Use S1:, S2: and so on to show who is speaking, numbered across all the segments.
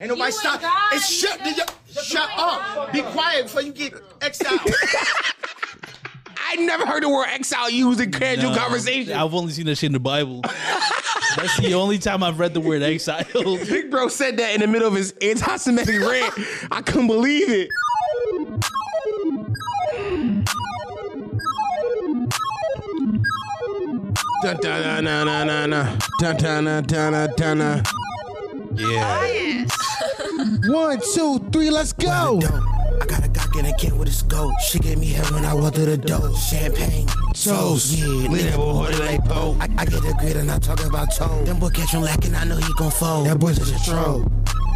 S1: Ain't nobody
S2: You
S1: stop.
S2: and God,
S1: It's shut.
S2: nigga.
S1: Did you- shut up. Be quiet before you get X'd out.
S3: I never heard the word exile used in casual
S4: Nah,
S3: conversation.
S4: I've only seen that shit in the Bible. That's the only time I've read the word exile.
S3: Big bro said that in the middle of his anti-Semitic rant. I couldn't believe it. Dun dun dun dun dun dun dun dun dun dun dun dun. Yeah.
S5: One, two, three, let's go.
S6: Oh. I got a Glock and a kid with a scope. She gave me head when I walked through the door. Champagne, toast, yeah, lit that boy harder like Pope. I, I get the grid and I talk about toe. Them boy catch him lacking, I know he gon' fold. That boy's just a troll.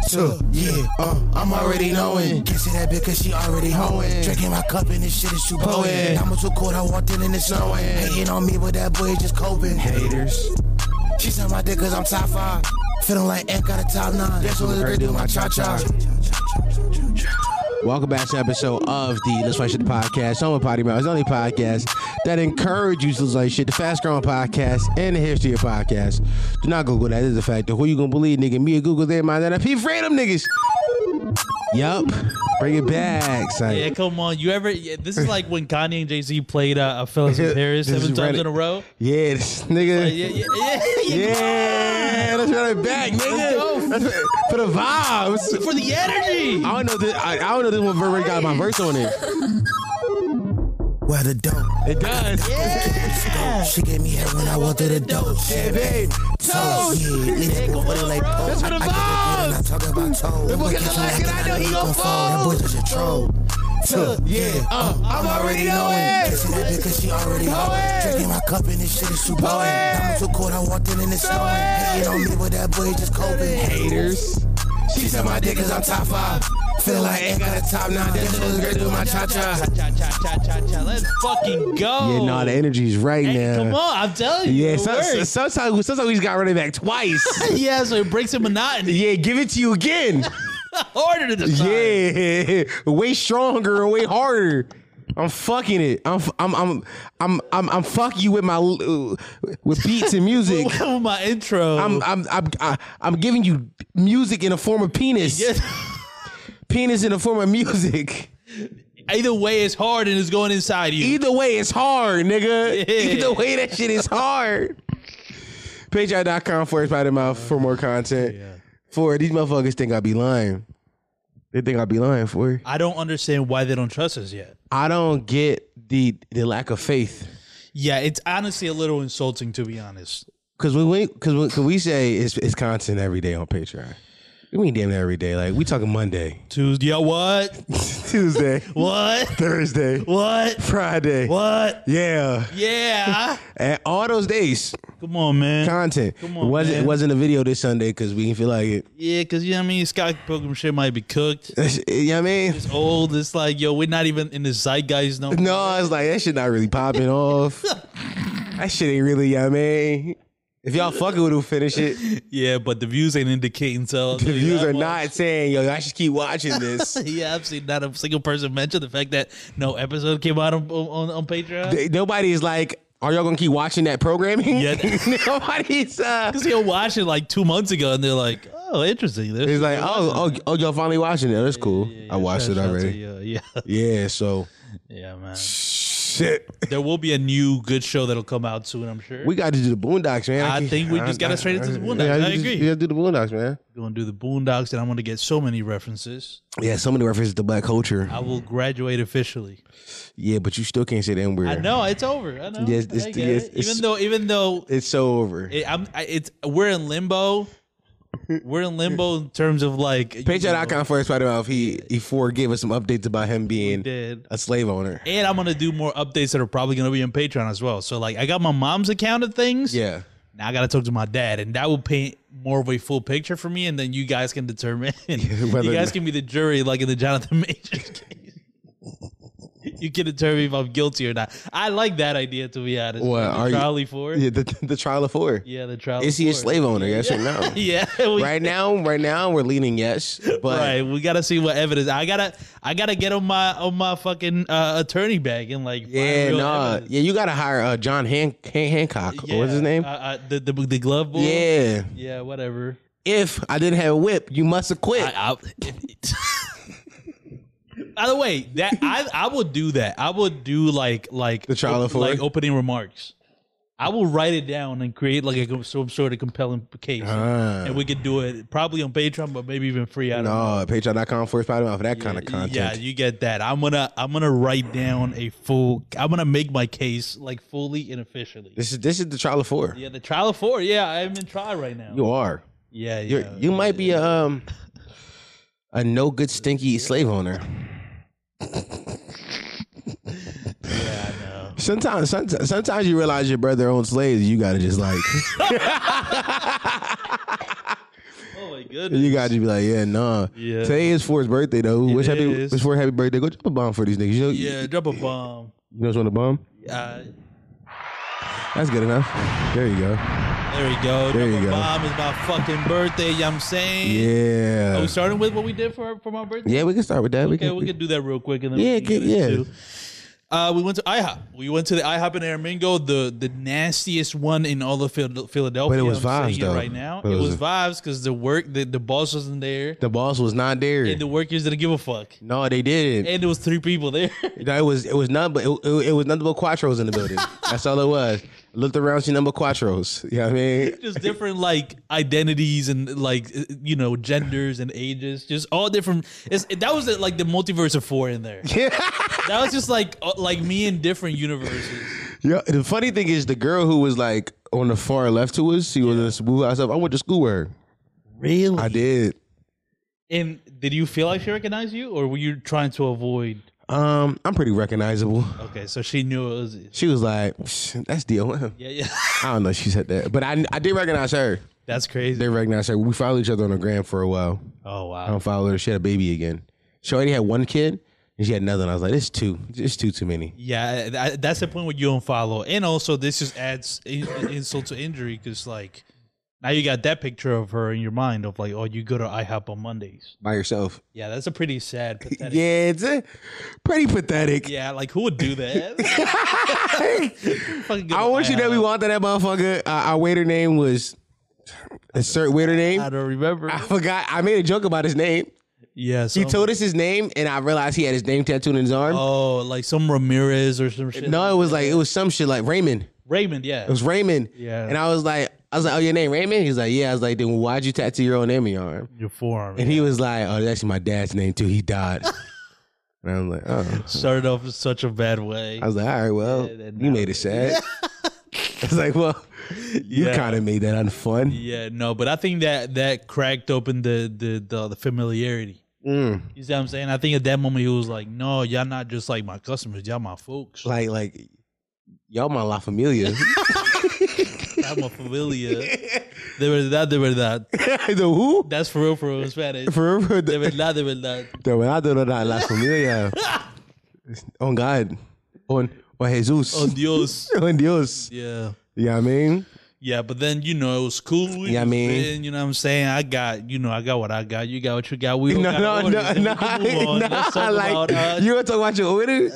S6: So, yeah, uh, I'm already knowing. Can't see that bitch cause she already hoeing. Drinking my cup and this shit is too potent. I'm too cold, I walked in and it's snowing. Hating on me, but that boy is just coping. Haters. She said my dick cause I'm top five. Feeling like Ant got a top nine. That's what the girl do my cha-cha.
S5: Welcome back to episode of the Let's Watch Shit podcast. I'm a potty mouth. It's the only podcast that encourages you to like shit. The fast growing podcast and the history of podcasts. Do not Google that. This is a factor. Who you gonna believe, nigga? Me or Google? They mind that. P freedom, niggas. Yup. Bring it back, son.
S4: Yeah, come on. You ever? Yeah, this is like when Kanye and Jay Z played uh, "Fellas in Paris"
S5: This
S4: seven
S5: is
S4: times
S5: Reddit.
S4: in a row.
S5: Yeah, this nigga.
S4: Yeah, yeah, yeah.
S5: Yeah, let's run it back, nigga. Let's- for the vibes.
S4: For the energy.
S5: I don't know. This, I, I don't know this one verbatim got my verse on it.
S6: Where the dope.
S5: It does.
S6: She gave me head when I walked through the door. Yeah, babe. Toes. Yeah, leave that boy with it like pole. That's what I'm I talk about toes. That boy got the like and I know he gon' fold. That boy just a troll. So, yeah, uh, I'm already knowing. Kissing that bitch cause she already knowing. Drinking my cup and this shit is too blowing. I'm too cold, I walked in and it's snowing. Hating on me, but that boy just coping. Haters. She said my dick is on top five. Feel like I ain't got a top nine. That's what girl do my cha-cha.
S4: Cha cha cha cha cha. Let's fucking go.
S5: Yeah, no, the energy's right
S4: Hey,
S5: now.
S4: Come on, I'm telling you.
S5: Yeah,
S4: it
S5: some,
S4: works.
S5: sometimes we- sometimes we just got running back twice.
S4: yeah, so it breaks the monotony.
S5: yeah, give it to you again.
S4: Harder to decide.
S5: Yeah, way stronger, way harder. I'm fucking it. I'm f- I'm I'm I'm I'm, I'm fuck you with my l- with beats and music.
S4: Come my intro.
S5: I'm I'm I'm I- I'm giving you music in the form of penis.
S4: Yes.
S5: Penis in the form of music.
S4: Either way, it's hard and it's going inside you.
S5: Either way, it's hard, nigga.
S4: Yeah.
S5: Either way, that shit is hard. Patreon.com forward by the mouth for more content. For these motherfuckers think I be lying. They think I be lying for. it.
S4: I don't understand why they don't trust us yet.
S5: I don't get the the lack of faith.
S4: Yeah, it's honestly a little insulting to be honest.
S5: Cause when we cause we, cause we say it's it's content every day on Patreon. We mean damn near every day. Like we talking Monday,
S4: Tuesday, yeah, what?
S5: Tuesday,
S4: What?
S5: Thursday,
S4: What?
S5: Friday.
S4: What?
S5: Yeah.
S4: Yeah.
S5: And all those days,
S4: Come on, man.
S5: content.
S4: on,
S5: it wasn't
S4: man.
S5: it wasn't a video this Sunday because we didn't feel like it.
S4: Yeah, because you know what I mean? Scott Pilgrim shit might be cooked.
S5: That's- you know what I mean?
S4: It's old. It's like, yo, we're not even in the zeitgeist no more.
S5: No, it's like that shit not really popping off. That shit ain't really, you know what I mean? If y'all fucking with it, we'll finish it.
S4: Yeah, but the views ain't indicating so.
S5: The views are not saying, yo, I should keep watching this.
S4: Yeah, I've seen not a single person mention the fact that no episode came out on on, on Patreon.
S5: They- Nobody is like, are y'all gonna keep watching that programming?
S4: Yeah.
S5: Nobody's uh
S4: Because he'll watch it like two months ago, and they're like, "Oh, interesting." This
S5: It's like, oh, oh, oh, y'all finally watching it. That's cool. I watched it already.
S4: yeah,
S5: Yeah, so
S4: yeah, man.
S5: shit.
S4: There will be a new good show that'll come out soon. I'm sure.
S5: We gotta do the boondocks, man.
S4: I
S5: can't-
S4: think we just gotta straight into the Boondocks.
S5: Yeah,
S4: I
S5: you just-
S4: agree.
S5: You gotta do the boondocks, man.
S4: We're gonna do the Boondocks, and I'm gonna get so many references.
S5: Yeah, so many references to black culture.
S4: I will graduate officially.
S5: Yeah, but you still can't say the N word.
S4: I know it's over. I know.
S5: Yes, it's-
S4: I get
S5: yes,
S4: it.
S5: it's-
S4: even though, even though
S5: It's so over.
S4: it, I'm, I, it's we're in limbo. We're in limbo in terms of like you know,
S5: Patreon.com forward Spider Mouth. He he forgave us some updates about him being
S4: did.
S5: a slave owner.
S4: And I'm gonna do more updates that are probably gonna be on Patreon as well. So like, I got my mom's account of things.
S5: Yeah.
S4: Now I gotta talk to my dad, and that will paint more of a full picture for me, and then you guys can determine.
S5: whether-
S4: you guys can be the jury, like in the Jonathan Majors case. you can determine if I'm guilty or not. I like that idea to be honest.
S5: What,
S4: the
S5: are you-
S4: Charlie Ford?
S5: Yeah, the, the trial of four.
S4: Yeah, the trial.
S5: Is he a
S4: Ford.
S5: slave owner? Yes or no?
S4: Yeah, we,
S5: Right now, right now we're leaning yes, but
S4: right. We gotta see what evidence. I gotta, I gotta get on my on my fucking uh, attorney bag and like. find
S5: yeah,
S4: real
S5: nah,
S4: evidence.
S5: yeah, you gotta hire uh, John Han- Han- Hancock. What's his name?
S4: Uh, uh, the, the the glove boy.
S5: yeah,
S4: yeah, whatever.
S5: If I didn't have a whip, you must have quit.
S4: I, I- by the way, that I I would do that. I would do like like
S5: The trial and
S4: like
S5: error?
S4: opening remarks. I will write it down and create like a some sort of compelling case,
S5: Ah.
S4: and we could do it probably on Patreon, but maybe even free. I don't know.
S5: no, patreon.com forward Spider Man for that kind of content.
S4: Yeah, you get that. I'm gonna I'm gonna write down a full. I'm gonna make my case like fully and officially.
S5: This is this is the trial of four.
S4: yeah, the trial of four. Yeah, I'm in trial right now.
S5: You are.
S4: yeah,
S5: You're,
S4: yeah.
S5: you might be a um a no good stinky slave owner. Sometimes, sometimes, sometimes you realize your brother owns slaves. You gotta just like,
S4: oh my goodness.
S5: you gotta just be like, yeah, nah.
S4: Yeah.
S5: Today is for his birthday though. Wish happy,
S4: is.
S5: wish for a happy birthday. Go drop a bomb for these niggas. You know,
S4: Yeah, drop a bomb.
S5: you know what's on the bomb?
S4: Uh,
S5: That's good enough. There you go.
S4: There we go.
S5: There
S4: There
S5: you go.
S4: Bomb is my fucking birthday. You know what I'm saying? Are
S5: Yeah.
S4: we starting with what we did for for my birthday?
S5: Yeah, we can start with that. we
S4: Oh, Okay,
S5: can,
S4: we can do that real quick and then
S5: Yeah,
S4: we can
S5: get-
S4: get
S5: yeah.
S4: into- Uh, we went to IHOP. We went to the IHOP in Aramingo, the the nastiest one in all of Phil- Philadelphia.
S5: But it was
S4: I'm saying
S5: vibes,
S4: it
S5: though.
S4: Right now, it
S5: But it
S4: was
S5: was-
S4: vibes because the work the, the boss wasn't there
S5: The boss was not there.
S4: and the workers didn't give a fuck.
S5: no, they didn't.
S4: And there was three people there.
S5: No, it was it was none but it, it, it was nothing but quattros in the building. That's all it was. Looked around, see number quattros. You know what I mean?
S4: just different like identities and like uh, you know genders and ages just all different it's, that was uh, like the multiverse of four in there that was just like uh, like me in different universes
S5: Yeah. The funny thing is, the girl who was like on the far left to us, she was in a smooth house. I went to school with her.
S4: really
S5: I did.
S4: and did you feel like she recognized you or were you trying to avoid
S5: Um, I'm pretty recognizable.
S4: okay so she knew it was
S5: She was like, "Psh, "That's DOM."
S4: yeah yeah
S5: I don't know. if She said that, but I I did recognize her.
S4: that's
S5: They
S4: crazy
S5: recognized her. We followed each other on the gram for a while.
S4: oh
S5: I
S4: wow
S5: don't follow her. She had a baby again. She already had one kid, and she had another. And I was like, "It's two. It's two too many."
S4: yeah th- that's the point where you don't follow and also this just adds in- insult to injury because like now you got that picture of her in your mind of like oh you go to ihop on mondays
S5: By yourself.
S4: Yeah, that's a pretty sad, pathetic. yeah.
S5: Yeah, it's uh pretty pathetic.
S4: like who would do that? Fucking go
S5: I want you to know we
S4: IHOP.
S5: wanted that motherfucker. Uh, our waiter name was a certain waiter name.
S4: I don't remember.
S5: I forgot. I made a joke about his name.
S4: Yeah, so,
S5: Ah. He told us his name, and I realized he had his name tattooed in his arm.
S4: Oh, like some Ramirez or some shit.
S5: no, it was like it was some shit like Raymond.
S4: Raymond. Yeah,
S5: It was Raymond.
S4: Yeah.
S5: And I was like, I was like, oh, your name Raymond? He's like, yeah. I was like, then why'd you tattoo your own name in your arm?
S4: your forearm.
S5: And he was like, oh, that's actually my dad's name too. He died. and I'm like, oh.
S4: started off in such a bad way.
S5: I was like, all right, well,
S4: Yeah, then
S5: you
S4: now-
S5: made it sad. I was like, well, you
S4: Yeah.
S5: kind of made that unfun.
S4: yeah, no, but I think that that cracked open the the the, the familiarity.
S5: Mm.
S4: You see what I'm saying? I think at that moment he was like, "No, y'all not just like my customers. Y'all my folks.
S5: like like y'all my La Familia.
S4: y'all my familia. they were that. They were that.
S5: the who?
S4: That's for real. For real in Spanish.
S5: For real,
S4: De
S5: the
S4: verdad, de verdad.
S5: the Renato de la La Familia. on God, on on Jesus,
S4: Oh Dios.
S5: on Dios.
S4: Yeah.
S5: You know what I mean?
S4: Yeah, but then you know it was cool. We
S5: Yeah, I
S4: was
S5: mean-
S4: been, you know what I'm saying? I got you know, I got what I got, you got what you got, we all
S5: No,
S4: got our
S5: no, no,
S4: orders, and
S5: no,
S4: we can move on. Let's
S5: no.
S4: talk about, uh,
S5: Like you want to talk about your order? You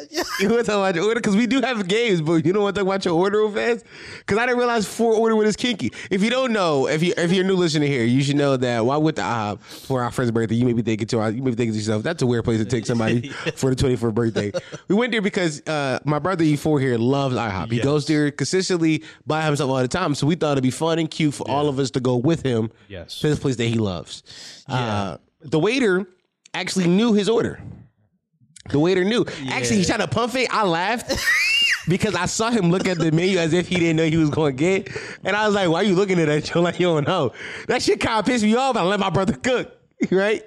S5: want to talk about your order? Because we do have games, but you don't want to talk about your order real fast. Because I didn't realize four order with is kinky. If you don't know, if you if you're a new listener here, you should know that while with the IHOP for our friend's birthday, you may be thinking to our, you may be thinking to yourself, that's a weird place to take somebody for the 24th birthday. We went there because uh, my brother E4 here loves IHOP. He goes there consistently by himself all the time, so we thought it'd be fun and cute for all of us to go with him.
S4: Yes.
S5: to this place that he loves. Uh, the waiter actually knew his order. The waiter knew. Actually, he tried to pump fake. I laughed because I saw him look at the menu as if he didn't know he was going to get. And I was like, why you looking at that? you like, you don't know. That shit kind of pissed me off. I let my brother cook, right?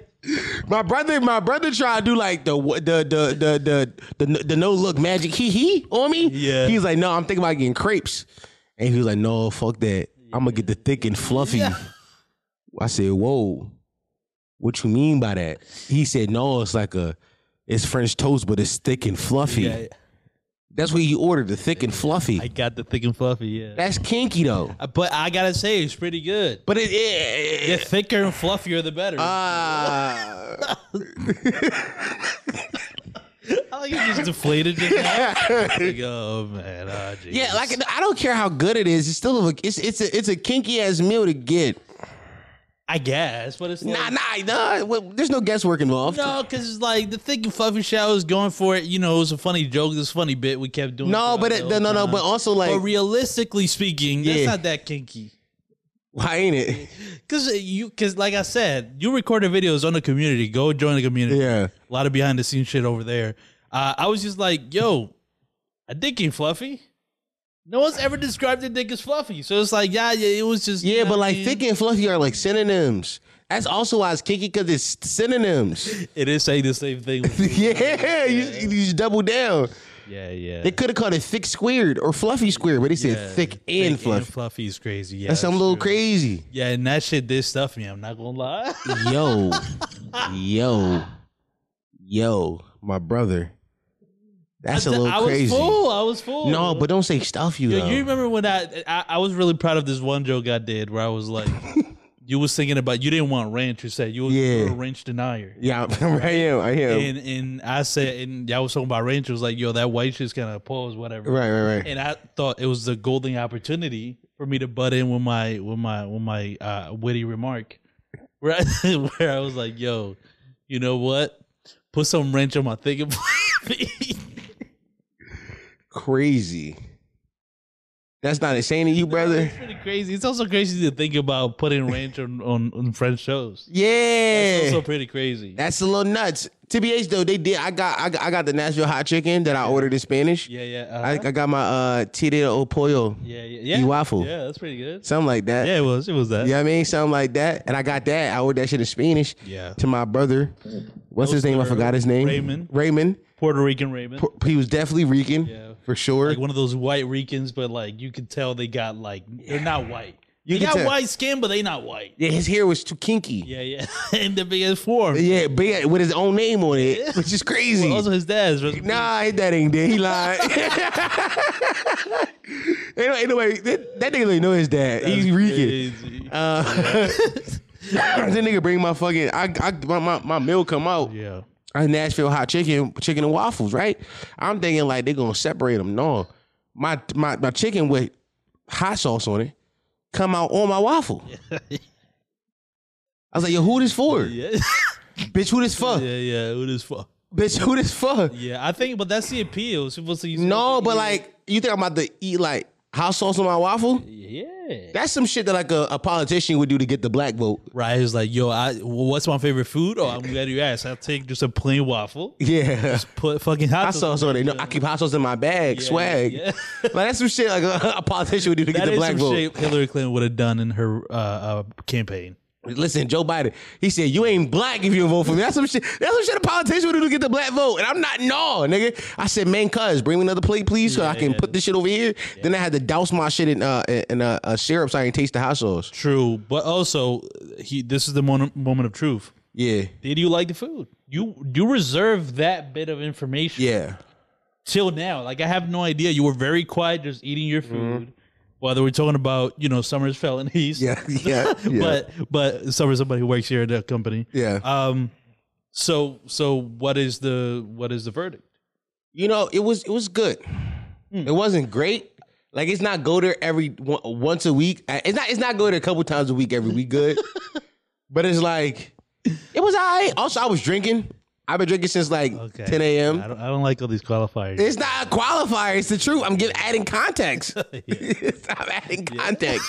S5: My brother, my brother tried to do like the the the the the the, the no look magic hee hee on me.
S4: Yeah.
S5: he was like, no, I'm thinking about getting crepes, and he was like, no, fuck that. I'm gonna get the thick and fluffy. I said, "Whoa, what you mean by that?" He said, "No, it's like a, it's French toast, but it's thick and fluffy.
S4: yeah,
S5: That's what you ordered, the thick and fluffy.
S4: I got the thick and fluffy, yeah.
S5: That's kinky though,
S4: Uh, but I gotta say it's pretty good.
S5: but it, it,
S4: The thicker and fluffier the better.
S5: uh,
S4: I like it just deflated just now. Like, oh man, ah, jeez.
S5: yeah, like I don't care how good it is. It's still a, it's it's a it's a kinky ass meal to get.
S4: I guess, but it's like,
S5: Nah, nah, nah. Well, there's no guesswork involved.
S4: No, because like the thing Fluffy Shadow was going for it, you know, it was a funny joke, this funny bit we kept doing.
S5: No,
S4: throughout
S5: but
S4: the
S5: it,
S4: whole
S5: no, no, no.
S4: time.
S5: But also, like,
S4: but realistically speaking,
S5: Yeah.
S4: that's not that kinky.
S5: why ain't it?
S4: Cause uh, you, cause like I said, you recorded videos on the community. Go join the community.
S5: Yeah.
S4: a lot of behind the scenes shit over there. Uh, I was just like, yo, a dick ain't fluffy. No one's ever described a dick as fluffy. So it's like, yeah, yeah, it was just you
S5: Yeah,
S4: know what
S5: but
S4: I
S5: like
S4: mean?
S5: thick and fluffy are like synonyms. That's also why it's kinky because it's synonyms.
S4: it is saying the same thing. with-
S5: yeah, you, you just double down.
S4: yeah, yeah.
S5: They could have called it thick squared or fluffy squared, but they said
S4: Yeah,
S5: thick and fluffy.
S4: fluffy is crazy. Yeah,
S5: That's something a little
S4: true.
S5: crazy.
S4: Yeah, and that shit did stuff me. I'm not gonna lie.
S5: yo, yo, yo, my brother. That's a little
S4: I was
S5: crazy.
S4: full. I was full.
S5: No, but don't say stuff you
S4: Yo,
S5: though.
S4: you remember when I, I I was really proud of this one joke I did where I was like, you was thinking about you didn't want ranch. You said you was
S5: Yeah.
S4: you were a ranch denier.
S5: yeah, I am. I am.
S4: And and I said and y'all was talking about ranch. It was like yo that white shit's gonna pause whatever.
S5: right, right, right.
S4: And I thought it was the golden opportunity for me to butt in with my with my with my uh, witty remark, where I, where I was like, "Yo, you know what? Put some wrench on my thinking."
S5: crazy. That's not insane to you, brother.
S4: it's pretty crazy. It's also crazy to think about putting ranch on on, on French shows.
S5: Yeah,
S4: It's also pretty crazy.
S5: that's a little nuts. TBH though, they did. I got, I got, I got the Nashville hot chicken that I ordered in Spanish.
S4: yeah, yeah, uh-huh.
S5: I, I got my uh, tira o pollo,
S4: yeah, yeah, yeah.
S5: y waffle.
S4: Yeah, that's pretty good.
S5: something like that.
S4: Yeah, it was. It was that.
S5: You know what I mean? Something like that. And I got that. I ordered that shit in Spanish
S4: Yeah.
S5: to my brother. What's his name? I forgot his name.
S4: Raymond.
S5: Raymond.
S4: Puerto Rican Raymond.
S5: P- He was definitely Rican
S4: Yeah.
S5: for sure.
S4: like one of those white Ricans, but like you could tell they got like they're not white.
S5: You
S4: they
S5: can
S4: got
S5: tell.
S4: white skin, but they not white.
S5: yeah, his hair was too kinky. Yeah,
S4: Yeah, yeah. In the biggest form.
S5: but yeah, with his own name on it, which is crazy.
S4: Also, his dad's. was-
S5: nah, his dad ain't dead. He lied. anyway, anyway, that, that nigga ain't know his dad. He's Rican.
S4: Crazy.
S5: Uh, that nigga bring my fucking I, I my, my my meal come out.
S4: yeah.
S5: I had Nashville hot chicken, chicken and waffles, right? I'm thinking like they're gonna separate them. No, my my my chicken with hot sauce on it come out on my waffle. I was like, yo, who this for?
S4: Yeah.
S5: Bitch, who this for?
S4: yeah, yeah. It is fuck.
S5: Bitch, who this for?
S4: Yeah, I think, but that's the appeal. It's supposed to-
S5: No, but like, you think I'm about to eat like hot sauce on my waffle?
S4: yeah.
S5: That's some shit that like a, a politician would do to get the black vote.
S4: Right. It's like, yo, I, what's my favorite food? Oh, I'm glad you asked. I'll take just a plain waffle,
S5: Yeah.
S4: put fucking hot
S5: Hot
S4: sauce.
S5: sauce on it. No, I keep hot sauce in my bag, swag.
S4: yeah.
S5: Like that's some shit like a, a politician would do to
S4: That
S5: get the
S4: is
S5: black
S4: some
S5: vote.
S4: shit Hillary Clinton would have done in her uh, uh, campaign.
S5: Listen, Joe Biden, he said, You ain't black if you don't vote for me. That's some shit. That's some shit a politician would do to get the black vote. And I'm not, no, nigga. I said, Man, cuz, bring me another plate, please, so I can put this shit over here. Then I had to douse my shit in uh, in uh, uh, syrup so I can taste the hot sauce.
S4: True, but also he. This is the moment, moment of truth.
S5: Yeah.
S4: Did you like the food? You you reserve that bit of information
S5: Yeah.
S4: till now. Like I have no idea. You were very quiet, just eating your
S5: Mm-hmm.
S4: food. Whether we're talking about you know Summer's felonies,
S5: Yeah. Yeah. yeah.
S4: but but Summer's somebody who works here at the company.
S5: yeah.
S4: Um, so so what is the what is the verdict?
S5: you know, it was it was good. It wasn't great. Like it's not go there every one, once a week. Uh, It's not it's not go there a couple times a week every week. Good, but it's like it was alright. Also, I was drinking. I've been drinking since like 10 a.m.
S4: I don't, I don't like all these qualifiers.
S5: It's not a qualifier. It's the truth. I'm giving adding context. I'm adding context.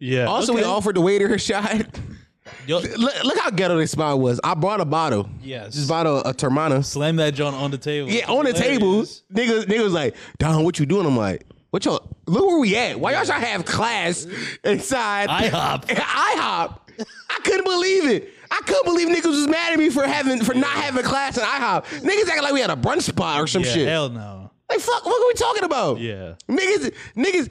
S4: yeah.
S5: Also, we
S4: Okay.
S5: offered the waiter a shot.
S4: Yo,
S5: Look, look how ghetto this spot was. I brought a bottle.
S4: Yes.
S5: just bought a, a Termana.
S4: slam that John on the table.
S5: Yeah, on the table,
S4: Hilarious.
S5: niggas, niggas like, Don, what you doing? I'm like, what y'all, look where we at. Why y'all trying to have class inside
S4: IHOP.
S5: IHOP? I couldn't believe it. I couldn't believe niggas was mad at me for having for not having class at IHOP. Niggas acting like we had a brunch spot or some
S4: Yeah,
S5: shit.
S4: hell no.
S5: Like fuck, what are we talking about?
S4: Yeah.
S5: Niggas, niggas,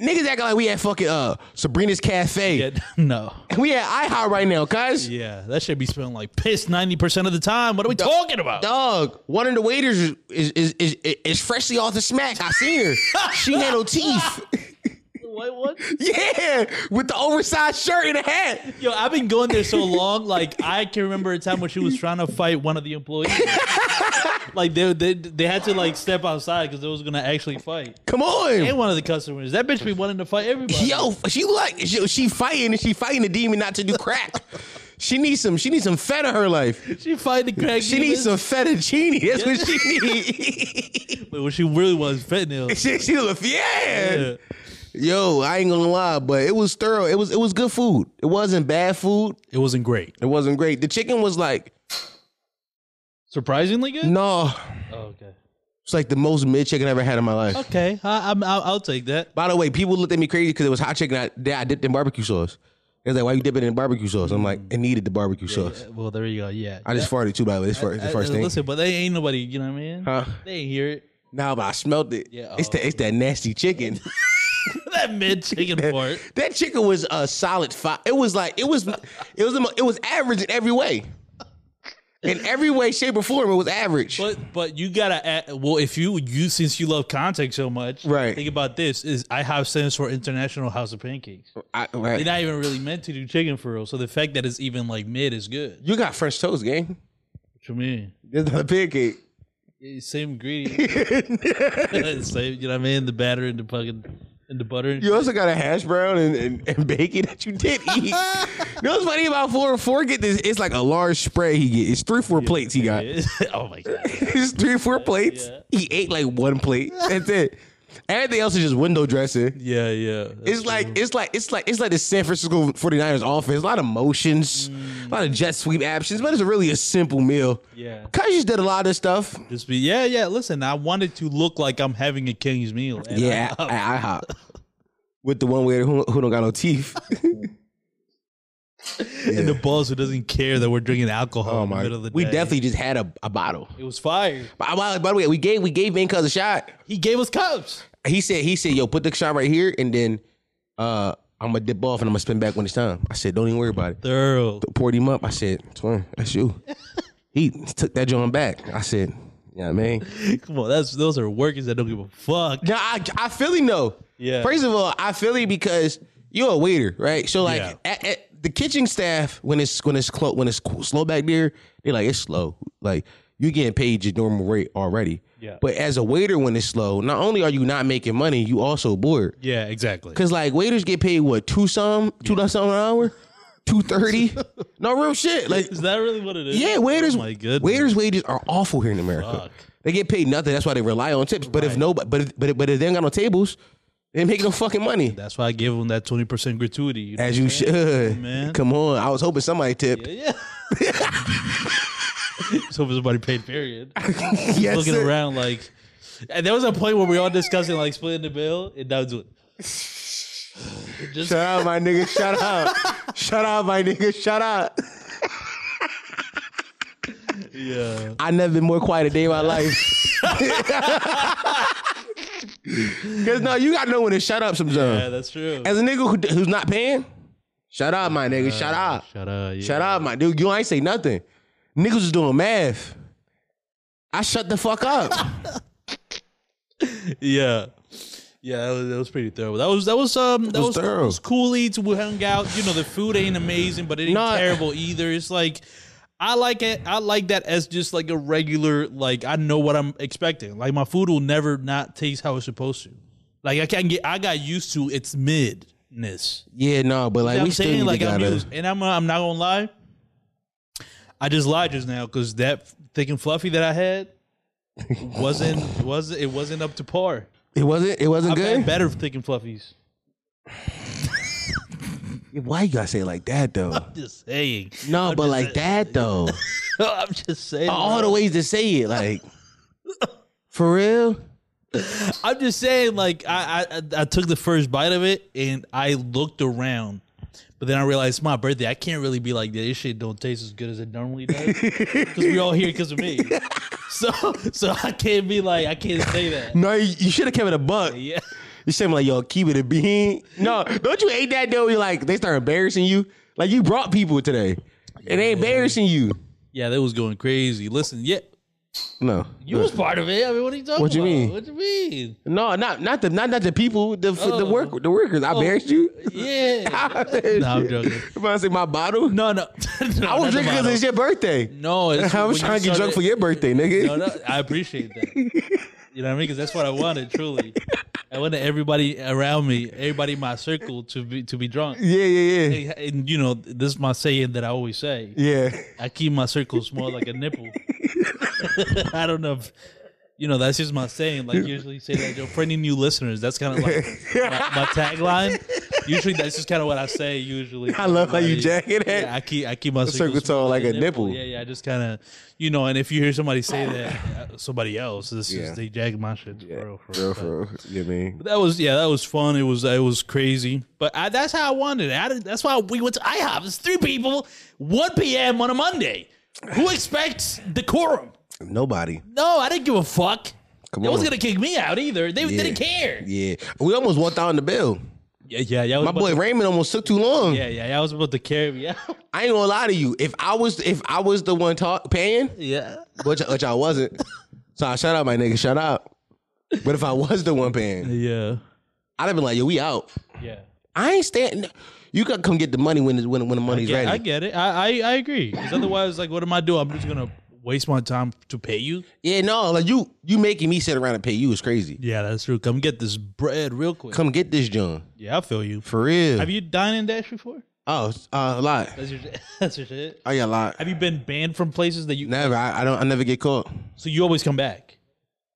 S5: niggas acting like we at fucking uh Sabrina's Cafe.
S4: Yeah, no.
S5: We at IHOP right now, cuz.
S4: Yeah, that should be smelling like piss ninety percent of the time. What are we talking about?
S5: Dog, one of the waiters is is, is is is freshly off the smack. I seen her. She had no teeth.
S4: What, what?
S5: Yeah, with the oversized shirt and a hat.
S4: Yo, I've been going there so long. Like I can remember a time when she was trying to fight one of the employees. like they they, they had to like step outside because they was gonna actually fight.
S5: Come on.
S4: And one of the customers, that bitch be wanting to fight everybody.
S5: Yo, she like she, she fighting and she fighting the demon not to do crack. she needs some. She needs some fat in her life.
S4: she fighting the crack.
S5: She needs some
S4: demons.
S5: fettuccine. That's what she needs.
S4: Wait, What she really was fentanyl.
S5: she, she look yeah.
S4: Yeah.
S5: Yo, I ain't gonna lie, but it was thorough. It was it was good food. It wasn't bad food.
S4: It wasn't great.
S5: It wasn't great. The chicken was like
S4: Surprisingly good.
S5: no.
S4: Oh, okay.
S5: It's like the most mid chicken I ever had in my life.
S4: Okay, I, I'm, I'll, I'll take that.
S5: By the way, people looked at me crazy because it was hot chicken. I, that I dipped in barbecue sauce. They was like, "Why you dipping it in barbecue sauce?" I'm like, "It needed the barbecue sauce."
S4: Yeah, well, there you go. Yeah.
S5: I just farted too. By the way, this fir- the
S4: I-
S5: first
S4: I-
S5: thing.
S4: Listen, but they ain't nobody. You know what I mean?
S5: Huh?
S4: They ain't hear it.
S5: No, but I smelled it.
S4: Yeah,
S5: it's
S4: oh,
S5: that it's that nasty chicken.
S4: that mid chicken part.
S5: that chicken was a solid five. It was like it was it was the mo- it was average in every way. In every way, shape, or form, it was average.
S4: But but you gotta add, well if you you since you love context so much
S5: Right.
S4: Think about this is I have sense for international house of pancakes.
S5: I-
S4: They're
S5: right.
S4: not even really meant to do chicken for real. So the fact that it's even like mid is good.
S5: You got French toast, gang.
S4: What you mean?
S5: There's not a pancake.
S4: It's Same ingredient. Same. You know what I mean? The batter and the fucking and the butter. and-
S5: You also got a hash brown and, and, and bacon that you did eat. you know what's funny about four and four? Get this, it's like a large spread he get. It's three, four plates he got.
S4: oh my god.
S5: It's three, four plates. He ate like one plate. That's it. Everything else is just window dressing.
S4: Yeah, yeah.
S5: It's like it's like it's like it's like the San Francisco 49ers offense. A lot of motions,
S4: Mm.
S5: a lot of jet sweep actions, but it's really a simple meal.
S4: Yeah.
S5: Cuz just did a lot of stuff.
S4: Just be yeah, yeah. Listen, I wanted to look like I'm having a king's meal. and
S5: yeah,
S4: I-
S5: I, I, hop. With the one waiter who, who don't got no teeth.
S4: and the boss who doesn't care that we're drinking alcohol in the middle of the
S5: Oh We
S4: day.
S5: definitely just had a, a bottle.
S4: It was fire.
S5: By, by- by the way, we gave we gave Van Cuz a shot.
S4: He gave us cups.
S5: He said he said, "Yo, put the shot right here and then uh I'm gonna dip off and I'm gonna spin back when it's time." I said, "Don't even worry about it."
S4: Thorough.
S5: poured him up. I said, Twin, that's you. he took that joint back. I said, Yeah, man.
S4: Come on, that's those are workers that don't give a fuck.
S5: Now I I feel him though.
S4: Yeah.
S5: First of all, I feel him because you're a waiter, right? So like
S4: Yeah.
S5: at, at the kitchen staff, when it's when it's clo- when it's cool- slow back there, they're like, it's slow. Like you're getting paid your normal rate already.
S4: Yeah.
S5: But as a waiter, when it's slow, not only are you not making money, you also bored.
S4: Yeah, exactly.
S5: Cause like waiters get paid what two some two some an hour, two thirty. no real shit. Like
S4: Is that really what it is?
S5: Yeah, waiters.
S4: Oh my goodness.
S5: Waiters' wages are awful here in America.
S4: Fuck.
S5: They get paid nothing. That's why they rely on tips. But if nobody, but if, but if, but if they ain't got no tables, they ain't making no fucking money.
S4: That's why I gave him that twenty percent gratuity. You know?
S5: As you should.
S4: Man.
S5: Come on. I was hoping somebody tipped.
S4: yeah. so somebody paid. Period.
S5: yes.
S4: Looking
S5: sir.
S4: around like, and there was a point where we all discussing like splitting the bill, and that was it. Just
S5: Shout out, my nigga. Shout out. Shout out, my nigga. Shout out.
S4: yeah.
S5: I never been more quiet a day in my life. Cause no, you gotta know when to shut up sometimes.
S4: Yeah, that's true.
S5: As a nigga who, who's not paying, shut up, my nigga. Shut up.
S4: Shut up. Yeah.
S5: Shut up, my dude. You ain't say nothing. Niggas was doing math. I shut the fuck up.
S4: Yeah. Yeah, that was, that was pretty thorough. That was that was um that was,
S5: was thorough.
S4: was cool eats. We hung out. You know, the food ain't amazing, but it ain't
S5: Nah.
S4: terrible either. It's like I like it. I like that as just like a regular. Like I know what I'm expecting. Like my food will never not taste how it's supposed to. Like I can't get. I got used to its midness.
S5: yeah, no, but like
S4: You know what
S5: we
S4: I'm
S5: still need
S4: saying like
S5: to
S4: I'm
S5: gotta-
S4: used, and I'm uh, I'm not gonna lie. I just lied just now because that thick and fluffy that I had wasn't was it wasn't up to par.
S5: It wasn't. It wasn't
S4: I've had
S5: good.
S4: better thick and fluffies.
S5: Why you gotta say it like that though?
S4: Just saying.
S5: No,
S4: I'm
S5: but
S4: just
S5: like that though.
S4: I'm just saying.
S5: All Oh, the ways to say it, like for real.
S4: I'm just saying. Like I, I, I took the first bite of it and I looked around, but then I realized it's my birthday. I can't really be like this. Shit don't taste as good as it normally does because we're all here because of me. So, so I can't be like I can't say that.
S5: No, you, you should have kept it a buck.
S4: Yeah.
S5: You should have like, yo, keep it a bean. No, don't you hate that though? You like they start embarrassing you. Like you brought people today, and they embarrassing you.
S4: Yeah, that was going crazy. Listen, yeah,
S5: No.
S4: You was part of it. I mean, what are you talking
S5: What you
S4: about?
S5: mean?
S4: What you mean?
S5: No, not not the not not the people, the f the
S4: Oh.
S5: work the workers. I embarrassed you.
S4: Yeah.
S5: I embarrassed
S4: Nah, I'm
S5: you.
S4: joking.
S5: If I say my bottle,
S4: No, no. No,
S5: I was
S4: not
S5: drinking because
S4: the
S5: it's your birthday.
S4: No, it's
S5: I was
S4: when
S5: trying to
S4: you
S5: get drunk
S4: started-
S5: for your birthday, nigga.
S4: No, no, I appreciate that. You know what I mean? Because that's what I wanted. Truly, I wanted everybody around me, everybody in my circle, to be to be drunk.
S5: Yeah, yeah, yeah,
S4: And, and, you know, this is my saying that I always say.
S5: yeah.
S4: I keep my circle small like a nipple. I don't know if you know. That's just my saying. Like usually say that you're for any new listeners. That's kind of like my, my tagline. Usually that's just kind of what I say. Usually
S5: I love how you
S4: Like,
S5: jacket that.
S4: Yeah, I keep I keep my circle,
S5: circle
S4: small
S5: tall like a nipple.
S4: Yeah, yeah. I just kind of you know. And if you hear somebody say that, uh, somebody else, this is they jag my shit. Bro,
S5: Real for you know what I mean.
S4: That was yeah, that was fun. It was it was crazy, but I, that's how I wanted it. I did, that's why we went to IHOP. It's three people, one p.m. on a Monday. Who expects decorum?
S5: Nobody.
S4: No, I didn't give a fuck.
S5: Come
S4: they was
S5: on.
S4: gonna kick me out either. They
S5: Yeah.
S4: didn't care.
S5: Yeah, we almost walked out on the bill.
S4: Yeah, yeah, yeah. I was
S5: My
S4: about
S5: boy
S4: to-
S5: Raymond almost took too long.
S4: yeah, yeah, yeah. I was about to carry me out.
S5: I ain't gonna lie to you. If I was if I was the one talk, paying,
S4: yeah.
S5: which, which I wasn't, so I shout out my nigga, shout out. But if I was the one paying,
S4: Yeah.
S5: I'd have been like, yo, we out.
S4: Yeah.
S5: I ain't standing. You gotta come get the money when the- when when the money's
S4: Yeah, I
S5: ready.
S4: get it. I, I, I agree. 'Cause otherwise, like, what am I doing? I'm just gonna waste my time to pay you.
S5: Yeah, no, like you you making me sit around and pay you is crazy.
S4: Yeah, that's true. Come get this bread real quick.
S5: Come get this John
S4: Yeah, I feel you.
S5: for real.
S4: Have you dined and dashed before?
S5: oh, uh, a lot.
S4: That's your that's your shit.
S5: Oh yeah, a lot.
S4: Have you been banned from places that you?
S5: Never. I, I don't. I never get caught.
S4: So you always come back.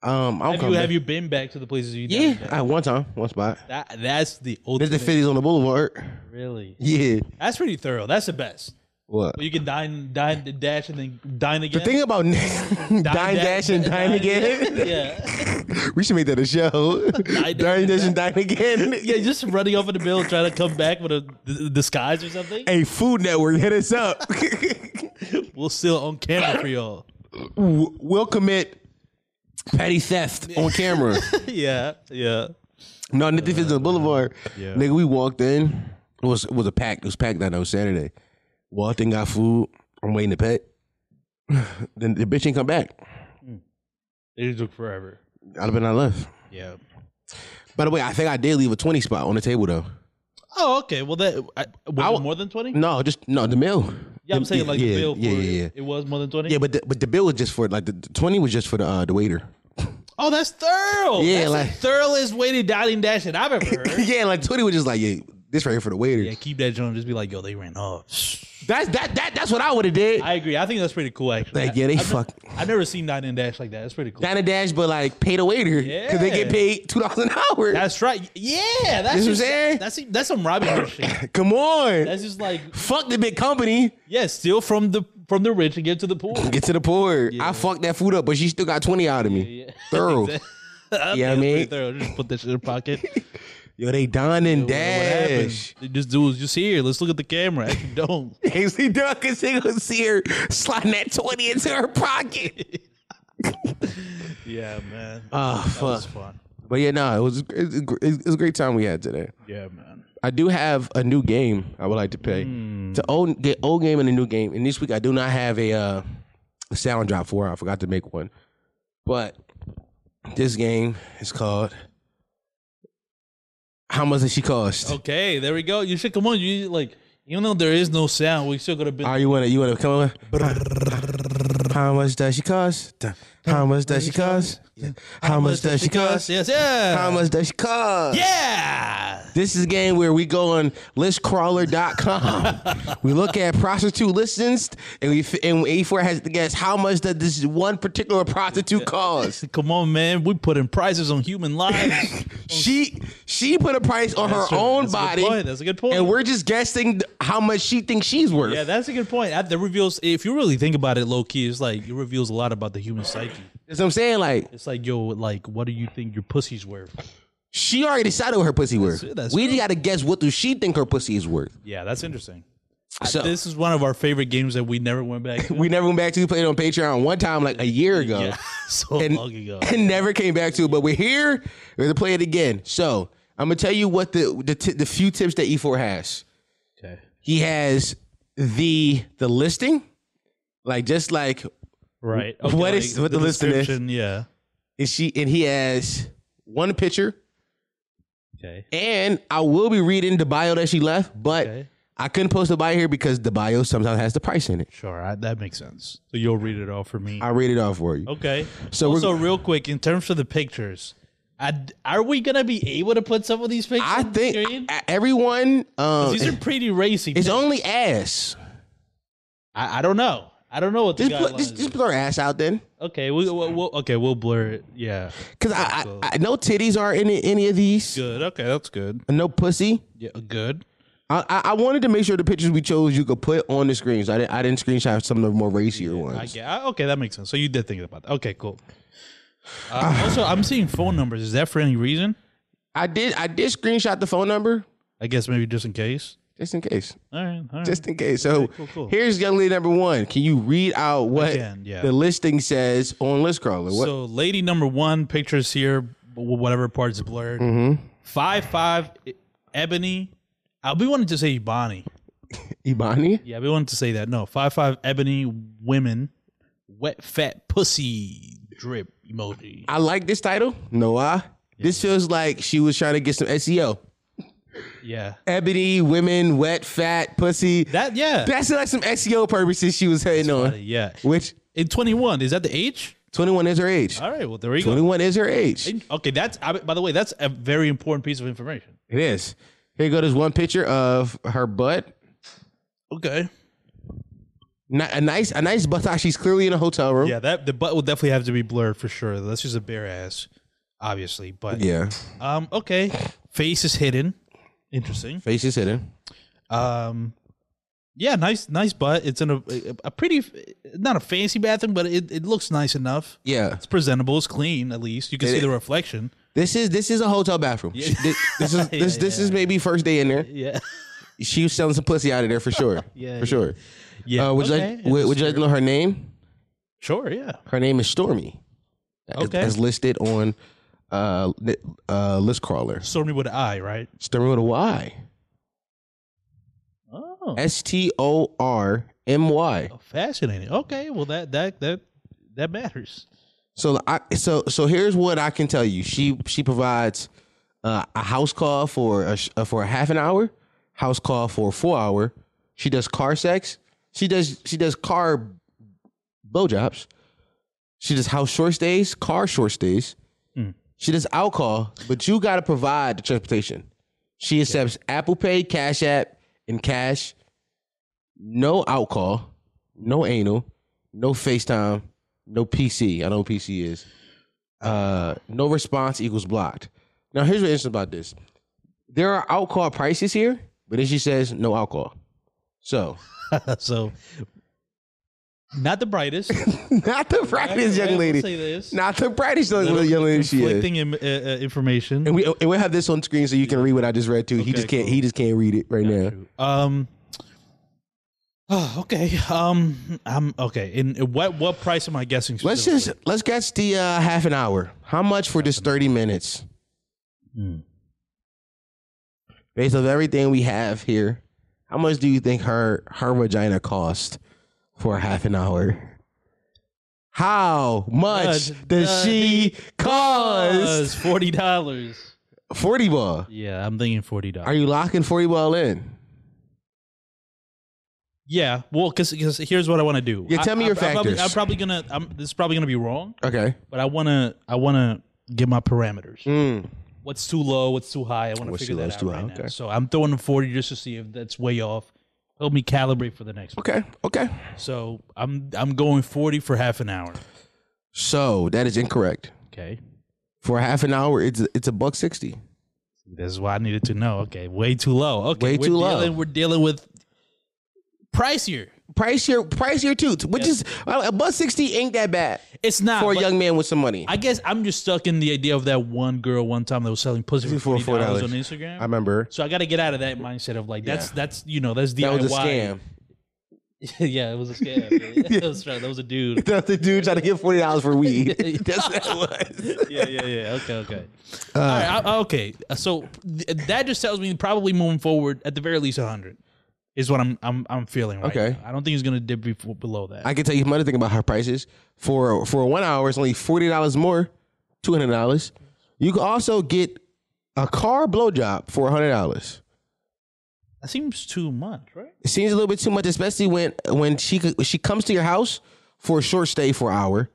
S5: Um, I'm
S4: Have
S5: coming
S4: you
S5: back.
S4: have you been back to the places you?
S5: Yeah,
S4: dined at?
S5: I one time, one spot.
S4: That, that's the
S5: There's
S4: ultimate.
S5: the fifties on the boulevard.
S4: Really,
S5: Yeah.
S4: that's pretty thorough. That's the best.
S5: What?
S4: Well, you can dine, dine, and dash, and then dine again.
S5: The thing about dine, dash and dine again,
S4: yeah,
S5: we should make that a show.
S4: Dine,
S5: Dine,
S4: dash,
S5: dash, and dine again.
S4: yeah, just running off in the bill, trying to come back with a d- disguise or something.
S5: Hey, Food Network, hit us up.
S4: We'll still on camera for y'all.
S5: W- we'll commit petty theft on camera.
S4: yeah, yeah.
S5: no, the fifties on the boulevard.
S4: yeah.
S5: Nigga, we walked in. It was it was a pack. It was packed that on Saturday. Walked in, got food. I'm waiting to pay. then the bitch ain't come back.
S4: It just took forever.
S5: I'd have been I left.
S4: Yeah.
S5: By the way, I think I did leave a twenty spot on the table though.
S4: Oh, okay. Well, that I, was
S5: I-
S4: it more than twenty.
S5: No, just no the bill.
S4: Yeah, I'm saying like
S5: yeah,
S4: the bill. For
S5: Yeah, yeah, yeah.
S4: It, it was more than twenty.
S5: Yeah, but the, but the bill was just for like the, the twenty was just for the uh, the waiter.
S4: Oh, that's thorough.
S5: Yeah,
S4: Yeah, that's
S5: like-
S4: the thoroughest way to dine and dash that I've ever heard.
S5: yeah, like twenty was just like yeah, this right here for the waiter.
S4: yeah, keep that joint. Just be like, yo, they ran off.
S5: That's that that that's what I would have did.
S4: I agree. I think that's pretty cool. Actually,
S5: Like, yeah, they
S4: I, I've ne-
S5: fuck-
S4: I've never seen dine and dash like that. That's pretty cool.
S5: Dine and dash, but like pay the waiter because they get
S4: Yeah.
S5: paid two dollars an hour.
S4: that's right. Yeah, that's
S5: what I'm
S4: just-
S5: saying?
S4: That's e- that's some Robin Hood shit.
S5: Come on,
S4: That's just like
S5: fuck the big company.
S4: yeah, steal from the from the rich and get to the poor.
S5: Get to the poor. I fucked that food up, but she still got twenty out of me. Thorough. Yeah, I
S4: That's pretty
S5: mean,
S4: thorough. Just put that shit in your pocket.
S5: yo, they dine and
S4: What happened?
S5: dash.
S4: They Just do just here. Let's look at the camera. Actually, don't.
S5: Ainsley Duncan, she gonna see her sliding that twenty into her pocket.
S4: Yeah, man.
S5: Oh
S4: that was
S5: fuck!
S4: fun.
S5: But yeah, no, it was it's, it's, it's a great time we had today.
S4: Yeah, man.
S5: I do have a new game I would like to play. To old the old game and a new game. And this week I do not have a uh, sound drop for. it. I forgot to make one. But this game is called How much does she cost?
S4: Okay, there we go. You should come on. You like, even though there is no sound, we still gotta be.
S5: Are you wanna you wanna come on? How much does she cost? How much does she cost? How much does she cost?
S4: Yes, yeah.
S5: How much does she cost?
S4: Yeah.
S5: This is a game where we go on listcrawler.com. we look at prostitute listings and we and A4 has to guess how much that this one particular prostitute cost.
S4: Come on, man. We putting prices on human lives.
S5: She she put a price on her
S4: That's true.
S5: own
S4: That's a good
S5: body.
S4: point. That's a good point.
S5: And we're just guessing how much she thinks she's worth.
S4: yeah, that's a good point. That that reveals, if you really think about it, low key, it's like it reveals a lot about the human psyche.
S5: That's what I'm saying. Like
S4: It's like, yo, like, what do you think your pussy's worth?
S5: she already decided what her pussy worth.
S4: it, that's
S5: we
S4: true.
S5: just gotta guess what does she think her pussy is worth.
S4: Yeah, that's interesting.
S5: So
S4: this is one of our favorite games that we never went back. To.
S5: we never went back to we played it on Patreon one time like a year ago.
S4: yeah, so
S5: and,
S4: long ago.
S5: and never came back to it. But we're here. We're gonna play it again. So I'm gonna tell you what the the, t- the few tips that E4 has.
S4: Okay.
S5: He has the the listing, like just like
S4: Right.
S5: What is- what the list is.
S4: description, Yeah.
S5: And she and he has one picture.
S4: Okay.
S5: And I will be reading the bio that she left, but
S4: Okay.
S5: I couldn't post the bio here because the bio sometimes has the price in it.
S4: Sure. I, that makes sense. So you'll read it all for me.
S5: I read it off for you.
S4: Okay.
S5: So
S4: So
S5: we're-
S4: also, real quick, in terms of the pictures, I, are we gonna be able to put some of these pictures?
S5: I
S4: on the screen?
S5: think e, everyone. Um,
S4: these are pretty racy.
S5: it's
S4: pics.
S5: only ass.
S4: I, I don't know. I don't know what the
S5: Just
S4: guidelines.
S5: put, just, just
S4: are.
S5: put our ass out then,
S4: okay. We, we'll, we'll, okay. We'll blur it. Yeah.
S5: because I, I, I no titties are in it- any of these.
S4: Good. Okay. That's good.
S5: No pussy.
S4: Yeah. Good.
S5: I, I I wanted to make sure the pictures we chose you could put on the screen. So I didn't, I didn't screenshot some of the more racier
S4: I
S5: ones.
S4: get, I- okay, that makes sense. So you did think about that. Okay, cool. Uh, also, I'm seeing phone numbers. Is that for any reason?
S5: I did I did screenshot the phone number
S4: I guess maybe just in case.
S5: just in case.
S4: All right, all right.
S5: Just in case. So
S4: Oh. cool, cool.
S5: here's young lady number one. Can you read out what
S4: can, yeah.
S5: the listing says on list crawler? What
S4: So, lady number one, pictures here, wh- whatever part's blurred. Five five, e- ebony. I we wanted to say Bonnie.
S5: Ibani?
S4: Yeah, we wanted to say that. No, five five, ebony women, wet fat pussy drip emoji.
S5: I like this title. No, I. This feels like she was trying to get some SEO.
S4: Yeah,
S5: Ebony, women, wet, fat, pussy.
S4: that yeah, Uh,
S5: That's like some SEO purposes she was heading on.
S4: yeah.
S5: Which
S4: In twenty one, is that the age?
S5: 21 is her age.
S4: All right, well there you go.
S5: 21 is her age.
S4: In- Okay, that's I, by the way, that's a very important piece of information.
S5: It is. Here you go. There's one picture of her butt.
S4: Okay.
S5: Ni- A nice, a nice buttock. She's clearly in a hotel room.
S4: Yeah, that the butt will definitely have to be blurred for sure. That's just a bare ass, obviously. But
S5: Yeah.
S4: um, okay, face is hidden. Interesting.
S5: Face is hidden.
S4: Um, yeah, nice, nice butt. It's in a a, a pretty, not a fancy bathroom, but it, it looks nice enough.
S5: Yeah.
S4: It's presentable. It's clean. At least you can
S5: It
S4: see
S5: is.
S4: the reflection.
S5: This is this is a hotel bathroom. She- thi- This, is this this is maybe first day in there.
S4: Yeah.
S5: She was selling some pussy out of there for sure.
S4: Yeah,
S5: for
S4: yeah.
S5: sure.
S4: Yeah.
S5: Uh, would you
S4: okay,
S5: like would, would you like to know her name?
S4: sure. Yeah.
S5: Her name is Stormy. That is-
S4: Okay.
S5: That's listed on uh li- uh list crawler.
S4: Stormy with an eye, right?
S5: Stormy with a Y.
S4: Oh.
S5: S T O R M Y.
S4: Fascinating. Okay, well that that that that matters.
S5: So I so so here's what I can tell you. She she provides uh, a house call for a, sh- uh, for a half an hour, house call for a four hour. She does car sex. She does she does car blowjobs. She does house short stays, car short stays. She does alcohol, but you got to provide the transportation. She accepts Apple Pay, Cash App, and cash. No alcohol, no anal, no FaceTime, no PC. I know what PC is. Uh, no response equals blocked. Now here's what's interesting about this. There are alcohol prices here, but then she says no alcohol. So
S4: so not the brightest.
S5: not the brightest
S4: Right,
S5: young
S4: we'll
S5: lady.
S4: say this.
S5: Not the brightest young
S4: Little
S5: young lady she is.
S4: conflicting im- uh, uh, information.
S5: And we and we'll have this on screen so you can read what I just read too. he
S4: Okay,
S5: just can't
S4: cool.
S5: he just can't read it right now.
S4: Um. oh, okay. Um. I'm okay. And what what price am I guessing?
S5: Let's just let's guess the uh, half an hour. Hmm. How much for just thirty minutes? Based on everything we have here, how much do you think her her vagina cost for half an hour? How much
S4: Much
S5: does
S4: does
S5: she cost?
S4: forty dollars.
S5: Forty ball.
S4: Yeah, I'm thinking forty
S5: Are
S4: dollars.
S5: you locking forty ball in?
S4: Yeah. Well, because here's what I want to do.
S5: Yeah, tell me
S4: I,
S5: your
S4: I'm probably-
S5: factors.
S4: I'm probably gonna. I'm, this is probably gonna be wrong,
S5: Okay.
S4: but I wanna. I wanna get my parameters.
S5: Mm.
S4: what's too low, what's too high. I want to
S5: What's
S4: figure
S5: too low,
S4: that
S5: what's
S4: out
S5: too
S4: right
S5: high,
S4: now.
S5: okay.
S4: So I'm throwing a 40 just to see if that's way off. Help me calibrate for the next one.
S5: Okay. Okay.
S4: So I'm I'm going 40 for half an hour.
S5: So that is incorrect.
S4: Okay.
S5: For half an hour, it's it's a buck sixty.
S4: This is what I needed to know. Okay. Way too low. Okay.
S5: Way
S4: we're
S5: too low.
S4: Dealing, we're dealing with pricier.
S5: pricier, pricier too. t- Which is a buck sixty ain't that bad
S4: It's not.
S5: for a
S4: but
S5: young man with some money.
S4: I guess I'm just stuck in the idea of that one girl one time that was selling pussy for
S5: For
S4: $40
S5: $4.
S4: on Instagram.
S5: I remember
S4: so I got to get out of that mindset of like that's that's you know that's DIY.
S5: that was a scam.
S4: yeah, it was a scam. that, was, that was a dude.
S5: That was the dude trying to get forty dollars for weed. That's what it was.
S4: yeah, yeah, yeah. Okay, okay.
S5: Uh,
S4: All right, I, okay. So th- that just tells me probably moving forward, at the very least, 100. is what I'm I'm I'm feeling right.
S5: Okay.
S4: now. I don't think he's gonna dip before, below that.
S5: I can tell you some other thing about her prices. For for one hour, it's only forty dollars more, two hundred dollars. You can also get a car blowjob for hundred dollars.
S4: that seems too much, right?
S5: It seems a little bit too much, especially when when she c- she comes to your house for a short stay for an hour,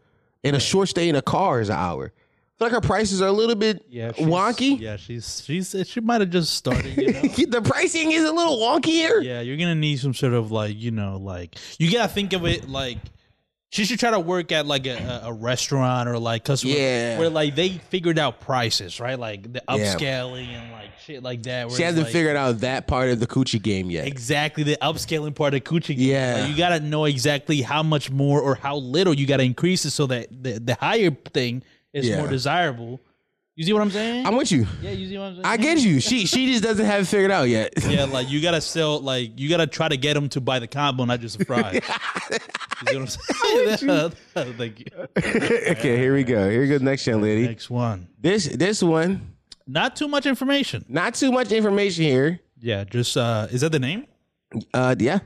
S5: and a short stay in a car is an hour. I feel like her prices are a little bit
S4: she's-
S5: wonky.
S4: Yeah, she's she's she might have just started. You know?
S5: the pricing is a little wonky here.
S4: yeah, you're gonna need some sort of like you know like you gotta think of it like she should try to work at like a, a- a restaurant or like customer
S5: Yeah.
S4: where like they figured out prices right like the
S5: Yeah.
S4: upscaling and like shit like that. where
S5: She
S4: it's,
S5: hasn't
S4: like,
S5: figured out that part of the coochie game yet.
S4: exactly the upscaling part of coochie. game.
S5: Yeah.
S4: Like, you gotta know exactly how much more or how little you gotta increase it so that the, the higher thing is
S5: Yeah.
S4: more desirable. You see what I'm saying?
S5: I'm with you.
S4: yeah, you see what I'm saying.
S5: I get you. She she just doesn't have it figured out yet.
S4: Yeah, like you gotta sell, like you gotta try to get them to buy the combo, not just a fry. you see what I'm saying? Thank you.
S5: okay, here we go. Here goes next young lady.
S4: Next one.
S5: This this one,
S4: Not too much information.
S5: not too much information here.
S4: Yeah, just uh, is that the name?
S5: Uh, yeah,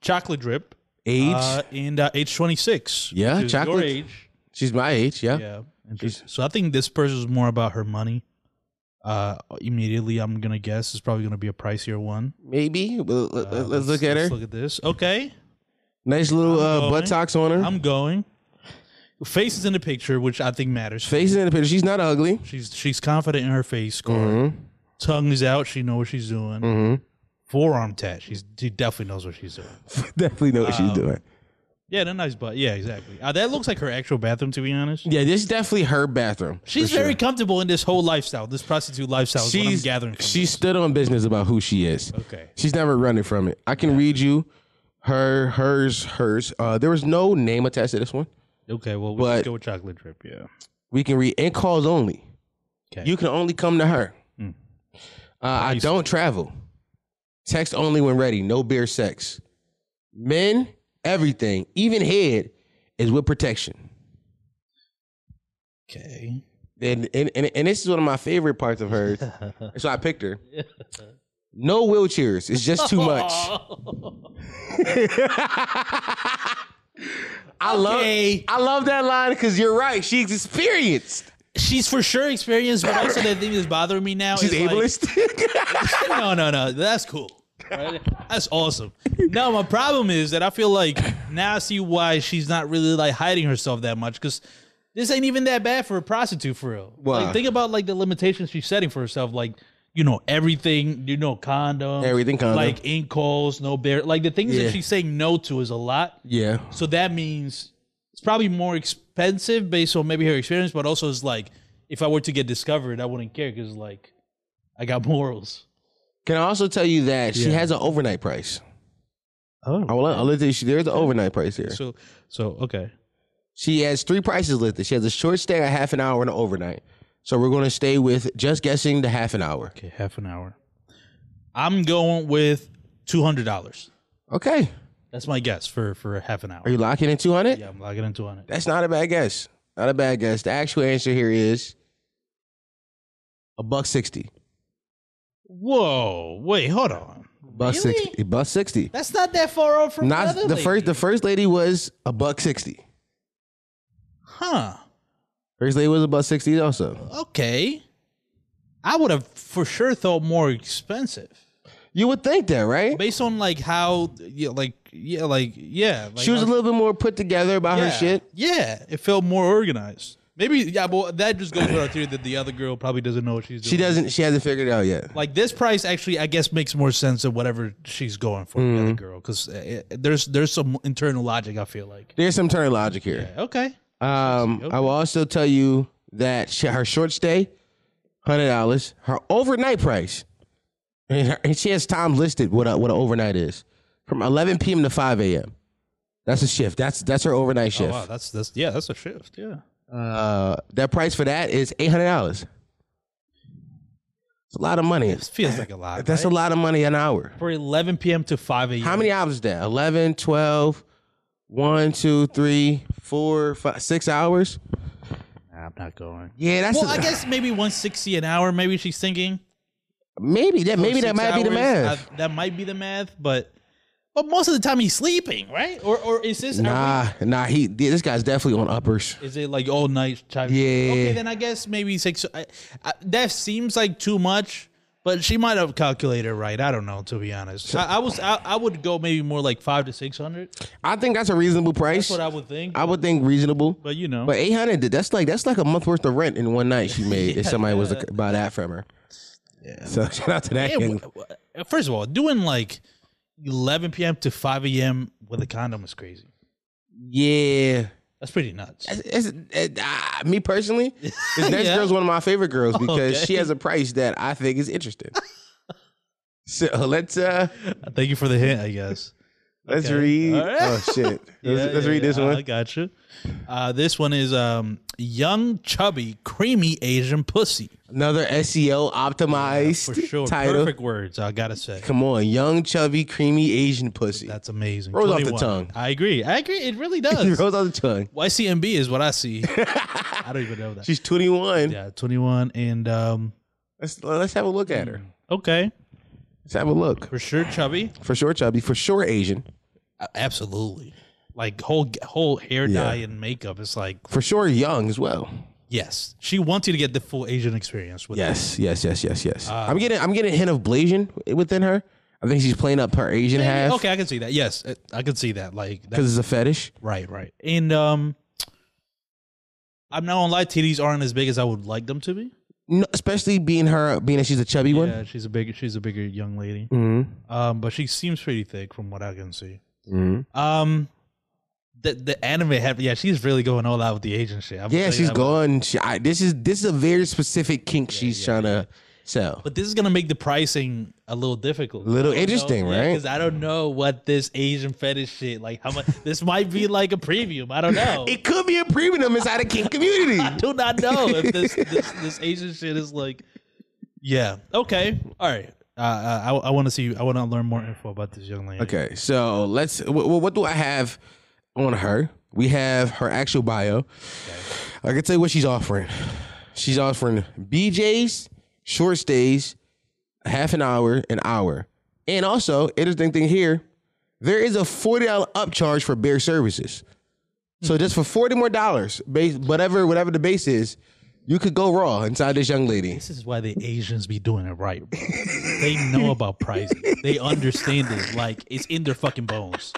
S4: Chocolate drip.
S5: age.
S4: Uh, and uh, age 26.
S5: Yeah,
S4: which is Your
S5: chocolate-
S4: age.
S5: She's my age. Yeah.
S4: Yeah. Interesting. So I think this person is more about her money. Uh, immediately, I'm gonna guess it's probably gonna be a pricier one.
S5: maybe. Well, let, us look at her.
S4: Let's look at this. Okay.
S5: nice little uh,
S4: going.
S5: buttocks on her.
S4: I'm going. Face is in the picture, which I think matters.
S5: Face is in the picture. She's not ugly.
S4: She's she's confident in her face score.
S5: Mm-hmm.
S4: Tongue is out. She knows what she's doing. Forearm tat. She's she definitely knows what she's doing.
S5: Definitely know what she's doing.
S4: Yeah, that nice butt. Yeah, exactly. Uh, that looks like her actual bathroom, to be honest.
S5: Yeah, this is definitely her bathroom.
S4: She's very comfortable in this whole lifestyle, this prostitute lifestyle. is what I'm
S5: She's
S4: gathering. From
S5: she stood on business about who she is.
S4: Okay.
S5: She's never running from it. I can read you her, hers, hers. Uh, there was no name attached to this one.
S4: Okay, well, we'll just
S5: But-
S4: go with chocolate drip. Yeah.
S5: We can read and calls only.
S4: Okay. Hmm.
S5: You can only come to her. Uh, I don't travel. Text only when ready. No beer sex. Men, everything, even head, is with protection.
S4: Okay.
S5: And, and, and, and this is one of my favorite parts of hers. so I picked her. No wheelchairs. It's just too much. I
S4: Okay. Oh,
S5: love I love that line because you're right. She's experienced.
S4: She's for sure experienced, but also the thing that's bothering me now
S5: She's
S4: is like-
S5: ableist.
S4: no, no, no. That's cool. Right? That's awesome. No, my problem is that I feel like now I see why she's not really like hiding herself that much because this ain't even that bad for a prostitute for real.
S5: Wow.
S4: Like, think about like the limitations she's setting for herself, like you know everything, you know condoms,
S5: Everything condom.
S4: like ink calls, no bear, like the things
S5: Yeah.
S4: that she's saying no to is a lot.
S5: yeah.
S4: So that means it's probably more expensive based on maybe her experience, but also it's like if I were to get discovered, I wouldn't care because like I got morals.
S5: Can I also tell you that she
S4: Yeah.
S5: has an overnight price?
S4: Oh,
S5: I will, I'll let you, she, there's an overnight price here.
S4: So, so okay.
S5: She has three prices listed. She has a short stay, a half an hour, and an overnight. So we're going to stay with just guessing the half an hour.
S4: Okay, half an hour. I'm going with two hundred dollars.
S5: Okay.
S4: That's my guess for for half an hour.
S5: Are you locking in 200?
S4: yeah, I'm locking in two hundred.
S5: That's not a bad guess. Not a bad guess. The actual answer here is a buck 60.
S4: Whoa, wait, hold on.
S5: Buck 60. Buck 60.
S4: That's not that far off from
S5: Not
S4: the,
S5: the first the first lady was a buck 60.
S4: huh?
S5: First lady was a buck 60 also.
S4: Okay, I would have for sure thought more expensive
S5: You would think that, right?
S4: based on like how yeah, like yeah, like yeah. Like
S5: She was a
S4: how-
S5: little bit more put together about
S4: yeah,
S5: her shit.
S4: Yeah, it felt more organized. Maybe yeah, but that just goes with our theory that the other girl probably doesn't know what she's doing.
S5: She doesn't she hasn't figured it out yet.
S4: like this price actually i guess makes more sense of whatever she's going for the
S5: Mm-hmm.
S4: other girl because there's there's some internal logic i feel like
S5: There's some turn logic here.
S4: okay
S5: Um,
S4: Okay.
S5: I will also tell you that she, her short stay, hundred dollars. Her overnight price, and, her, and she has time listed what a, what an overnight is, from eleven p.m. to five a.m. That's a shift. That's that's her overnight
S4: oh
S5: shift.
S4: wow that's that's yeah that's a shift yeah
S5: uh, that price for that is eight hundred dollars. It's a lot of money.
S4: this feels like a lot
S5: That's a lot of money an hour.
S4: for 11 p.m to 5 a.m
S5: How many hours is that? 11, 12, 1, 2, 3, 4, 5, 6 hours?
S4: Nah, i'm not going
S5: Yeah, that's
S4: well
S5: a-
S4: i guess maybe 160 an hour maybe she's thinking
S5: maybe that maybe that
S4: Six
S5: might be the
S4: hours,
S5: math.
S4: I- that might be the math but But most of the time he's sleeping, right? Or or is this? are we-
S5: Nah, nah. He this guy's definitely on uppers.
S4: Is it like all night? Type of-
S5: Yeah.
S4: Okay, then I guess maybe six. I, I, that seems like too much, but she might have calculated right. I don't know to be honest. I, I was I, I would go maybe more like five to six hundred.
S5: I think that's a reasonable price.
S4: That's what I would think.
S5: I would think reasonable.
S4: but you know,
S5: But eight hundred, that's like that's like a month worth of rent in one night she made. if somebody was to buy that from her, yeah. So shout out to that.
S4: Hey,
S5: kid.
S4: wh- wh- uh, first of all, doing like eleven p.m. to five a.m. with a condom is crazy.
S5: yeah,
S4: That's pretty nuts.
S5: It's- it- ah, me personally, this next
S4: Yeah.
S5: girl's one of my favorite girls because
S4: Okay.
S5: she has a price that I think is interesting. so let's uh
S4: Thank you for the hint, I guess.
S5: let's
S4: Okay.
S5: read.
S4: All right.
S5: Oh shit! let's
S4: Yeah,
S5: let's
S4: yeah,
S5: read this
S4: yeah, I
S5: one.
S4: got you. Uh, this one is um, young, chubby, creamy Asian pussy.
S5: Another SEO optimized
S4: For sure.
S5: title.
S4: Perfect words, I gotta say.
S5: Come on, young, chubby, creamy Asian pussy.
S4: That's amazing.
S5: Rolls off the
S4: 21.
S5: tongue.
S4: I agree. I agree. It really
S5: He
S4: does.
S5: rolls out the tongue.
S4: YCMB is what I see. I don't even know that.
S5: She's twenty one.
S4: yeah, 21 and um,
S5: Let's let's have a look at her.
S4: okay,
S5: Let's have a look.
S4: Mm. for sure chubby.
S5: For sure, chubby. For sure, Asian.
S4: Uh, Absolutely. Like whole whole hair
S5: Yeah.
S4: dye and makeup. It's like
S5: For sure, young as well.
S4: yes, she wants you to get the full Asian experience with Uh, it.
S5: Yes, yes, yes, yes, yes. I'm getting I'm getting a hint of Blasian within her. I think she's playing up her Asian half
S4: Okay, I can see that. Yes, uh, I can see that. Like that,
S5: because it's a fetish.
S4: right, right. And um, I'm not gonna lie, titties aren't as big as I would like them to be.
S5: No, especially being her being that she's a chubby one.
S4: Yeah, she's a big she's a bigger young lady.
S5: Mm-hmm.
S4: Um, but she seems pretty thick from what I can see.
S5: Mm-hmm.
S4: Um, the the anime had yeah, she's really going all out with the Asian shit. I'm gonna
S5: Yeah,
S4: tell you
S5: she's
S4: that much.
S5: gone. She, I, this is this is a very specific kink she's trying to sell.
S4: But this is gonna make the pricing a little difficult.
S5: Little
S4: I don't
S5: interesting,
S4: know, yeah,
S5: right?
S4: Because I don't know what this Asian fetish shit like. How much this might be like a premium. I don't know.
S5: It could be a premium inside a kink community.
S4: I do not know if this this, this Asian shit is like. Yeah. Okay. All right. Uh, uh, I I want to see. I want to learn more info about this young lady.
S5: Okay, so let's. wh- wh- what do I have on her? We have her actual bio. I can tell you what she's offering. She's offering BJ's, short stays, half an hour, an hour, and also interesting thing here, there is a forty dollar upcharge for beer services. So just for forty more dollars, base whatever whatever the base is, you could go raw inside this young lady.
S4: This is why the Asians be doing it right. Bro. They know about pricing. They understand it. Like it's in their fucking bones.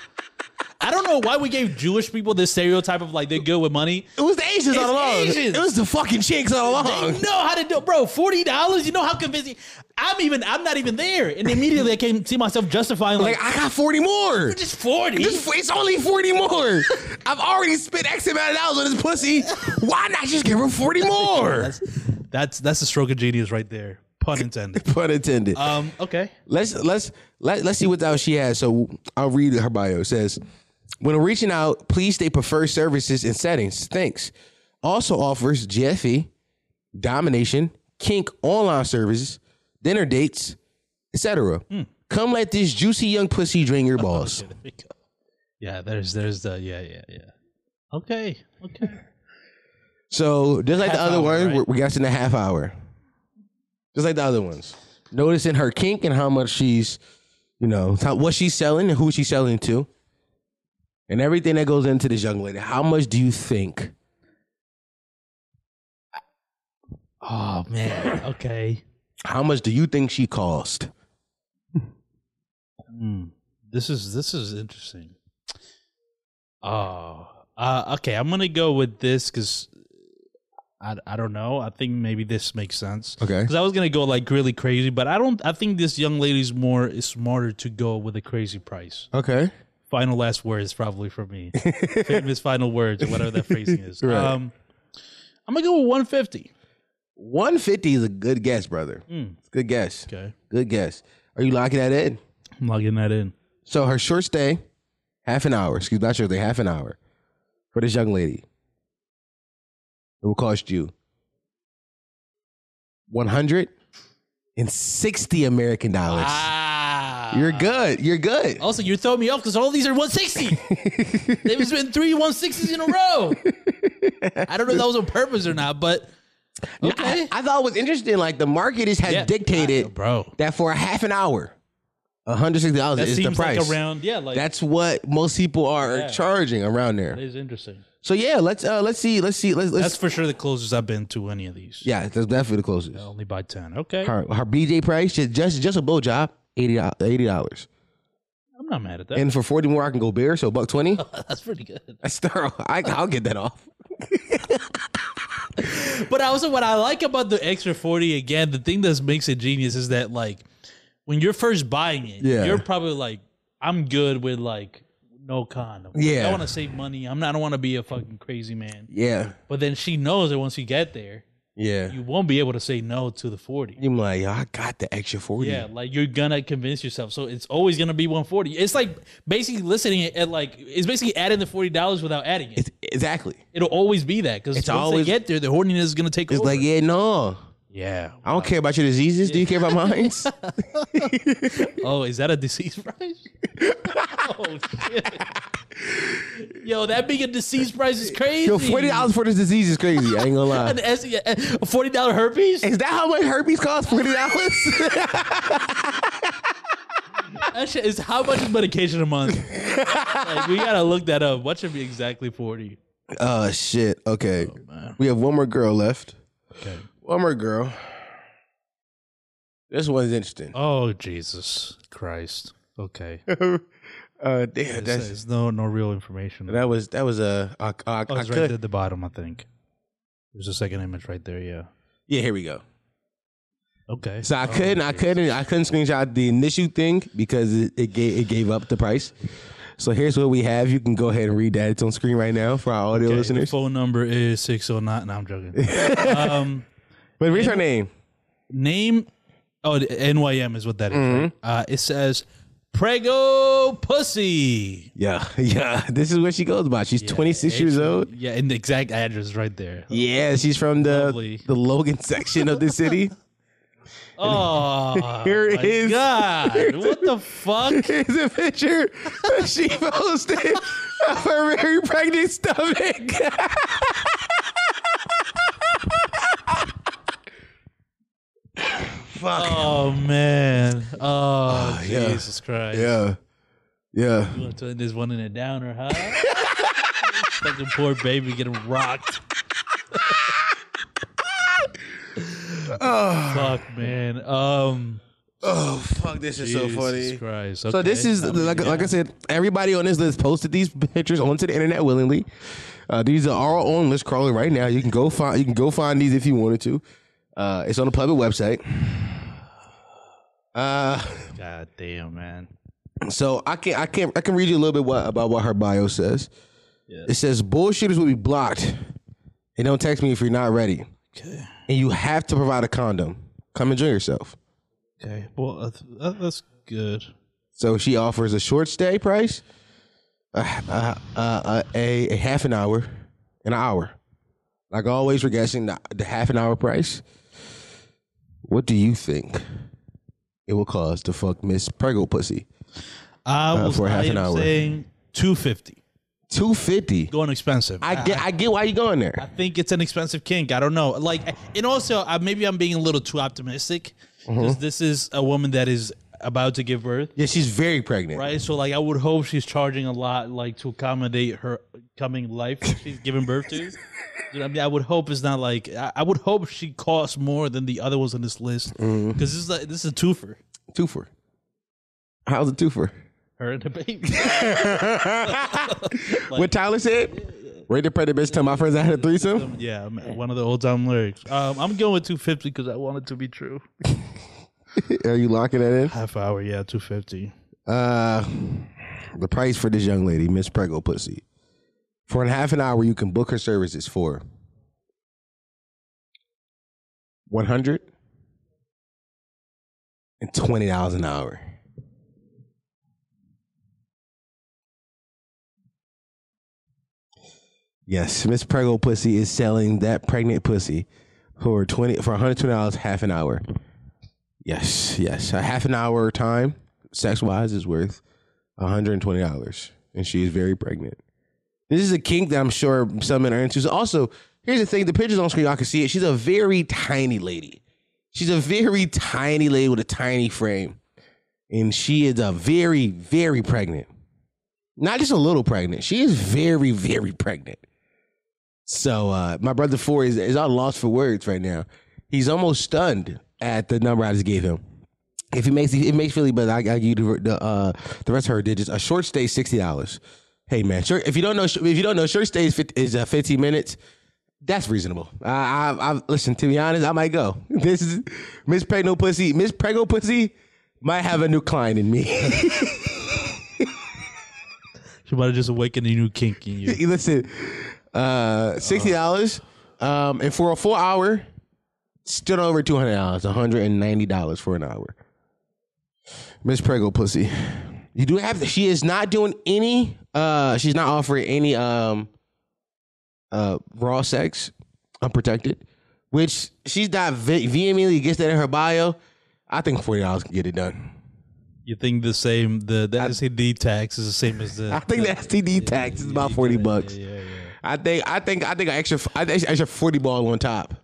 S4: I don't know why we gave Jewish people this stereotype of like they're good with money.
S5: It was the Asians all along.
S4: Asians.
S5: It was the fucking chicks all
S4: They
S5: along.
S4: know how to do, bro. Forty dollars. You know how convincing. I'm even. I'm not even there. And immediately I can see myself justifying like,
S5: Like I got forty more.
S4: just forty.
S5: This- it's only 40 more. I've already spent X amount of dollars on this pussy. Why not just give her 40 more?
S4: That's, that's that's a stroke of genius right there. Pun intended.
S5: Pun intended.
S4: Um. Okay.
S5: let's let's let, let's see what else she has. So I'll read her bio. It says, when reaching out, please state preferred services and settings. Thanks. Also offers GFE, domination, kink online services, dinner dates, etc. Come let this juicy young pussy drain your balls.
S4: There we go. Yeah. There's there's the yeah yeah yeah. Okay. Okay.
S5: So just like the
S4: Half
S5: other
S4: hour,
S5: one,
S4: right?
S5: we're we got in a half hour. Just like the other ones. Noticing her kink and how much she's, you know, how, what she's selling and who she's selling to, and everything that goes into this young lady. How much do you think?
S4: Oh man. Okay.
S5: How much do you think she cost?
S4: Hmm. This is this is interesting. Oh, uh, okay. I'm gonna go with this because I, I don't know. I think maybe this makes sense.
S5: Okay.
S4: Because I was gonna go like really crazy, but I don't. I think this young lady's more is smarter to go with a crazy price.
S5: Okay.
S4: Final last words probably for me. Famous final words or whatever that phrasing is.
S5: Right.
S4: Um, I'm gonna go with 150.
S5: One fifty is a good guess, brother. It's a good guess.
S4: Hmm. Okay,
S5: Good guess. Are you locking that in?
S4: I'm logging that in.
S5: So her short stay, half an hour. Excuse me, not short stay, half an hour for this young lady. It will cost you one hundred and sixty American dollars.
S4: Ah,
S5: You're good. You're good.
S4: Also, you throw me off because all these are 160. They've been three 160s in a row. I don't know if that was on purpose or not, but okay.
S5: I, I thought it was interesting. Like the market is has
S4: Yeah.
S5: dictated
S4: Bro,
S5: that for a half an hour, $160
S4: That
S5: is
S4: seems
S5: the price.
S4: like around yeah, like
S5: That's what most people are
S4: Yeah.
S5: charging around there.
S4: that is interesting.
S5: So yeah, let's uh let's see, let's see, let's
S4: That's
S5: let's
S4: for sure the closest I've been to any of these.
S5: yeah, that's definitely the closest.
S4: Only by ten. Okay.
S5: Her her BJ price just just, just a blowjob, eighty dollars.
S4: I'm not mad at that.
S5: And for forty more, I can go beer. So buck twenty.
S4: That's pretty good.
S5: That's thorough. I, I'll get that off.
S4: But also, what I like about the extra forty again, the thing that makes it genius is that like when you're first buying it,
S5: Yeah.
S4: you're probably like, I'm good with like no condom.
S5: Yeah.
S4: I want to save money. I'm not. I don't want to be a fucking crazy man.
S5: Yeah,
S4: But then she knows that once you get there,
S5: yeah.
S4: you won't be able to say no to the forty.
S5: You're like, yo, I got the extra forty.
S4: Yeah, like you're gonna convince yourself. So it's always gonna be 140. It's like basically listening at like it's basically adding the forty dollars without adding it.
S5: It's, exactly.
S4: It'll always be that because
S5: It's
S4: once
S5: always-
S4: they get there, the horniness is gonna take
S5: It's
S4: over.
S5: like, yeah, no,
S4: yeah.
S5: I don't care about your diseases. Do you care about mine?
S4: Oh, is that a disease price? oh shit. Yo, that being a disease price is crazy.
S5: yo, forty dollars for this disease is crazy. I ain't gonna lie.
S4: An S- E a forty dollar herpes?
S5: Is that how much herpes costs? Forty dollars?
S4: That shit is how much is medication a month? like, we gotta look that up. What should be exactly forty?
S5: oh shit. Okay, we have one more girl left.
S4: Okay.
S5: One more girl. This one's interesting.
S4: Oh Jesus Christ. Okay.
S5: uh, damn,
S4: There's,
S5: that's,
S4: no no real information.
S5: that was that was a. Uh, uh, I
S4: oh, it's
S5: could-
S4: right at the bottom, I think. There's a second image right there. Yeah.
S5: yeah, here we go.
S4: Okay.
S5: So I couldn't, I couldn't, I couldn't screenshot the initial thing because it, it gave it gave up the price. So here's what we have. You can go ahead and read that. It's on screen right now for our audio
S4: Okay, the
S5: listeners.
S4: phone number is six oh nine. No, I'm joking. um,
S5: But read her name.
S4: name. Oh, the NYM is what that is, right?
S5: Mm-hmm.
S4: Uh, it says Prego Pussy.
S5: Yeah, yeah. This is what she goes by. She's 26 years old.
S4: Yeah, and the exact address is right there.
S5: Yeah, she's from the
S4: Lovely.
S5: the Logan section of the city.
S4: Oh,
S5: Here it
S4: my
S5: is.
S4: God, what the fuck?
S5: Here's a picture that she posted of her very pregnant stomach.
S4: Oh man. Oh,
S5: Ah, yeah.
S4: Jesus Christ.
S5: Yeah, yeah.
S4: You want to turn this one in a downer, huh? Fucking poor baby getting rocked. Fuck, man. Um,
S5: Oh fuck, Ah. this is
S4: Jesus
S5: so funny.
S4: Christ.
S5: So this
S4: okay.
S5: is
S4: I mean,
S5: like,
S4: yeah.
S5: like I said, everybody on this list posted these pictures onto the internet willingly. Uh, these are our own list crawling right now. You can go find you can go find these if you wanted to. Uh, it's on the public website. Uh,
S4: God damn, man.
S5: so I can I can I can read you a little bit what, about what her bio says. It says bullshitters will be blocked, and don't text me if you're not ready. And you have to provide a condom. Come enjoy yourself.
S4: Okay. Well, uh, th- uh, that's good.
S5: So she offers a short stay price, a, a, a, a, a half an hour, an hour. Like always, we're guessing the, the half an hour price. What do you think it will cost to fuck Miss Prego Pussy?
S4: I
S5: Uh,
S4: was
S5: for half
S4: I
S5: an
S4: am
S5: hour.
S4: saying 250
S5: Two fifty.
S4: Going expensive.
S5: I get. I get why you going there.
S4: think it's an expensive kink. I don't know. Like, and also, I, maybe I'm being a little too optimistic because this is a woman that is about to give birth,
S5: Yeah, she's very pregnant.
S4: right? So, like, I would hope she's charging a lot, like, to accommodate her coming life that she's giving birth to. Dude, I mean, I would hope it's not like I, I would hope she costs more than the other ones on this list because this is like, this is a twofer.
S5: Two for. How's it two for?
S4: Her and the baby.
S5: what Tyler said. Rate the predator bitch. Tell my friends I had a threesome.
S4: yeah, man, one of the old time lyrics. Um, I'm going with 250 because I want it to be true.
S5: Are you locking that in?
S4: Half hour, yeah, 250.
S5: Uh, the price for this young lady, Miss Prego Pussy, for an half an hour you can book her services for one hundred and twenty dollars an hour. Yes, Miss Prego Pussy is selling that pregnant pussy for twenty for one hundred twenty dollars half an hour. Yes, yes, a half an hour time sex wise is worth $120 and she is very pregnant this is a kink that i'm sure some men are into So also here's the thing the pictures on screen y'all can see it she's a very tiny lady she's a very tiny lady with a tiny frame and she is a very, very pregnant. Not just a little pregnant. She is very, very pregnant. So uh, my brother Four is is all lost for words right now. He's almost stunned at the number I just gave him. If he makes it makes Philly, but I, I give you the the, uh, the rest of her digits. A short stay sixty dollars. Hey man, short, if you don't know if you don't know short stay is, 50, is uh, fifteen minutes. That's reasonable. I, I, I listen. To be honest, I might go. This is Miss Pregno Pussy. Miss Pregno Pussy might have a new client in me.
S4: She might have just awakened a new kink in you.
S5: listen, uh, sixty dollars, um, and for a full hour, still over two hundred dollars. One hundred and ninety dollars for an hour. Miss Prego pussy, you do have. She is not doing any. Uh, she's not offering any um, uh, raw sex, unprotected, which she's not ve- vehemently gets that in her bio. I think forty dollars can get it done.
S4: You think the same the the STD tax is the same as the
S5: I think the STD tax is about forty bucks.
S4: yeah, yeah.
S5: I think I think I think an extra I think an extra forty ball on top.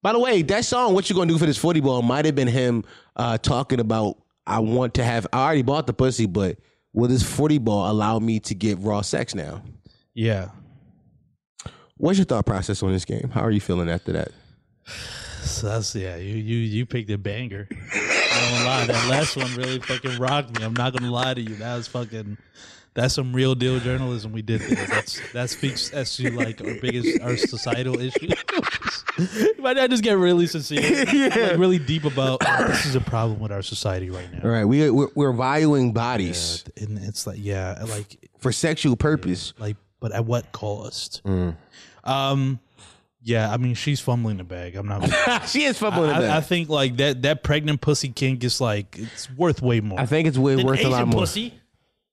S5: By the way, that song "What You Gonna Do for This Forty Ball" might have been him uh, talking about I want to have. I already bought the pussy, but will this forty ball allow me to get raw sex now?
S4: yeah.
S5: What's your thought process on this game? How are you feeling after that?
S4: So that's yeah. You you you picked a banger. I'm not gonna lie, that last one really fucking rocked me. I'm not gonna lie to you. That was fucking. That's some real deal journalism we did there. That's that speaks as to like our biggest our societal issue. Why not just get really sincere, like really deep about oh, this is a problem with our society right now.
S5: All right, we we're, we're valuing bodies
S4: And it's like yeah, like
S5: for sexual purpose.
S4: like but at what cost?
S5: Mm.
S4: Um, yeah. I mean, she's fumbling the bag. I'm not.
S5: she is fumbling I,
S4: I, I think like that that pregnant pussy kink is like it's worth way more.
S5: I think it's way
S4: Than
S5: worth a lot
S4: Asian
S5: more.
S4: pussy.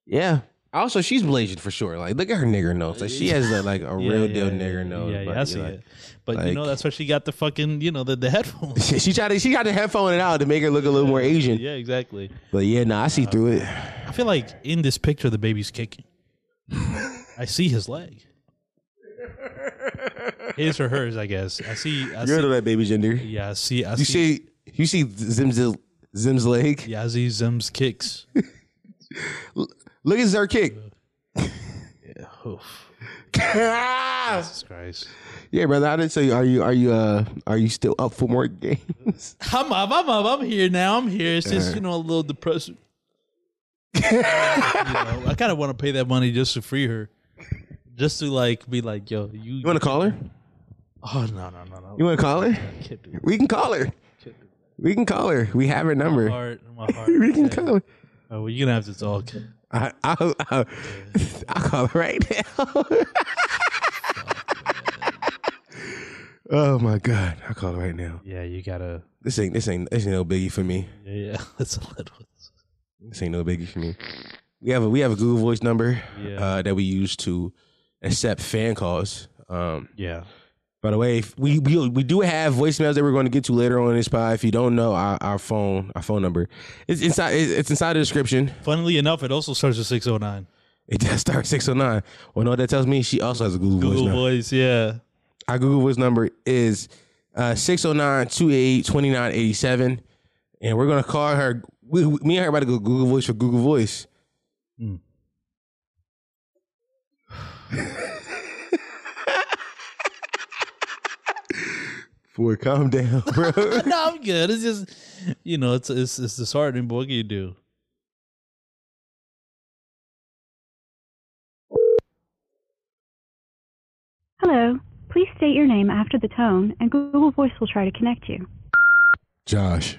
S5: Yeah. Also, she's Blasian for sure. Like, look at her nigger nose. Like, she has a, like a
S4: Yeah,
S5: real
S4: yeah,
S5: deal
S4: yeah,
S5: nigger nose.
S4: Yeah, yeah,
S5: but
S4: I
S5: you're
S4: see
S5: like-
S4: it. But you know
S5: like-
S4: that's why she got the fucking you know the the headphones.
S5: She tried to, she got the headphone it out to make her look a little more Asian.
S4: yeah, exactly.
S5: But yeah, no, I see through it.
S4: I feel like in this picture the baby's kicking. I see his leg. His or hers, I guess. I see. I see.
S5: that baby gender.
S4: Yeah, I see. I
S5: You
S4: see.
S5: see, you see Zim's Zim's leg.
S4: Yeah, I see Zim's kicks.
S5: Look at her kick.
S4: Oof,
S5: yeah,
S4: Jesus Christ.
S5: brother. I didn't say. Are you are you uh are you still up for more games?
S4: I'm up. I'm up. I'm here now. I'm here. It's just you know a little depressing. you know, I kind of want to pay that money just to free her, just to like be like, yo, you.
S5: You want to call her?
S4: oh no no no no.
S5: You want to call her?
S4: I can't do it.
S5: We can call her. We can call her. We have her
S4: My
S5: number.
S4: heart, my heart.
S5: We can
S4: Okay.
S5: call her.
S4: Oh, well, you're gonna have to talk.
S5: I, I, I, I'll call her right now. oh my god! I'll call her right now.
S4: Yeah, you gotta.
S5: This ain't this ain't this ain't no biggie for me.
S4: Yeah, yeah. That's a little.
S5: This ain't no biggie for me. We have a we have a Google Voice number
S4: Yeah.
S5: uh, that we use to accept fan calls. Um,
S4: Yeah.
S5: by the way, if we, we we do have voicemails that we're going to get to later on in this pod. If you don't know our, our phone our phone number, it's inside it's it's inside the description.
S4: Funnily enough, it also starts oh with 609.
S5: It does start six oh nine. Well, no, that tells me she also has a Google, Voice
S4: Google
S5: number.
S4: Voice. Yeah.
S5: Our Google Voice number is uh, 609 288 2987. And we're going to call her. We, we- me and her about to go Google Voice for Google Voice. Hmm. Boy, calm down, bro.
S4: no, I'm good. It's just you know, it's it's it's disheartening. But what can you do?
S2: Hello. Please state your name after the tone, and Google Voice will try to connect you.
S5: Josh.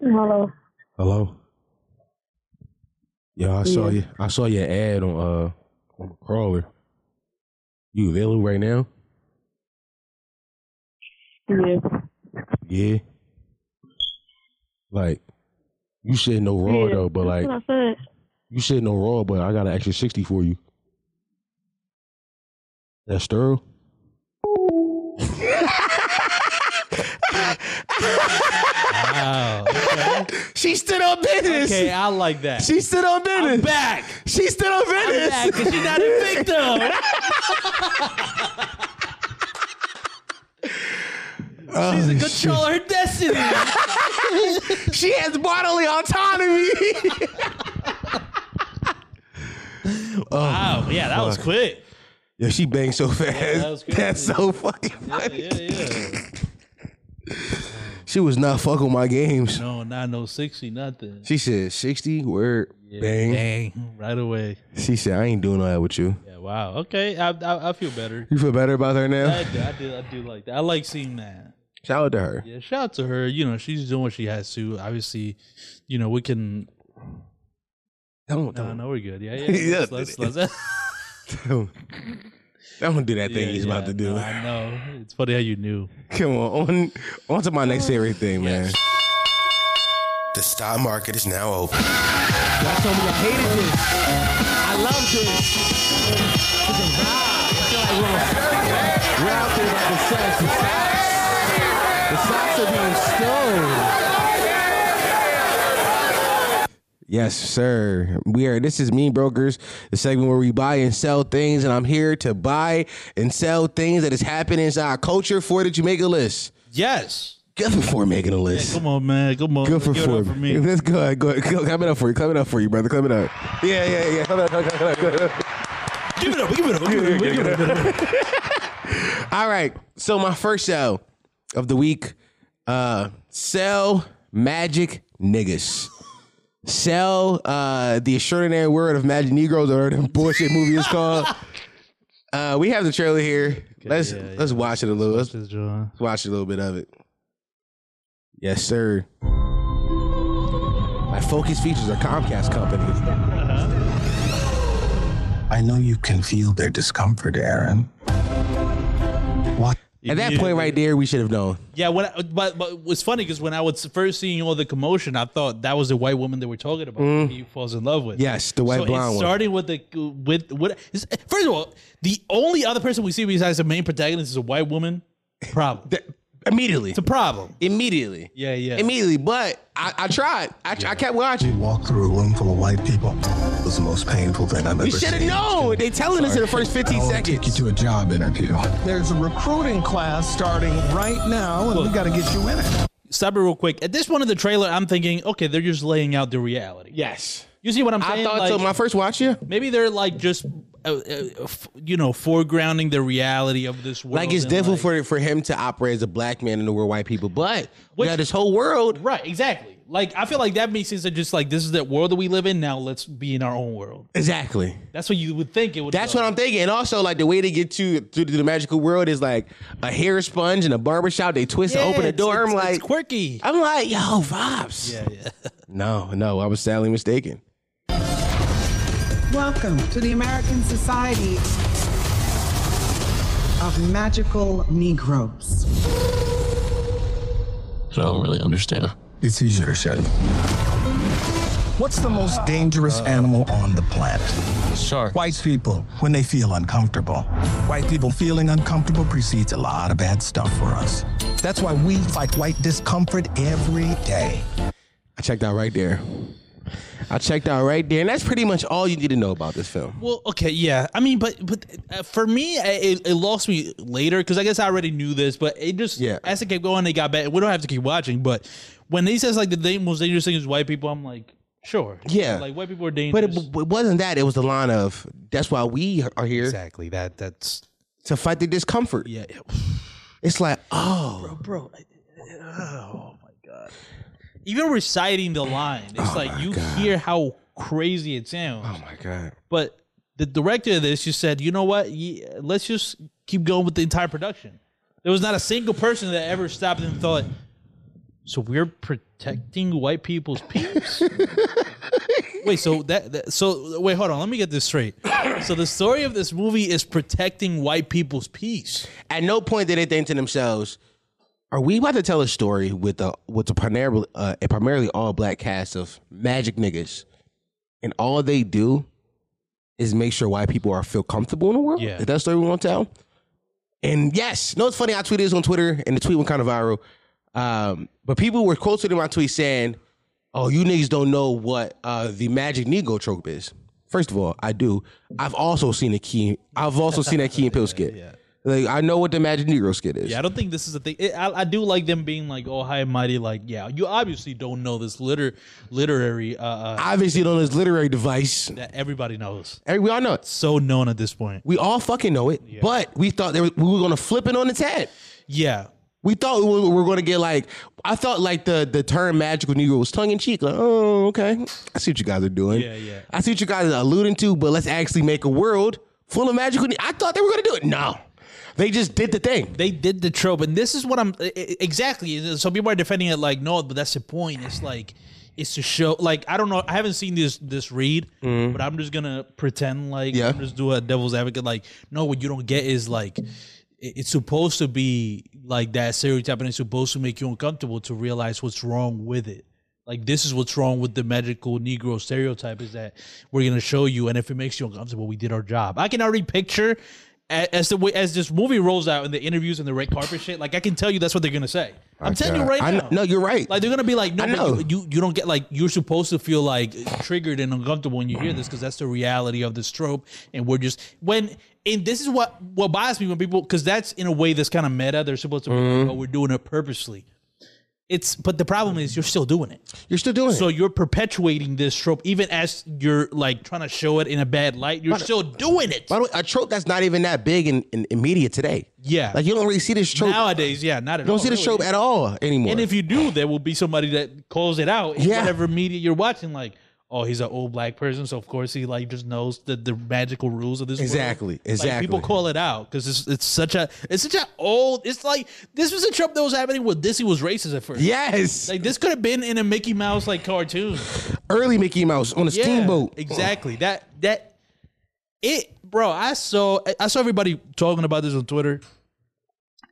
S7: Hello.
S5: Hello. Yeah, I saw you. I saw your ad on uh on crawler. You available right now?
S7: Yeah.
S5: Yeah. Like, you should know raw
S7: yeah.
S5: though, but
S7: That's what
S5: like
S7: I said.
S5: you should know raw, but I got an extra sixty for you. That's thorough.
S4: Wow.
S5: She stood on business.
S4: Okay, I like that.
S5: She stood on business.
S4: I'm back.
S5: She stood on business.
S4: Yeah, because she's not a victim. She's in
S5: Oh,
S4: control of her destiny.
S5: She has bodily autonomy.
S4: wow, Oh, yeah, that was quick.
S5: Yo, she banged so fast.
S4: that was crazy.
S5: That's so fucking funny.
S4: Yeah, yeah.
S5: She was not fucking my games.
S4: No, not no 60, nothing.
S5: She said 60 word bang.
S4: Dang, right away.
S5: She said, I ain't doing all that with you.
S4: Yeah, wow. Okay, I, I, I feel better.
S5: You feel better about her now?
S4: I do, I do, I do like that. I like seeing that.
S5: Shout out to her.
S4: Yeah, shout out to her. You know, she's doing what she has to. Obviously, you know, we can.
S5: Don't
S4: No,
S5: don't,
S4: no, we're good. Yeah, yeah.
S5: Yeah.
S4: let's, let's, let's-
S5: don't, don't do that thing
S4: Yeah,
S5: he's about
S4: yeah,
S5: to do.
S4: no, I know. It's funny how you knew.
S5: Come on, on, on to my next favorite thing, man.
S6: The stock market is now open.
S5: Y'all told me I hated this. I love this. It's a vibe. I feel like we're, we're out there by the socks. The socks, the socks are being stolen. Yes, sir. We are. This is Mean Brokers, the segment where we buy and sell things, and I'm here to buy and sell things that has happened inside our culture. For did you make a list?
S4: Yes.
S5: Good for making a list.
S4: Come on, man. Come on.
S5: Good for
S4: Give it
S5: four.
S4: up for me.
S5: That's good. Go, go, clap it up for you. Clap it up for you, brother. Clap it up. Yeah, yeah, yeah. Clap it up, clap it up, clap it up.
S4: Give it up. Give it up. Give it up. Give it up.
S5: All right. So my first sell of the week, uh, sell magic niggas. Sell uh, the extraordinary world of magic negroes or the bullshit movie is called. Uh, we have the trailer here. let's
S4: yeah,
S5: let's watch it a little. Let's
S4: Just, John.
S5: watch a little bit of it. Yes, sir. My focus features are Comcast company.
S8: I know you can feel their discomfort, Aaron.
S5: At that point, right there, we should have known.
S4: Yeah, when I, but but it's funny because when I was first seeing all the commotion, I thought that was the white woman they were talking about. that He falls in love with.
S5: Mm. Yes, the white
S4: so
S5: blonde
S4: it
S5: one.
S4: started with the with what. it's- First of all, the only other person we see besides the main protagonist is a white woman. Problem.
S5: Th- immediately.
S4: it's a problem.
S5: Immediately.
S4: Yeah, yeah.
S5: Immediately. But I, I tried. I, I kept watching.
S8: Walk through a room full of white people. It was the most painful thing I've ever
S5: We
S8: seen.
S5: should have known. They telling us in the first 15
S8: I'll take you
S5: seconds.
S8: to a job interview. There's a recruiting class starting right now, and we got to get you in it.
S4: Stop it real quick. At this point in the trailer, I'm thinking, okay, they're just laying out the reality.
S5: Yes.
S4: You see what I'm
S5: I
S4: saying?
S5: thought
S4: Like-
S5: so. My first watch, yeah.
S4: Maybe they're like just, uh, uh, f- you know, foregrounding the reality of this world.
S5: Like it's
S4: and,
S5: difficult
S4: like-
S5: for for him to operate as a black man in the world, white people. But we
S4: Which-
S5: got this whole world.
S4: right, exactly. Like I feel like that makes sense. That just like this is the world that we live in now. Let's be in our own world.
S5: Exactly.
S4: That's what you would think it would.
S5: That's what I'm thinking. And also, like the way to get to to the magical world is like a hair sponge and a barbershop. They twist and open the door. I'm like,
S4: quirky.
S5: I'm like, yo, vibes.
S4: yeah, yeah.
S5: No, no, I was sadly mistaken.
S9: Welcome to the American Society of Magical Negroes.
S10: I don't really understand.
S8: It's easier to shut. What's the most dangerous
S11: Uh,
S8: animal on the planet?
S10: Shark.
S8: White people, when they feel uncomfortable. White people feeling uncomfortable precedes a lot of bad stuff for us. That's why we fight white discomfort every day.
S5: I checked out right there. I checked out right there, and that's pretty much all you need to know about this film.
S4: Well, okay, yeah. I mean, but but uh, for me, I- it, it lost me later because I guess I already knew this, but it just
S5: Yeah.
S4: as it kept going, it got better. We don't have to keep watching, but when he says like the thing- most dangerous thing is white people, I'm like, sure,
S5: Yeah.
S4: like white people are
S5: But
S4: dangerous.
S5: it, it wasn't that; it was the line of "That's why we are here
S4: exactly that that's
S5: to fight the discomfort."
S4: yeah
S5: It's like, oh,
S4: bro I- oh my god even reciting the line it's like you hear how crazy it sounds
S5: oh my god,
S4: but the director of this just said you know what Ye- let's just keep going with the entire production there was not a single person that ever stopped and thought so we're protecting white people's penis wait so that, that so wait hold on let me get this straight so the story of this movie is protecting white people's peace
S5: At no point did they think to themselves, "Are we about to tell a story with a with a primarily uh, a primarily all black cast of magic niggas, and all they do is make sure white people are feel comfortable in the world?
S4: Yeah.
S5: Is that the story we want to tell?" And yes, no, it's funny. I tweeted this on Twitter, and the tweet went kind of viral. Um, but people were quoting him on tweet saying, "Oh, you niggas don't know what uh, the magic Negro trope is." First of all, I do. I've also seen a key. I've also seen that Key and Pill skit. Like I know what the magic Negro skit is.
S4: Yeah, I don't think this is a thing. It, I, I do like them being like, oh, high and mighty. Like, yeah, you obviously don't know this liter literary. Uh, uh,
S5: Obviously, on this literary device,
S4: that everybody knows.
S5: Hey, we all know it.
S4: So known at this point.
S5: We all fucking know it. But we thought they were, we were gonna flip it on its head.
S4: Yeah,
S5: We thought we were, we were gonna get like I thought like the the term magical Negro was tongue in cheek. Like, oh, okay, I see what you guys are doing.
S4: Yeah, yeah.
S5: I see what you guys are alluding to. But let's actually make a world full of magical. Ne- I thought they were gonna do it. No, they just did the thing.
S4: they did the trope, and this is what I'm i- i- exactly. So people are defending it like, no, but that's the point. It's like it's to show. Like I don't know. I haven't seen this this read, but I'm just gonna pretend like
S5: Yeah.
S4: I'm just do a devil's advocate. Like no, what you don't get is like i- it's supposed to be like that stereotype, and it's supposed to make you uncomfortable to realize what's wrong with it. Like this is what's wrong with the magical Negro stereotype is that we're gonna show you, and if it makes you uncomfortable, we did our job. I can already picture a- as the way as this movie rolls out in the interviews and the red carpet shit. Like I can tell you that's what they're gonna say. I'm telling you right
S5: I,
S4: now.
S5: kn- No, you're right.
S4: Like they're gonna be like, no,
S5: I
S4: but
S5: know.
S4: You, you you don't get like you're supposed to feel like triggered and uncomfortable when you hear this because that's the reality of this trope. And we're just when and this is what what bothers me when people because that's in a way that's kind of meta. They're supposed to, be
S5: Mm-hmm.
S4: like, but we're doing it purposely. It's but the problem is you're still doing it.
S5: you're still doing
S4: So
S5: it.
S4: you're perpetuating this trope even as you're like trying to show it in a bad light. You're still doing it
S5: By the way, a trope that's not even that big in, in, in media today.
S4: Yeah.
S5: like you don't really see this trope.
S4: nowadays. Yeah, not at
S5: you don't
S4: all.
S5: see this
S4: really.
S5: trope at all anymore.
S4: And if you do, there will be somebody that calls it out in
S5: Yeah.
S4: whatever media you're watching. Like, oh, he's an old black person, so of course he like just knows the, the magical rules of this. world.
S5: Exactly,
S4: Like, people
S5: exactly.
S4: call it out because it's it's such a it's such an old. It's like this was a trope that was happening when Disney was racist at first.
S5: yes,
S4: Like this could have been in a Mickey Mouse like cartoon.
S5: early Mickey Mouse on a
S4: Yeah,
S5: steamboat.
S4: Exactly. That that it bro, I saw I saw everybody talking about this on Twitter.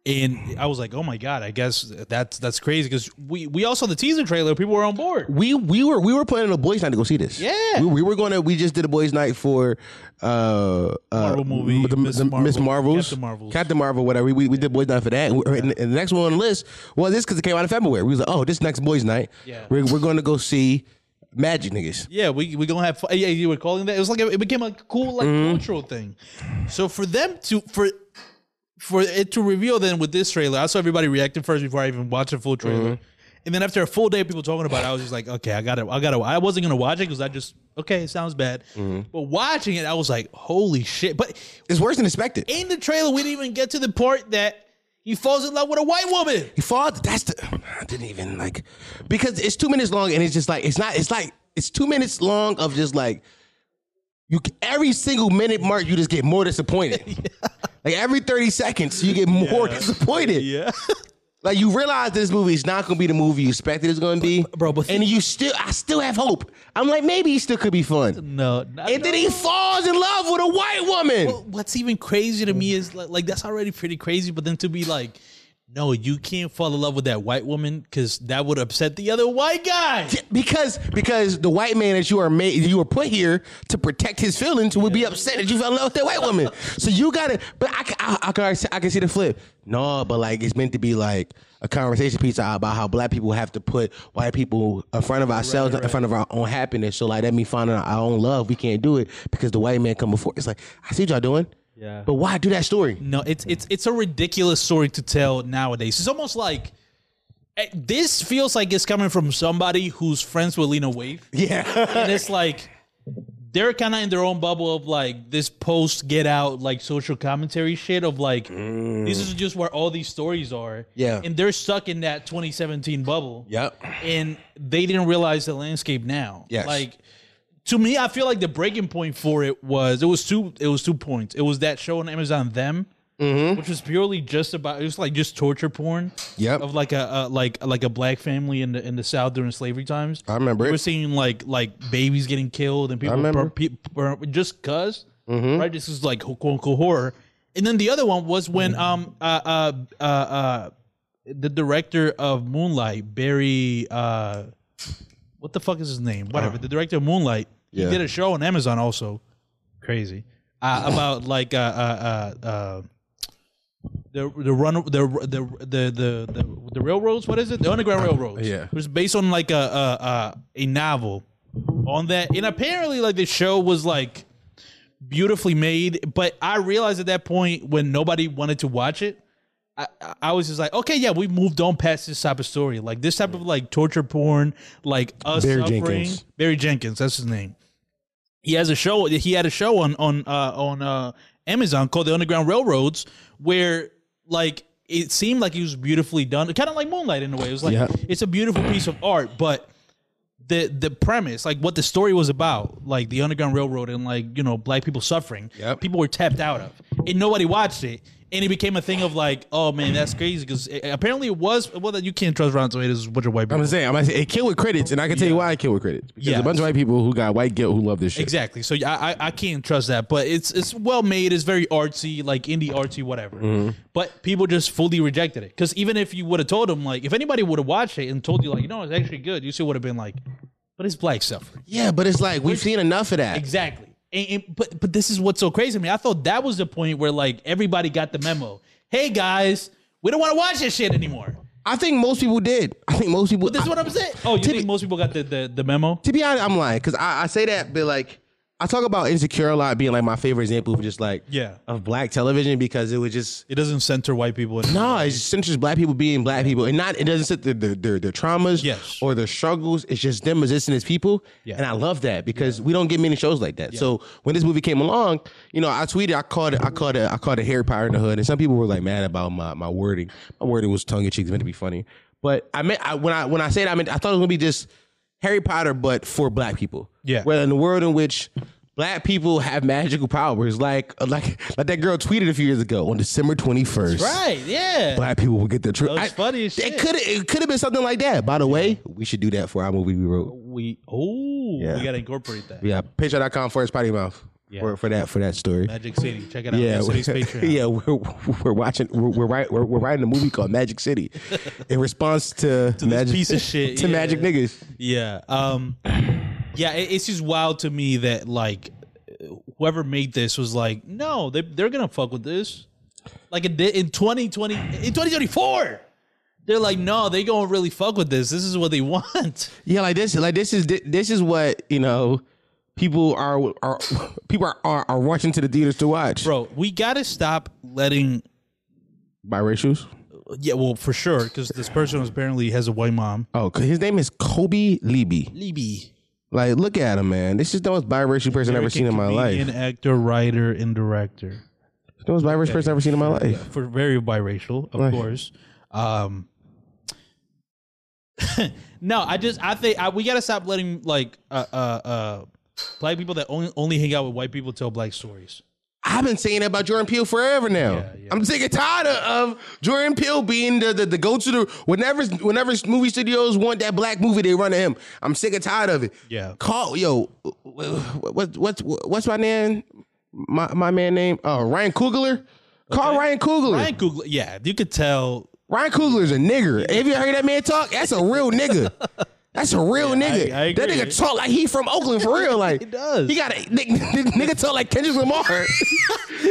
S4: And I was like, "Oh my god! I guess that's that's crazy because we we all saw the teaser trailer. People were on board.
S5: we we were we were planning a boys night to go see this.
S4: Yeah.
S5: we, we were going to. We just did a boys night for uh, uh
S4: Marvel movie,
S5: the-
S4: Miss
S5: the- Miss
S4: Marvel,
S5: Marvels,
S4: Captain Marvels.
S5: Captain Marvel, whatever. We, we did boys night for that, and, we, and the next one on the list was this because it came out in February. We was like, oh, this next boys night,
S4: Yeah.
S5: we're we're going to go see Magic niggas.
S4: Yeah, we we gonna have fun. yeah. You were calling that. It was like it became a cool like cultural thing. So for them to for for it to reveal then with this trailer, I saw everybody reacting first before I even watched the full trailer. And then after a full day of people talking about it, I was just like, okay, I gotta, I gotta. I wasn't gonna watch it because I just, okay, it sounds bad. But watching it, I was like, holy shit! But
S5: It's worse than expected.
S4: in the trailer, we didn't even get to the part that he falls in love with a white woman.
S5: He falls. That's the. I didn't even like because it's two minutes long and it's just like it's not. It's like it's two minutes long of just like you. Every single minute mark, you just get more disappointed. Like every thirty seconds, you get more disappointed.
S4: Yeah,
S5: Like you realize this movie is not going to be the movie you expected it's going to be,
S4: bro, but-
S5: and you still, I still have hope. I'm like, maybe he still could be fun.
S4: no. not-
S5: And then he falls in love with a white woman.
S4: Well, what's even crazy to me is like, like that's already pretty crazy, but then to be like, no, you can't fall in love with that white woman because that would upset the other white guy.
S5: because because the white man that you are made you were put here to protect his feelings would be upset that you fell in love with that white woman. so you gotta. But I ca- I, I, can already see- I can see the flip. No, but like it's meant to be like a conversation piece about how black people have to put white people in front of ourselves, in front of our own happiness. So like that means finding our own love. We can't do it because the white man come before. It's like I see what y'all doing. Yeah. But why do that story?
S4: No, it's it's it's a ridiculous story to tell nowadays. It's almost like eh, this feels like it's coming from somebody who's friends with Lena Wave.
S5: Yeah.
S4: and it's like they're kind of in their own bubble of like this post get out like social commentary shit of like this is just where all these stories are
S5: Mm. Yeah.
S4: and they're stuck in that 2017 bubble
S5: Yep.
S4: and they didn't realize the landscape now
S5: Yes.
S4: like to me i feel like the breaking point for it was it was two it was two points it was that show on amazon them which was purely just about it was like just torture porn
S5: Mm-hmm. Yep.
S4: of like a, a like like a black family in the in the south during slavery times
S5: I remember
S4: we
S5: it.
S4: were seeing like like babies getting killed and people
S5: remember. Mm-hmm.
S4: per- pe- per- just because right this is like quote unquote horror and then the other one was
S5: Mm-hmm.
S4: when um uh uh uh, uh the director of moonlight barry uh what the fuck is his name whatever the director of moonlight
S5: Uh-huh. Yeah.
S4: he did a show on amazon also crazy uh, about like uh, uh uh uh the the run the the the the the, the railroads. What is it? The Underground Railroads.
S3: Yeah.
S4: it was based on like a a, a a novel on that, and apparently like the show was like beautifully made. But I realized at that point when nobody wanted to watch it. I, I- I was just like, okay, yeah, we moved on past this type of story. Like this type of like torture porn, like us
S5: Barry
S4: suffering.
S5: Jenkins.
S4: Barry Jenkins, that's his name he has a show he had a show on on uh on uh amazon called the underground railroads where like it seemed like he was beautifully done kind of like moonlight in a way it was like
S5: Yeah.
S4: it's a beautiful piece of art but the the premise like what the story was about like the underground railroad and like you know black people suffering people were tapped out of and nobody watched it and it became a thing of like oh man that's crazy because apparently it was well that you can't trust rotten tomatoes is what your white
S5: I'm
S4: people
S5: just saying, I'm gonna say it killed with credits, and I can tell you why it killed with credits. Because
S4: Yeah.
S5: a bunch of white people who got white guilt who love this shit.
S4: Exactly. So yeah, I, I- I can't trust that, but it's it's well made. It's very artsy, like indie artsy, whatever. But people just fully rejected it because even if you would have told them, like, if anybody would have watched it and told you, like, you know, it's actually good, you still would have been like, but it's black suffering.
S5: Yeah, but it's like we've seen enough of that.
S4: Exactly. And, and- but but this is what's so crazy. to me. I thought that was the point where like everybody got the memo. Hey guys, we don't want to watch this shit anymore.
S5: I think most people did. I think most people.
S4: But this is what I'm saying. Oh, you think most people got the the, the memo?
S5: To be honest, I'm lying because I, I say that, but like I talk about insecure a lot being like my favorite example of just like
S4: Yeah.
S5: of black television because it was just
S4: It doesn't center white people. in-
S5: no, it just centers black people being black people and not it doesn't set their their, their, their traumas
S4: Yes.
S5: or their struggles. It's just them existing as people,
S4: Yeah.
S5: and I love that because we don't get many shows like that. So when this movie came along, you know, I tweeted, I called it, I called it, I called it Harry Potter in the Hood, and some people were like mad about my my wording. My wording was tongue in cheek, it's meant to be funny, but I meant I, when I when I said I meant I thought it was gonna be just Harry Potter, but for black people.
S4: Yeah.
S5: Well, in the world in which black people have magical powers, like like like that girl tweeted a few years ago on December twenty first.
S4: Right. Yeah.
S5: Black people will get their truth.
S4: That was funny as shit.
S5: It could it could have been something like that. By the way, we should do that for our movie we wrote.
S4: We oh
S5: Yeah.
S4: we gotta incorporate that.
S5: Yeah, patreon.com forward potty mouth for, for that for that story.
S4: Magic City. Check it out.
S5: Yeah,
S4: Magic City's
S5: we're,
S4: Patreon.
S5: yeah, we're, we're watching. We're we're, write, we're we're writing a movie called Magic City, in response to,
S4: this piece of shit,
S5: to
S4: yeah.
S5: Magic niggas.
S4: Yeah. Um Yeah, it, it's just wild to me that like whoever made this was like, no, they they're gonna fuck with this. Like it did in twenty twenty in twenty twenty four. They're like, no, they gonna really fuck with this. This is what they want.
S5: Yeah, like this, like this is this is what you know. People are are people are are, are rushing to the theaters to watch
S4: Bro, we gotta stop letting
S5: biracials.
S4: yeah, well, for sure, because this person apparently has a white mom.
S5: Oh, 'cause his name is Kobe Libby.
S4: Libby.
S5: Like, look at him, man. This is the most biracial person I've ever seen in my life.
S4: An actor, writer, and director.
S5: The most biracial person I've ever seen in my life.
S4: for very biracial, of
S5: Right.
S4: course. Um, no, I just I think I, we gotta stop letting like uh uh, uh black people that only only hang out with white people tell black stories.
S5: I've been saying that about Jordan Peele forever now. I'm sick and tired of, of Jordan Peele being the the, the go to the whenever whenever movie studios want that black movie they run to him. I'm sick and tired of it.
S4: Yeah.
S5: Call yo, what what's what's my name? My my man name uh, Ryan Coogler. Call Ryan Coogler.
S4: Ryan Coogler, yeah, you could tell.
S5: Ryan Coogler's a nigger. Have you heard that man talk? That's a real nigga. That's a real nigga.
S4: I
S5: that
S4: agree.
S5: nigga talk like he from Oakland for real. Like he
S4: does.
S5: He got a nigga, nigga talk like Kendrick Lamar.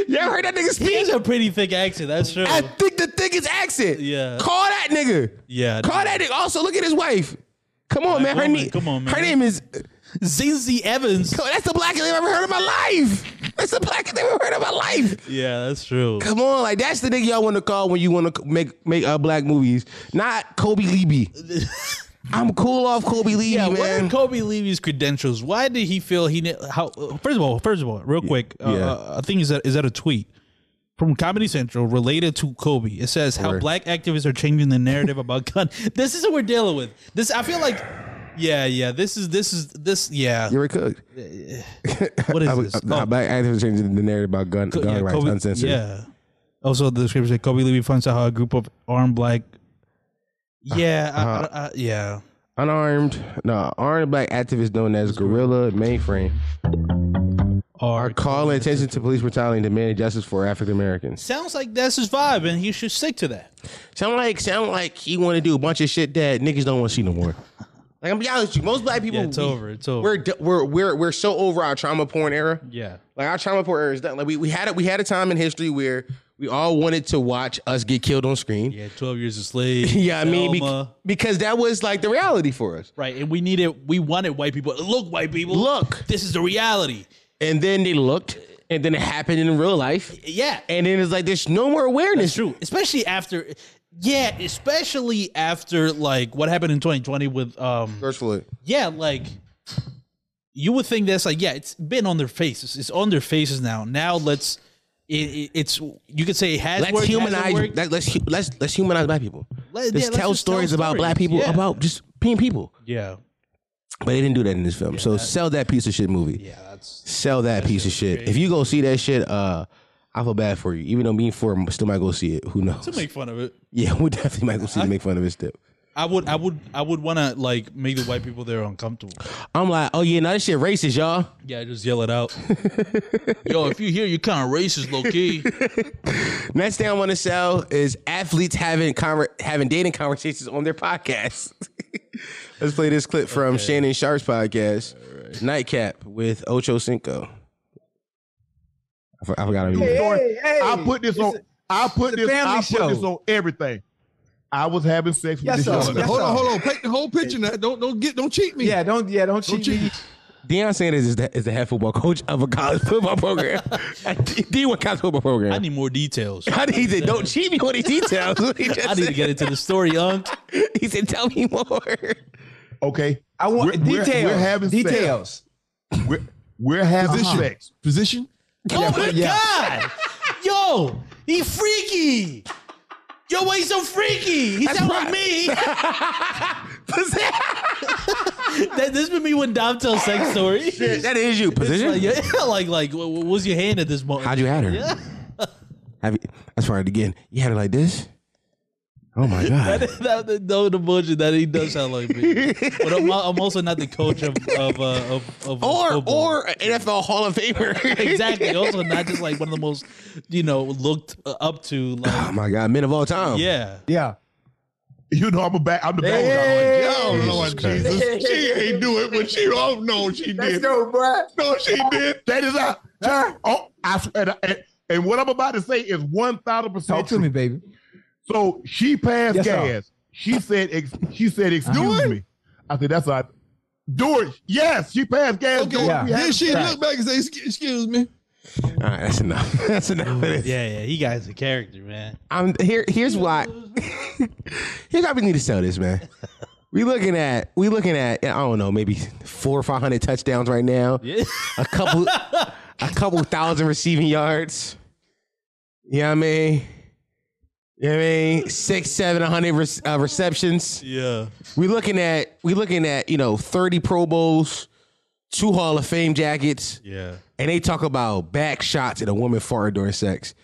S5: you ever heard that nigga
S4: He
S5: speak?
S4: has a pretty thick accent. That's true.
S5: I think the thickest accent.
S4: Yeah.
S5: Call that nigga.
S4: Yeah.
S5: Call that nigga. Also, look at his wife. Come on, man. Her,
S4: woman,
S5: name-
S4: come on, man.
S5: her name is.
S4: Zinzi Evans.
S5: Oh, that's the blackest I've ever heard in my life. That's the blackest I've ever heard in my life.
S4: Yeah, that's true.
S5: Come on, like that's the nigga y'all want to call when you want to make make uh, black movies, not Kobe Leby. I'm cool off Kobe Leby,
S4: Yeah, what are
S5: man.
S4: Kobe Levy's credentials? Why did he feel he ne- how? First of all, first of all, real quick, uh,
S5: Yeah.
S4: uh, I think is that is that a tweet from Comedy Central related to Kobe? It says how
S5: Word.
S4: black activists are changing the narrative about gun. This is what we're dealing with. This I feel like, yeah, yeah. This is this is this yeah.
S5: You're cooked.
S4: What
S5: I,
S4: is
S5: was-
S4: this?
S5: I,
S4: Oh,
S5: black activists changing the narrative about gun,
S4: Co-
S5: gun rights
S4: Kobe-
S5: uncensored.
S4: yeah. Also, the description said Kobe Levy finds out how a group of armed black.
S5: Ah.
S4: Yeah, I-
S5: Uh-huh.
S4: I- I- yeah.
S5: Unarmed, no, armed black activists known as Guerrilla Mainframe
S4: Or
S5: are calling attention to police brutality and demanding justice for African Americans.
S4: sounds like that's his vibe, and he should stick to that.
S5: Sound like sound like he want to do a bunch of shit that niggas don't want to see no more. Like I'm be honest with you, most black people
S4: Yeah, it's
S5: we-
S4: over. It's over.
S5: We're d- we're we're we're so over our trauma porn era.
S4: Yeah.
S5: Like our trauma porn era is done. Like we, we had it. We had a time in history where We all wanted to watch us get killed on screen.
S4: Yeah, Twelve Years a Slave.
S5: yeah, I mean, bec-
S4: Selma.
S5: because that was like the reality for us.
S4: right, and we needed, we wanted white people. Look, white people,
S5: Look,
S4: this is the reality.
S5: and then they looked, and then it happened in real life,
S4: Yeah,
S5: and then it's like there's no more awareness.
S4: It's true, especially after. Yeah, especially after like what happened in 2020 with um
S5: First Floyd.
S4: yeah, like you would think that's like yeah, it's been on their faces. It's on their faces now. Now let's it, it, it's you could say it has
S5: Let's
S4: worked, hasn't
S5: humanize.
S4: worked.
S5: Let, let's hu- let's let's humanize black people.
S4: Let- yeah,
S5: let's
S4: let's
S5: tell
S4: just tell
S5: stories about black
S4: stories,
S5: people
S4: yeah.
S5: about just being people.
S4: yeah.
S5: But they didn't do that in this film. so sell that piece of shit movie.
S4: Yeah, that's
S5: Sell that piece of shit. If you go see that shit, uh, I feel bad for you. Even though me and four still might go see it. Who knows?
S4: to make fun of it.
S5: yeah, we definitely might go see it to make fun of his tip.
S4: I would I would I would want to like make the white people there uncomfortable.
S5: I'm like, oh yeah, now this shit racist, y'all.
S4: Yeah, just yell it out. Yo, if you hear you kind of racist, low key.
S5: Next thing I want to sell is athletes having conver- having dating conversations on their podcasts. Let's play this clip from Shannon Sharp's podcast, Nightcap with Ocho Cinco. I, for- I forgot how he.
S1: Hey, I put this on. I put this.
S11: family
S1: I put
S11: show.
S1: this on everything. I was having sex with
S11: Yes,
S1: this
S11: sir.
S1: young
S11: Yes,
S1: man.
S11: sir.
S12: Hold on, hold on. Paint the whole picture. Now. Don't don't get don't cheat me.
S11: Yeah, don't yeah, don't cheat me.
S5: Deion Sanders is the, is the head football coach of a college football program, a D- D1 college football program.
S4: I need more details.
S5: I need to don't cheat me on these details. He just
S4: I need to get into the story, young.
S5: said- He said, "Tell me more."
S1: Okay,
S11: I want
S1: We're- we're-
S11: details.
S1: we're having sex.
S11: details.
S1: we're we're having
S12: Position.
S1: sex.
S12: Position.
S4: Oh my
S11: yeah.
S4: god! Yo, he freaky. Yo, why he so freaky? He sound like me. that, this would be when Dom tells sex story.
S5: that is you position.
S4: Like, yeah, like like what what was your hand at this moment?
S5: How'd you had her? Have you, let's try it again. You had her like this? Oh my god!
S4: that, that, no, the bullshit that he does sound like me. But I'm, I'm also not the coach of of uh, of, of
S5: or
S4: football.
S5: or an NFL Hall of Famer.
S4: exactly. Also, not just like one of the most you know looked uh, up to.
S5: oh
S4: Like
S5: my god, men of all time.
S4: yeah,
S11: Yeah.
S1: You know I'm a back. I'm the back.
S12: Oh Lord Jesus. She ain't do it, but she oh no, she did.
S11: go, bruh.
S12: No, she did.
S1: That is I.
S11: Huh?
S1: Oh, I swear- and, and, and what I'm about to say is one thousand
S11: Talk
S1: percent
S11: to
S1: true.
S11: me, baby.
S1: So she passed
S11: Yes, sir.
S1: gas. She said, ex- she said, excuse
S11: it?
S1: me. I said, that's not. Do it. Yes, she passed gas. Do
S12: Okay.
S1: it.
S11: Yeah.
S1: We had
S12: Then
S1: it.
S12: she look back and say, "Excuse- "Excuse me."
S5: All right, that's enough. That's enough. Of this.
S4: yeah, yeah. He guy's a character, man.
S5: I'm here. Here's why. here's why we need to sell this, man. We looking at we looking at I don't know maybe four or five hundred touchdowns right now.
S4: Yeah.
S5: A couple a couple thousand receiving yards. You know what I mean? You know what I mean? Six, seven, a hundred re- uh, receptions.
S4: Yeah.
S5: We looking at we looking at you know thirty Pro Bowls, two Hall of Fame jackets,
S4: Yeah.
S5: and they talk about back shots and a woman farting during sex.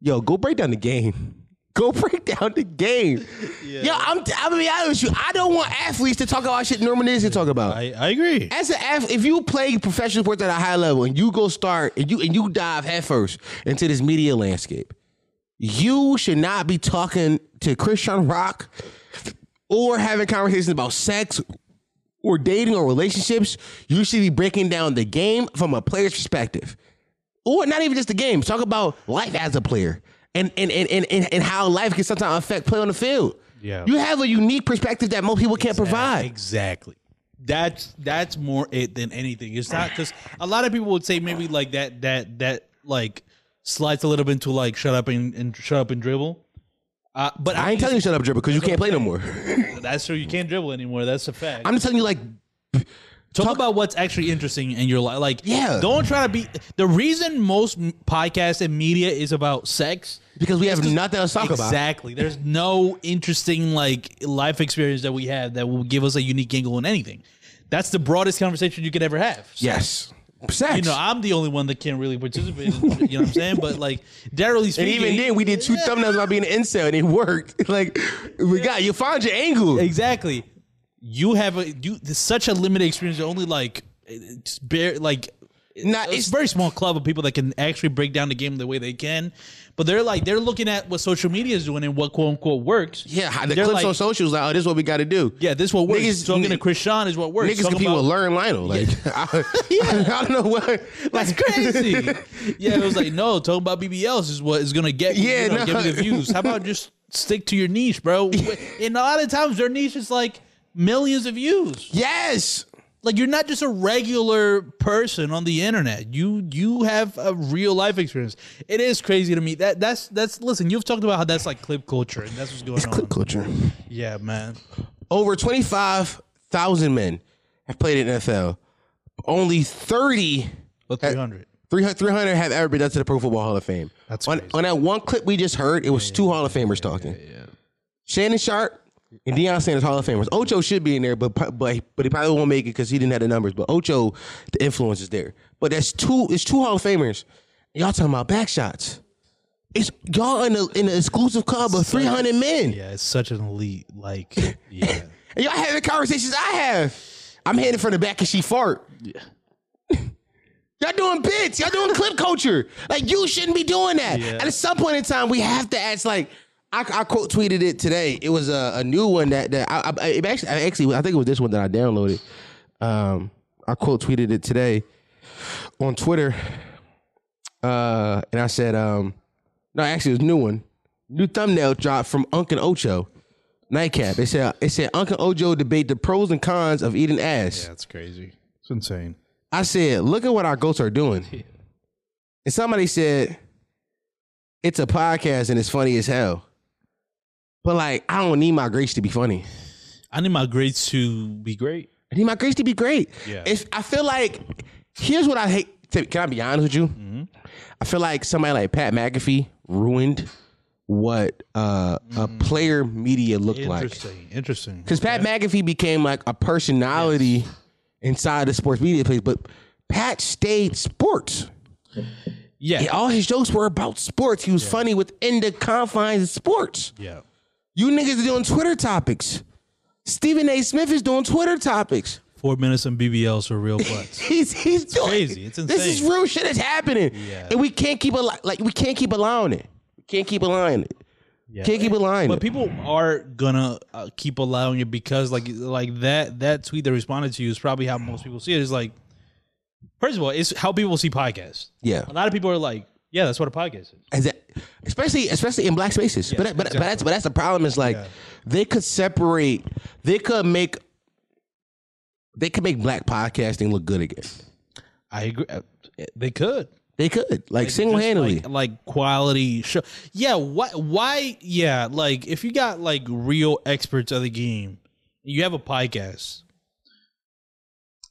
S5: Yo, go break down the game. Go break down the game. Yo, I'm I'm gonna be honest with you. I don't want athletes to talk about shit Norman is to talk about.
S4: I, I agree.
S5: As an athlete, if you play professional sports at a high level and you go start and you and you dive headfirst into this media landscape, you should not be talking to Christian Rock or having conversations about sex or dating or relationships. You should be breaking down the game from a player's perspective. Or not even just the game. Talk about life as a player and and and and, and, and how life can sometimes affect play on the field.
S4: Yeah.
S5: You have a unique perspective that most people can't provide.
S4: Exactly. That's that's more it than anything. It's not because a lot of people would say maybe like that that that like slides a little bit into like shut up and, and shut up and dribble. Uh, but
S5: I ain't telling you to shut up, dribble, because you can't play no more.
S4: That's true. You can't dribble anymore. That's a fact.
S5: I'm just telling you, like,
S4: talk, about what's actually interesting in your life. Like,
S5: Yeah.
S4: don't try to be. The reason most m- podcasts and media is about sex
S5: because we have nothing else to talk about.
S4: exactly. There's no interesting like life experience that we have that will give us a unique angle on anything. That's the broadest conversation you could ever have. So,
S5: Yes. Sex.
S4: You know, I'm the only one that can't really participate. In, you know what I'm saying? But like, generally
S5: and
S4: speaking,
S5: even then, we did two thumbnails about being an incel, and it worked. Like, we got you find your angle.
S4: exactly. You have a you there's such a limited experience. You're only like it's eh, bare like Not, it's a very small club of people that can actually break down the game the way they can, but they're like they're looking at what social media is doing and what quote unquote works.
S5: Yeah, the
S4: They're
S5: clips
S4: like-
S5: on socials like, oh, this is what we got to do.
S4: Yeah, this what works.
S5: Niggas-
S4: talking to Chris Sean is what works.
S5: Niggas
S4: Talking
S5: can people
S4: about-
S5: learn Lionel. Like I, I don't know what.
S4: That's crazy. yeah, it was like no, talking about BBLs is what is gonna get you,
S5: Yeah,
S4: you know,
S5: no.
S4: give you the views. How about just stick to your niche, bro? and a lot of times their niche is like millions of views.
S5: Yes.
S4: Like you're not just a regular person on the internet. You you have a real life experience. It is crazy to me. That that's that's listen, you've talked about how that's like clip culture and that's what's going on.
S5: Clip culture.
S4: Yeah, man.
S5: Over twenty five thousand men have played in NFL. Only thirty.
S4: Well, 300.
S5: 300, 300 have ever been done to the Pro Football Hall of Fame. That's on, on that one clip we just heard. It was two Hall of Famers talking. Shannon Sharp and Deion Sanders Hall of Famers. Ocho should be in there, but pro- but but he probably won't make it because he didn't have the numbers. But Ocho, the influence is there. But that's two. It's two Hall of Famers. Y'all talking about back shots? It's y'all in the in the exclusive club of three hundred men.
S4: Yeah, it's such an elite like yeah.
S5: And y'all having conversations I have. I'm heading for the back and she fart. y'all doing bits. Y'all doing clip culture. Like you shouldn't be doing that. And at some point in time, we have to ask. Like I, I quote tweeted it today. It was a, a new one that that I, I it actually I actually I think it was this one that I downloaded. Um, I quote tweeted it today on Twitter. Uh, and I said, um, no, actually, it was a new one. New thumbnail dropped from Unc and Ocho. Nightcap. It said, it said, Uncle Ojo debate the pros and cons of eating ass.
S4: That's crazy. It's insane.
S5: I said, look at what our goats are doing. And somebody said, it's a podcast and it's funny as hell. But like, I don't need my grades to be funny.
S4: I need my grades to be great.
S5: I need my grades to be great.
S4: Yeah.
S5: If I feel like, here's what I hate. to- Can I be honest with you?
S4: Mm-hmm.
S5: I feel like somebody like Pat McAfee ruined what uh, a player media looked like.
S4: Mm-hmm. Interesting. Interesting.
S5: Because Pat McAfee became like a personality inside the sports media place, but Pat stayed sports.
S4: Yeah.
S5: all his jokes were about sports. He was funny within the confines of sports.
S4: Yeah.
S5: You niggas are doing Twitter topics. Stephen A. Smith is doing Twitter topics.
S4: Four minutes on BBLs for real butts.
S5: He's he's doing
S4: crazy. It's
S5: This is
S4: insane.
S5: real shit that's happening.
S4: Yeah.
S5: And we can't keep a like we can't keep allowing it. We can't keep allowing it. Can't keep allowing
S4: But
S5: it.
S4: people are gonna uh, keep allowing it because, like, like that that tweet that responded to you is probably how most people see it. It's like, first of all, it's how people see podcasts.
S5: Yeah.
S4: a lot of people are like, yeah, that's what a podcast is.
S5: Is that- especially especially in black spaces. but that- but, but that's but that's the problem. Is like they could separate. They could make. They could make black podcasting look good again.
S4: I agree. Uh, They could.
S5: They could like single handedly.
S4: like, like quality show. Yeah, why why yeah, like if you got like real experts of the game, you have a podcast.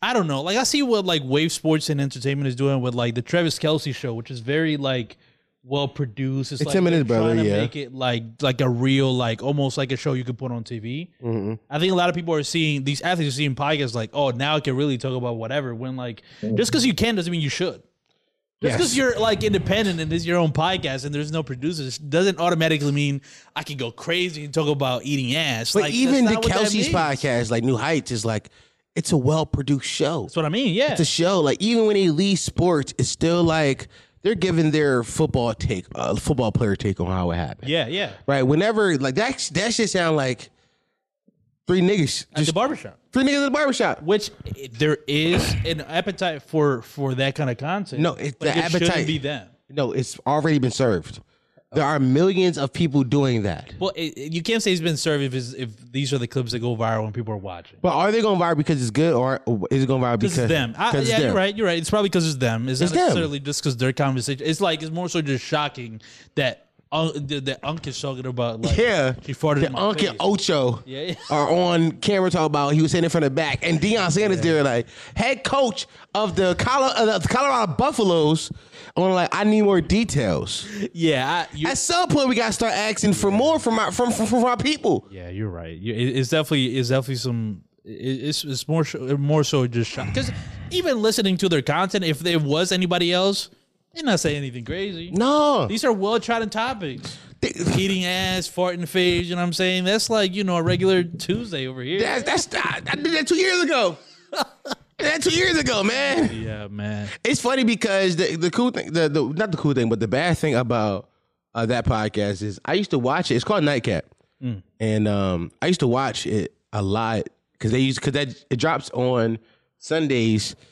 S4: I don't know. Like I see what like Wave Sports and Entertainment is doing with like the Travis Kelsey show, which is very like well produced. It's,
S5: It's
S4: like
S5: him and
S4: they're
S5: his brother,
S4: trying to
S5: yeah.
S4: make it like like a real like almost like a show you could put on TV.
S5: Mhm.
S4: I think a lot of people are seeing these athletes are seeing podcasts like, oh, now I can really talk about whatever. When like
S5: Mm-hmm.
S4: just because you can doesn't mean you should. Just because
S5: Yes.
S4: you're like independent and it's your own podcast and there's no producers doesn't automatically mean I can go crazy and talk about eating ass.
S5: But
S4: Like, that's
S5: even the
S4: not what that
S5: Kelsey's
S4: means.
S5: podcast, like New Heights, is like it's a well produced show. That's
S4: what I mean. Yeah,
S5: it's a show. Like even when they leave sports, it's still like they're giving their football take, uh, football player take on how it happened.
S4: yeah, yeah.
S5: Right. Whenever like that, that shit sound like three niggas
S4: At the barbershop,
S5: three niggas at the barbershop.
S4: which eh, there is an appetite for for that kind of content.
S5: No, it's
S4: but
S5: the
S4: it shouldn't
S5: appetite.
S4: be them.
S5: No, it's already been served. There are millions of people doing that.
S4: Well, it, it- you can't say it's been served if, it's, if these are the clips that go viral and people are watching.
S5: But are they going viral because it's good, or is it going viral because
S4: Because it's them. I,
S5: 'cause it's
S4: yeah,
S5: them?
S4: you're right. You're right. It's probably because it's them. It's,
S5: It's
S4: not
S5: them.
S4: necessarily just because their conversation. It's like it's more so just shocking that uh, that that Unc is talking about. Like,
S5: Yeah,
S4: she farted
S5: The
S4: in my
S5: Unc and
S4: face.
S5: Ocho
S4: Yeah, yeah.
S5: are on camera talking about he was sitting in front of the back, and Deion Sanders there, like head coach of the, Colo- uh, the Colorado Buffaloes, on like I need more details.
S4: Yeah, I, you,
S5: At some point, we got to start asking for more from our from from, from our people.
S4: yeah, you're right. You- it- It's definitely it's definitely some. it- It's it's more so- more so just shock because even listening to their content, if there was anybody else, they're not saying anything crazy.
S5: No,
S4: These are well trodden topics. Eating ass, farting face, you know what I'm saying? That's like, you know, a regular Tuesday over here.
S5: that's that's I, I did that two years ago. that two years ago, man.
S4: Yeah, man.
S5: It's funny because the the cool thing, the, the not the cool thing, but the bad thing about uh, that podcast is I used to watch it. It's called Nightcap,
S4: Mm.
S5: and um, I used to watch it a lot because they use because that it drops on Sundays.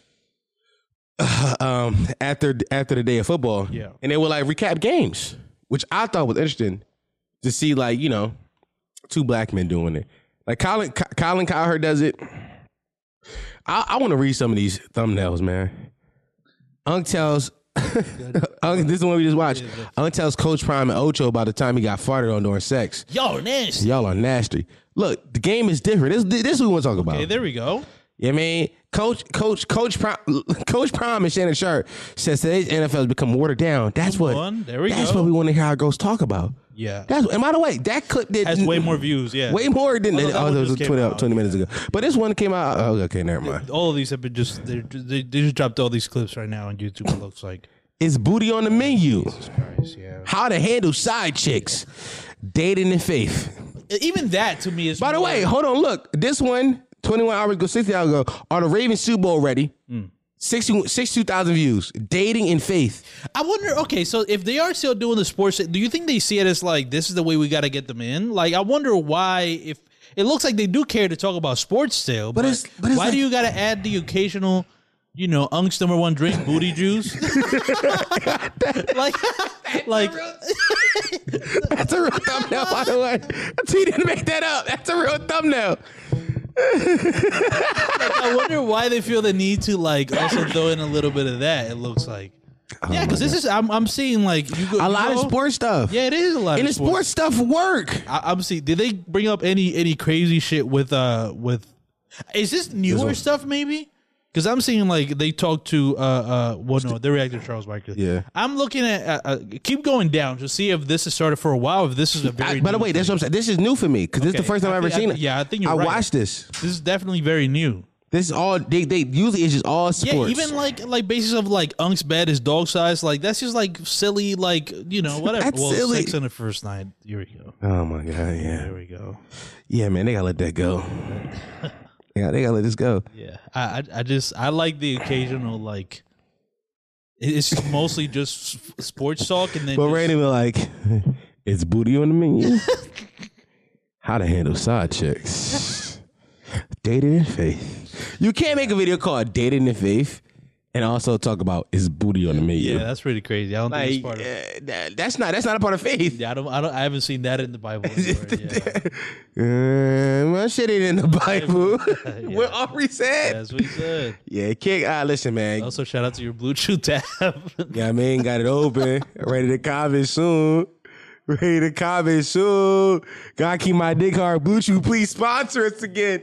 S5: um, after after the day of football,
S4: Yeah.
S5: and they would like recap games, which I thought was interesting to see, like you know, two black men doing it. Like Colin Co- Colin Cowherd does it. I, I want to read some of these thumbnails, man. Unc tells, Unc, this is the one we just watched. Unc tells Coach Prime and Ocho about the time he got farted on during sex.
S4: Y'all are nasty.
S5: Y'all are nasty. Look, the game is different. This, this is what we want to talk about.
S4: Okay, there we go.
S5: You know what I mean? Coach, coach, coach, Prime, coach Prime and Shannon Sharp says today's NFL has become watered down. That's what.
S4: on, there we
S5: that's
S4: go.
S5: what we want to hear our ghosts talk about.
S4: Yeah.
S5: That's and by the way, that clip did
S4: Has way more views, yeah.
S5: way more than
S4: Although
S5: oh,
S4: that one
S5: that was
S4: just came
S5: 20,
S4: out,
S5: 20 minutes ago. But this one came out. Oh, okay, never mind.
S4: All of these have been just they're- they they just dropped all these clips right now on YouTube. It looks like
S5: Is booty on the menu? How to handle side chicks, dating and faith.
S4: even that to me is.
S5: By the way, hold on. Look, this one, 21 hours ago, 60 hours ago, are the Ravens Super Bowl ready?
S4: Hmm.
S5: 60 62,000 views. Dating and faith.
S4: I wonder. Okay, so if they are still doing the sports, do you think they see it as like this is the way we got to get them in? Like, I wonder why. If it looks like they do care to talk about sports still, but,
S5: it's- but it's
S4: why
S5: like-
S4: do you got to add the occasional, you know, Unk's number one drink, booty juice? like, like
S5: That's a real thumbnail, by the way. He didn't make that up. That's a real thumbnail.
S4: I wonder why they feel the need to like also throw in a little bit of that. It looks like. yeah, because this is I'm I'm seeing like you go,
S5: Oh A
S4: you
S5: lot of
S4: go-
S5: sports stuff.
S4: Yeah, it is a lot.
S5: And
S4: of
S5: the sports stuff work.
S4: I, I'm seeing. Did they bring up any any crazy shit with uh with? Is this newer
S5: one.
S4: stuff maybe? Because I'm seeing like they talked to uh uh well no they reacted to Charles Barkley.
S5: Yeah.
S4: I'm looking at uh, uh, keep going down to see if this has started for a while. If this is a very
S5: I- by the
S4: new
S5: way, that's what I'm saying. This is new for me because this is the
S4: Okay,
S5: first time
S4: I
S5: I've ever
S4: think- I
S5: seen it.
S4: think- yeah, I think you're
S5: I
S4: right.
S5: watched this.
S4: this is definitely very new.
S5: This is all they. They usually it's just all sports.
S4: Yeah, even like like basis of like Unk's bed is dog size. Like that's just like silly. Like you know whatever.
S5: That's
S4: well,
S5: silly.
S4: sex on the first night. Here we go.
S5: oh my god, yeah,
S4: Here we go.
S5: yeah, man, they gotta let that go. yeah, they gotta let this go.
S4: Yeah, I, I I just I like the occasional like. it- It's mostly just s- sports talk, and then
S5: But
S4: just-
S5: Randy be like, it's booty on the menu. How to handle side chicks. Dating and faith. You can't make a video called Dating and Faith and also talk about is booty on the menu.
S4: yeah, that's pretty crazy. I don't think it's
S5: like
S4: part of.
S5: uh, that- that's not that's not a part of faith.
S4: Yeah, I don't, I don't, I haven't seen that in the Bible. anywhere, yeah.
S5: Uh, well, shit ain't in the Bible. We're already
S4: Yeah,
S5: said.
S4: that's what he said.
S5: Yeah, kick. Ah, listen, man.
S4: Also, shout out to your Bluetooth tab.
S5: Yeah, I mean, got it open. Ready to comment soon. Ready to comment soon. God keep my dick hard. Blue Chew, please sponsor us again.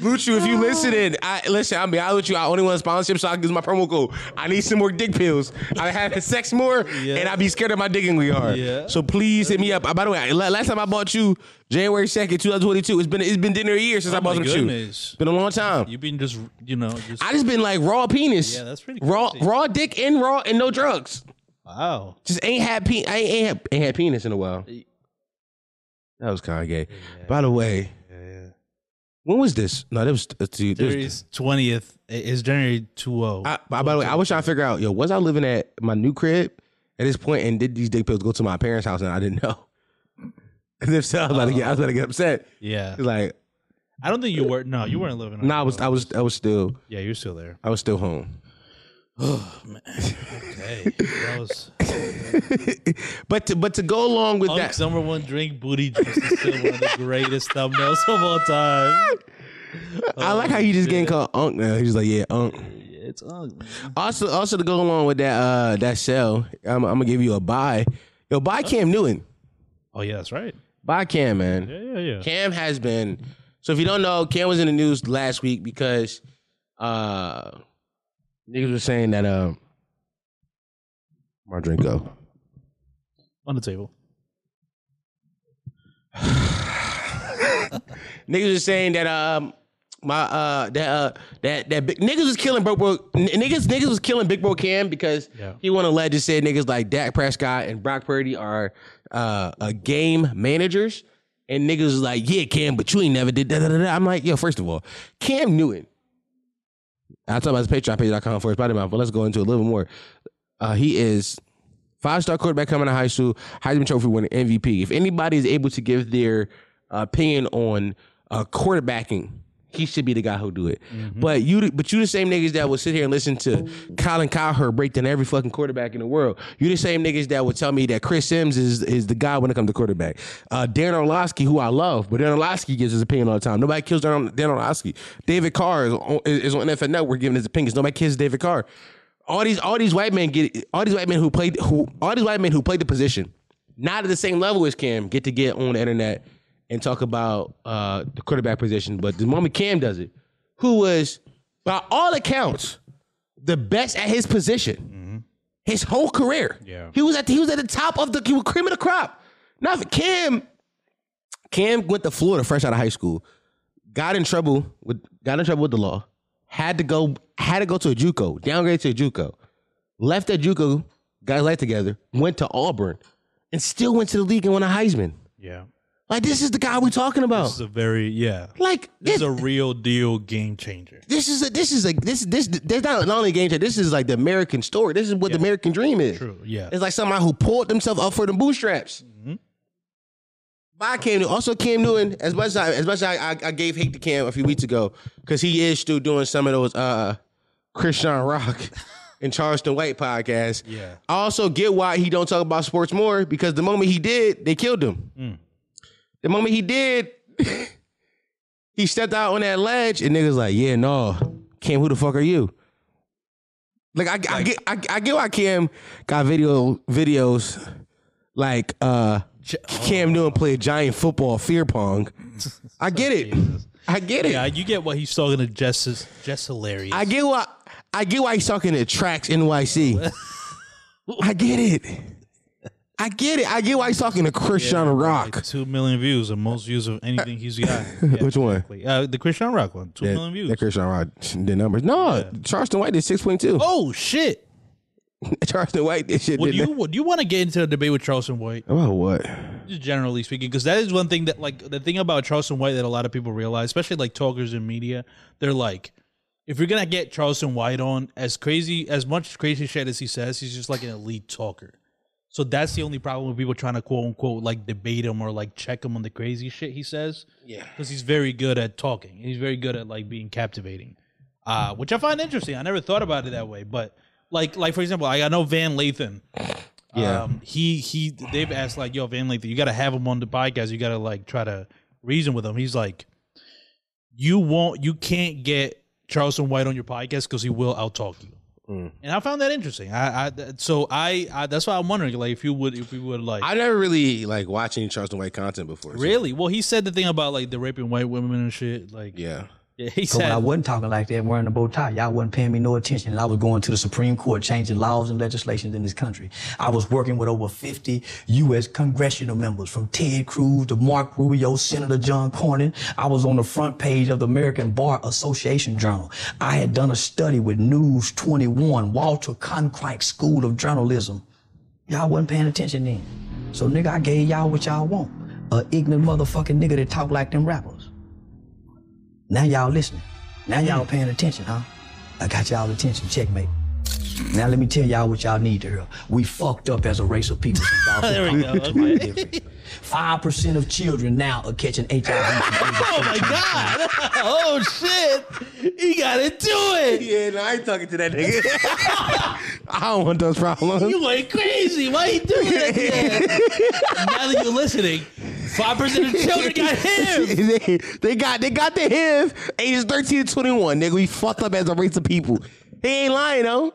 S5: Blue Chew, if you listening, I listen. I'll be honest with you. I only want sponsorship so I can use my promo code. I need some more dick pills. I'm having sex more, and I be scared of my dick and we are.
S4: Yeah.
S5: So please hit me up. Uh, By the way, I- la- last time I bought you, January second, 2022. It's been it's been dinner a year since I bought
S4: Oh my
S5: some chew.
S4: goodness.
S5: It's been a long time.
S4: You've been just, you know, just
S5: I just been like raw penis.
S4: Yeah, that's pretty
S5: raw.
S4: crazy.
S5: Raw dick and raw and no drugs.
S4: wow.
S5: Just ain't had pe- I ain't, ain't, had, ain't had penis in a while. That was kind of gay. By the way, when was this? No, that was uh, dude, this was-
S4: January's twentieth is January two oh. zero.
S5: I, by by the way, I was trying to figure out, yo, was I living at my new crib at this point, and did these dick pills go to my parents' house, and I didn't know? 'Cause if so, I was about to get, I was about to get upset.
S4: Yeah,
S5: It's Like,
S4: I don't think you were. No, you weren't living. on
S5: no, I
S4: your
S5: was,
S4: own.
S5: I was, I was still,
S4: Yeah, you're still there.
S5: I was still home.
S4: Hey, that was
S5: but to, but to go along with
S4: Punk's
S5: that,
S4: number one drink. Booty juice is still one of the greatest thumbnails of all time.
S5: I like how you just getting called Unk now. He's like, yeah, Unk.
S4: It's Unk.
S5: Also, also to go along with that, uh, that sell, I'm, I'm gonna give you a buy. Yo, buy Cam Newton.
S4: Oh yeah, that's right.
S5: Buy Cam, man.
S4: Yeah, yeah, yeah.
S5: Cam has been. So if you don't know, Cam was in the news last week because uh, niggas were saying that uh, my drink go.
S4: On the table.
S5: Niggas was saying that um my uh that uh that that big, niggas was killing bro bro n- niggas niggas was killing big bro Cam because
S4: Yeah.
S5: he won a legend said niggas like Dak Prescott and Brock Purdy are uh, uh game managers and niggas was like yeah Cam but you ain't never did da da da da I'm like yo first of all Cam Newton I talk about his Patreon page.com for his body mouth, but let's go into it a little bit more. Uh, he is five star quarterback coming out of high school, Heisman Trophy winning MVP. If anybody is able to give their opinion on uh, quarterbacking, he should be the guy who do it. But you, but you the same niggas that will sit here and listen to Colin Cowherd break down every fucking quarterback in the world. You the same niggas that will tell me that Chris Sims is is the guy when it comes to quarterback. Uh, Darren Orlowski, who I love, but Darren Orlowski gives his opinion all the time. Nobody kills Darren, Darren Orlowski. David Carr is on, is on NFL Network giving his opinions. Nobody kills David Carr. All these all these white men get all these white men who played who all these white men who played the position, not at the same level as Cam, get to get on the internet and talk about uh, the quarterback position. But the moment Cam does it, who was by all accounts the best at his position,
S4: Mm-hmm.
S5: his whole career.
S11: Yeah.
S5: he was at the, he was at the top of the he was cream of the crop. Now if Cam, Cam went to Florida fresh out of high school, got in trouble with got in trouble with the law, had to go had to go to a JUCO, downgraded to a JUCO, left at JUCO, got his life together, went to Auburn, and still went to the league and won a Heisman.
S4: Yeah.
S5: Like this is the guy we're talking
S4: This
S5: about.
S4: is a very yeah.
S5: Like
S4: this is a real deal game changer.
S5: This is a this is a this this there's not not only a game changer. This is like the American story. This is what the American dream is. True.
S4: Yeah.
S5: It's like somebody who pulled themselves up for the bootstraps. By Cam Newton, also Cam Newton. As much as I, as much as I, I, I gave hate to Cam a few weeks ago, because he is still doing some of those uh Christian Rock and Charleston White podcasts.
S4: Yeah.
S5: I also get why he don't talk about sports more because the moment he did, they killed him.
S4: Mm.
S5: The moment he did, he stepped out on that ledge and niggas like, yeah, no, Cam, who the fuck are you? Like I, I get I, I get why Cam got video videos like uh
S4: oh.
S5: Cam Newton played giant football fear pong. I get it. I get it.
S4: Yeah, you get what he's talking to Jess Jess hilarious.
S5: I get why I get why he's talking to Tracks NYC. I get it. I get it. I get why he's talking to Christian Rock.
S4: Two million views, the most views of anything he's got. Yeah,
S5: Which one?
S4: exactly. Uh, the Christian Rock one, two
S5: that,
S4: million views.
S5: That Christian Rock did numbers. No, Charleston White did six point two.
S4: Oh shit!
S5: Charleston White did shit.
S4: Would
S5: did
S4: you would you want to get into a debate with Charleston White?
S5: About what?
S4: Just generally speaking, because that is one thing that like the thing about Charleston White that a lot of people realize, especially like talkers in media, they're like, if you're gonna get Charleston White on, as crazy as much crazy shit as he says, he's just like an elite talker. So that's the only problem with people trying to quote unquote like debate him or like check him on the crazy shit he says.
S5: Yeah.
S4: Because he's very good at talking. He's very good at like being captivating. Uh, which I find interesting. I never thought about it that way. But like like for example, I, I know Van Lathan.
S5: Yeah.
S4: Um, he he they've asked like, yo, Van Lathan, you gotta have him on the podcast. You gotta like try to reason with him. He's like, You won't you can't get Charleston White on your podcast because he will outtalk you.
S13: Mm.
S4: And I found that interesting. I, I th- so I, I that's why I'm wondering like if you would if we would like
S5: I never really like watched any Charleston White content before. so-
S4: really well he said the thing about like the raping white women and shit like
S5: yeah
S4: yeah he
S13: But when
S4: said
S13: I wasn't talking like that, wearing a bow tie, y'all wasn't paying me no attention. And I was going to the Supreme Court, changing laws and legislations in this country. I was working with over 50 U.S. congressional members, from Ted Cruz to Mark Rubio, Senator John Cornyn. I was on the front page of the American Bar Association Journal. I had done a study with News 21, Walter Cronkite School of Journalism. Y'all wasn't paying attention then. So, nigga, I gave y'all what y'all want. A ignorant motherfucking nigga that talk like them rappers. Now y'all listening. Now y'all paying attention, huh? I got y'all attention. Checkmate. Now let me tell y'all what y'all need to hear. We fucked up as a race of people. since y'all
S4: There we
S13: talking
S4: go,
S13: to
S4: okay.
S13: my different. Five percent of children now are catching HIV.
S4: Oh my god! oh shit! He got into it.
S5: Yeah, no, I ain't talking to that nigga. I don't want those problems.
S4: you went crazy. Why you doing that? to us? now that you're listening, five percent of children got him.
S5: they, they got they got the HIV. Ages thirteen to twenty one. Nigga, we fucked up as a race of people. He ain't lying though.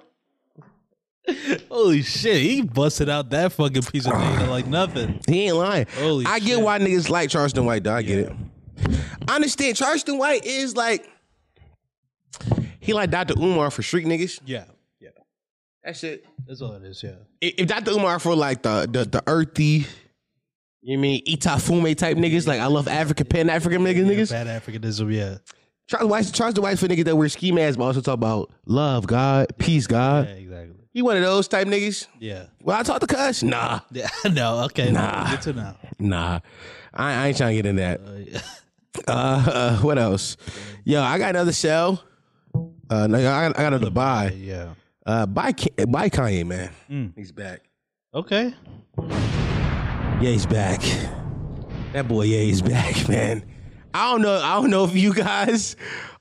S4: Holy shit! He busted out that fucking piece of data like nothing.
S5: He ain't lying.
S4: Holy
S5: I get why niggas like Charleston White. Though. I get it. I understand. Charleston White is like he like Dr. Umar for street niggas.
S4: Yeah,
S5: yeah. That shit.
S4: That's all it is. Yeah.
S5: If if Dr. Umar for like the the, the earthy, you mean Itafume type niggas, like I love Africa, Pan African niggas, niggas.
S4: Bad Africanism. Yeah.
S5: Charles White, Charles the White for niggas that wear ski masks, but also talk about love, God, peace, God. Yeah,
S4: exactly.
S5: He one of those type niggas.
S4: Yeah.
S5: Well, I talk to Cuss. Nah,
S4: Yeah. No. Okay.
S5: Nah.
S4: Good to know.
S5: nah. I, I ain't trying to get in uh, that. Uh, uh, what else? Yo, I got another show. Uh, no, I, I got him to buy.
S4: Yeah.
S5: Uh, buy Ki- buy Kanye, man.
S4: He's
S5: back.
S4: Okay.
S5: Yeah, he's back. That boy, yeah, he's back, man. I don't know. I don't know if you guys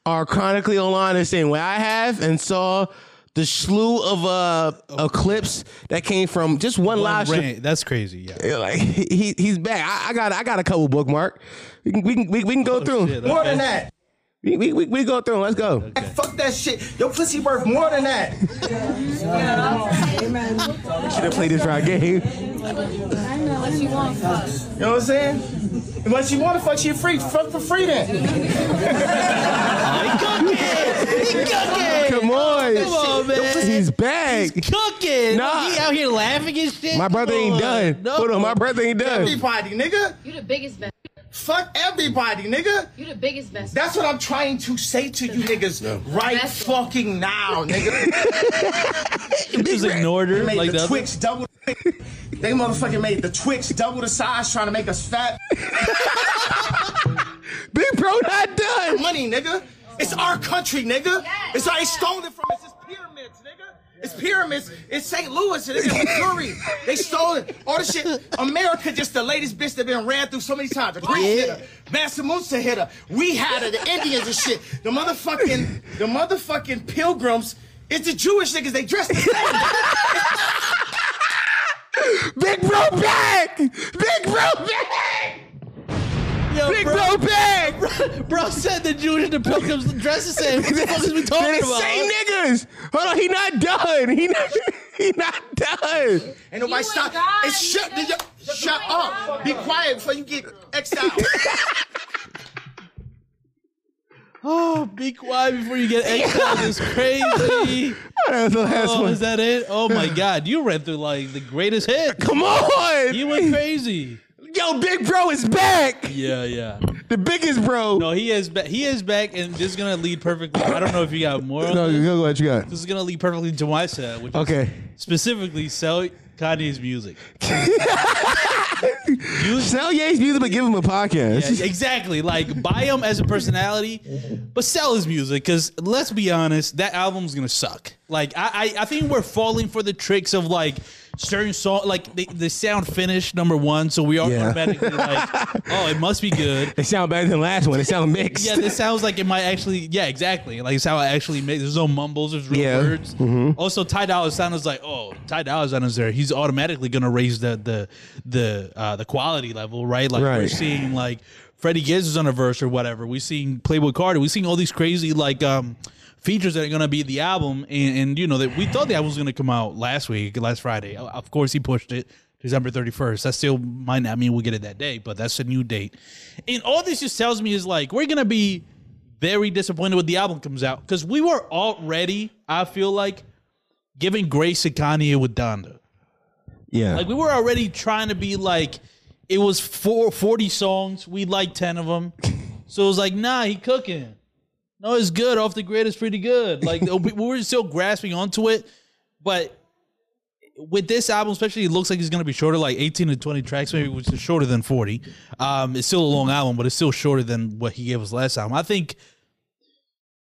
S5: are chronically online and saying what I have and saw the slew of uh of clips that came from just one, live stream.
S4: Right, That's crazy. Yeah.
S5: Yeah, Like he he's back. I, I got I got a couple bookmark. We can we can, we, we can go
S4: Oh,
S5: through 'em.
S1: shit, More okay. than that.
S5: We we, we, we go through 'em. Let's go.
S1: Fuck that shit. Your pussy worth more than that. Amen.
S5: Should have played this right game.
S1: You know what I'm saying? Unless you want to fuck, she free. Fuck for free then.
S5: Come on,
S1: Come on, man.
S5: He's back.
S4: cooking.
S5: Nah.
S4: He out here laughing and shit.
S5: My brother ain't
S4: Come on.
S5: done. Hold on, my brother ain't done.
S1: Everybody, nigga. You the biggest best. Fuck everybody, nigga. You the biggest best. That's what I'm trying to say to you niggas right fucking now, nigga.
S4: You just ignored her
S1: Made
S4: like
S1: the
S4: the other-
S1: Twix double. they motherfucking made the Twix double the size, trying to make us fat.
S5: Big bro, not done.
S1: Money, nigga. It's our country, nigga. It's like they stole it from us. It's pyramids, nigga. It's pyramids. It's St. Louis. It's Missouri. they stole it. All the shit. America just the latest bitch that been ran through so many times. The Greeks hit her. Massamusa hit her. We had her. The Indians and shit. The motherfucking the motherfucking pilgrims. It's the Jewish niggas. They dressed the same.
S5: Big bro back. Big bro back.
S4: Yo,
S5: Big
S4: bro.
S5: bro back.
S4: Bro, bro said the Jewish and the Pilgrims dress the same. What the fuck is we
S5: They're
S4: talking
S5: the
S4: about?
S5: same niggas. Hold on, he not done. He not he not done.
S1: Ain't nobody stop. And shut the, shut up. Be quiet before you get exiled.
S4: Oh, be quiet before you get exiled is crazy.
S5: That was the last
S4: oh,
S5: one.
S4: is that it? Oh my god, you ran through like the greatest hit.
S5: Come on.
S4: You went crazy.
S5: Yo, big bro is back.
S4: Yeah, yeah.
S5: The biggest bro.
S4: No, he is back. He is back, and this is gonna lead perfectly. I don't know if you got more. on
S5: No,
S4: this.
S5: go what you got.
S4: This is gonna lead perfectly to my set, which
S5: Okay.
S4: is specifically sell Kanye's music.
S5: Sell Ye's music, but give him a
S4: Yeah,
S5: podcast.
S4: exactly. Like buy him as a personality, but sell his music. Because let's be honest, that album's gonna suck. Like I, I, I think we're falling for the tricks of like certain song, like they, they sound finished number one, so we are
S5: Yeah.
S4: automatically like, oh, it must be good.
S5: It sound better than the last one. It sound mixed.
S4: Yeah, this sounds like it might actually. Yeah, exactly. Like it's how I actually make. There's no mumbles. There's real
S5: Yeah.
S4: words.
S5: Mhm.
S4: Also, Ty Dolla Sign is like, oh, Ty Dolla Sign is there. He's automatically gonna raise the the the uh, the quality level, right? Like we're
S5: Right.
S4: seeing like Freddie Gibbs is on a verse or whatever. We're seeing Playboy Carter. We're seeing all these crazy like um features that are gonna be the album. And, and you know that we thought the album was gonna come out last week, last Friday. O- Of course, he pushed it. December 31st. That still might not mean we'll get it that day, but that's a new date. And all this just tells me is like, we're going to be very disappointed when the album comes out because we were already, I feel like, giving grace to Kanye with Donda.
S5: Yeah.
S4: Like we were already trying to be like, it was four, 40 songs. We liked 10 of them. So it was like, nah, he cooking. No, it's good. Off the grid is pretty good. Like we we were still grasping onto it, but with this album, especially, it looks like it's going to be shorter, like 18 to 20 tracks, maybe, which is shorter than 40. Um, it's still a long album, but it's still shorter than what he gave us last album. I think,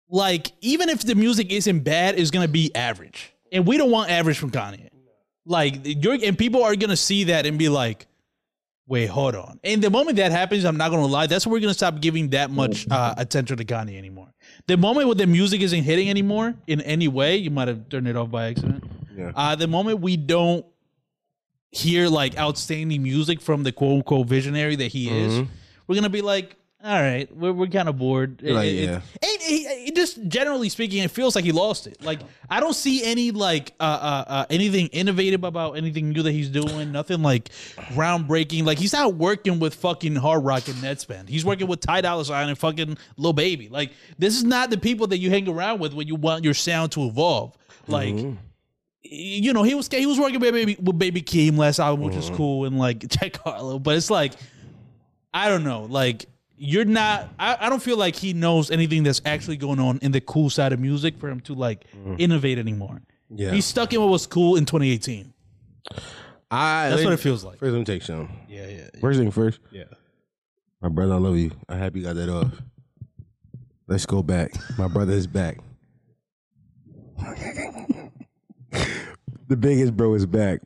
S4: like, even if the music isn't bad, it's going to be average. And we don't want average from Kanye. Like, you're, and people are going to see that and be like, wait, hold on. And the moment that happens, I'm not going to lie, that's when we're going to stop giving that much uh, attention to Kanye anymore. The moment when the music isn't hitting anymore in any way, you might have turned it off by accident. Uh, the moment we don't hear like outstanding music from the quote unquote visionary that he is,
S5: Mhm.
S4: we're gonna be like, all right, we're, we're kind of bored.
S5: You're like,
S4: It- it-
S5: yeah.
S4: and he, it just generally speaking, it feels like he lost it. Like I don't see any like uh, uh, uh, anything innovative about anything new that he's doing. Nothing like groundbreaking. Like he's not working with fucking Hard Rock and Netspend. He's working with Ty Dolla Sign and fucking Lil Baby. Like this is not the people that you hang around with when you want your sound to evolve. Like
S5: Mm-hmm.
S4: you know, he was he was working with baby with Baby Keem last album, which
S6: Mm-hmm.
S4: is cool, and like Jack Harlow. But it's like, I don't know, like you're not. I, I don't feel like he knows anything that's actually going on in the cool side of music for him to like
S6: Mm-hmm.
S4: innovate anymore.
S5: Yeah.
S4: he's stuck in what was cool in 2018.
S5: I,
S4: That's what it feels like.
S5: First, let me take some.
S4: Yeah, yeah.
S5: First thing first.
S4: Yeah.
S5: My brother, I love you. I'm happy you got that off. Let's go back. My brother is back.
S6: The biggest bro is back.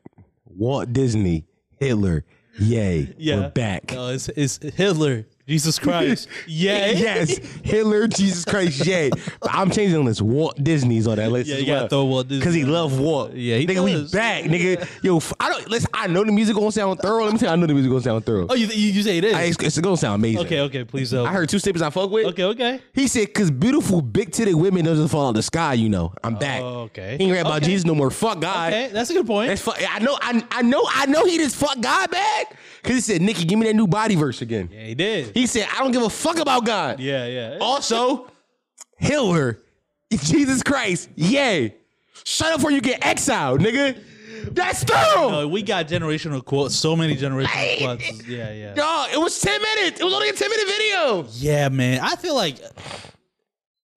S6: Walt Disney, Hitler, yay,
S4: Yeah.
S6: we're back.
S4: No, it's, it's Hitler. Jesus Christ. Yay.
S6: yes, Hitler, Jesus Christ, yay. But I'm changing the list. Walt Disney's on that list.
S4: Yeah,
S6: as
S4: you gotta
S6: well.
S4: throw Walt Disney
S6: Cause he
S4: on
S6: loved Walt. Yeah,
S4: he
S6: nigga,
S4: does.
S6: we back, nigga. Yo, f- I don't listen. I know the music gonna sound thorough. Let me tell you, I know the music gonna sound thorough.
S4: Oh, you, you, you say it is?
S6: I- it's, it's gonna sound amazing.
S4: okay, okay. Please help.
S6: I heard two snippets I fuck with.
S4: Okay, okay.
S6: He said, "Cause beautiful, big titted women doesn't fall out the sky." You know, I'm back.
S4: Oh, okay.
S6: He ain't rap about
S4: Okay.
S6: Jesus no more. Fuck God.
S4: Okay, that's a good point.
S6: That's fu- I know. I, I know. I know he just fuck God back. Cause he said, "Nikki, give me that new body verse again."
S4: Yeah, he did.
S6: He said, "I don't give a fuck about God."
S4: Yeah, yeah.
S6: Also, Hitler, Jesus Christ, yay! Shut up before you get exiled, nigga. That's thorough.
S4: No, Oh, we got generational quotes. So many generational quotes. Yeah, yeah.
S6: No, it was ten minutes. It was only a ten minute video.
S4: Yeah, man. I feel like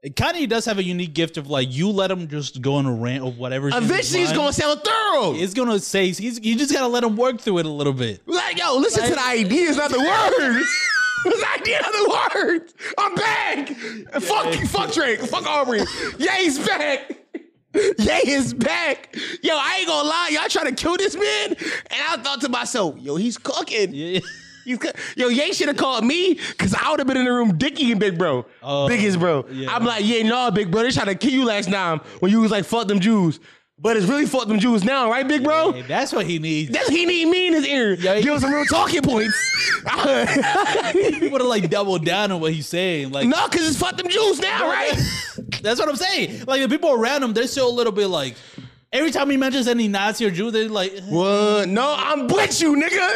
S4: Kanye does have a unique gift of like you let him just go on a rant of whatever.
S6: Eventually, it's gonna sound thorough.
S4: It's gonna say he's, you just gotta let him work through it a little bit.
S6: Like, yo, listen to the ideas, not the words. It's the idea, not the words. I'm back. Fuck, fuck Drake. Fuck Aubrey. yeah, he's back. Yeah, he's back. Yo, I ain't gonna lie. Y'all trying to kill this man? And I thought to myself, yo, he's cooking. He's cook- Yo, Ye should have called me because I would have been in the room dicking and big bro. Biggest bro. I'm like, Oh, yeah, no, big bro. They trying to kill you last time when you was like, fuck them Jews. But it's really fuck them Jews now, right, big bro?
S4: that's what he needs.
S6: That's he need me in his ear. Give him some real talking points.
S4: he would have like doubled down on what he's saying. Like
S6: no, because it's fuck them Jews now, right?
S4: That's what I'm saying. Like the people around him, they're still a little bit like. Every time he mentions any Nazi or Jew, they're like,
S6: What? No, I'm with you, nigga.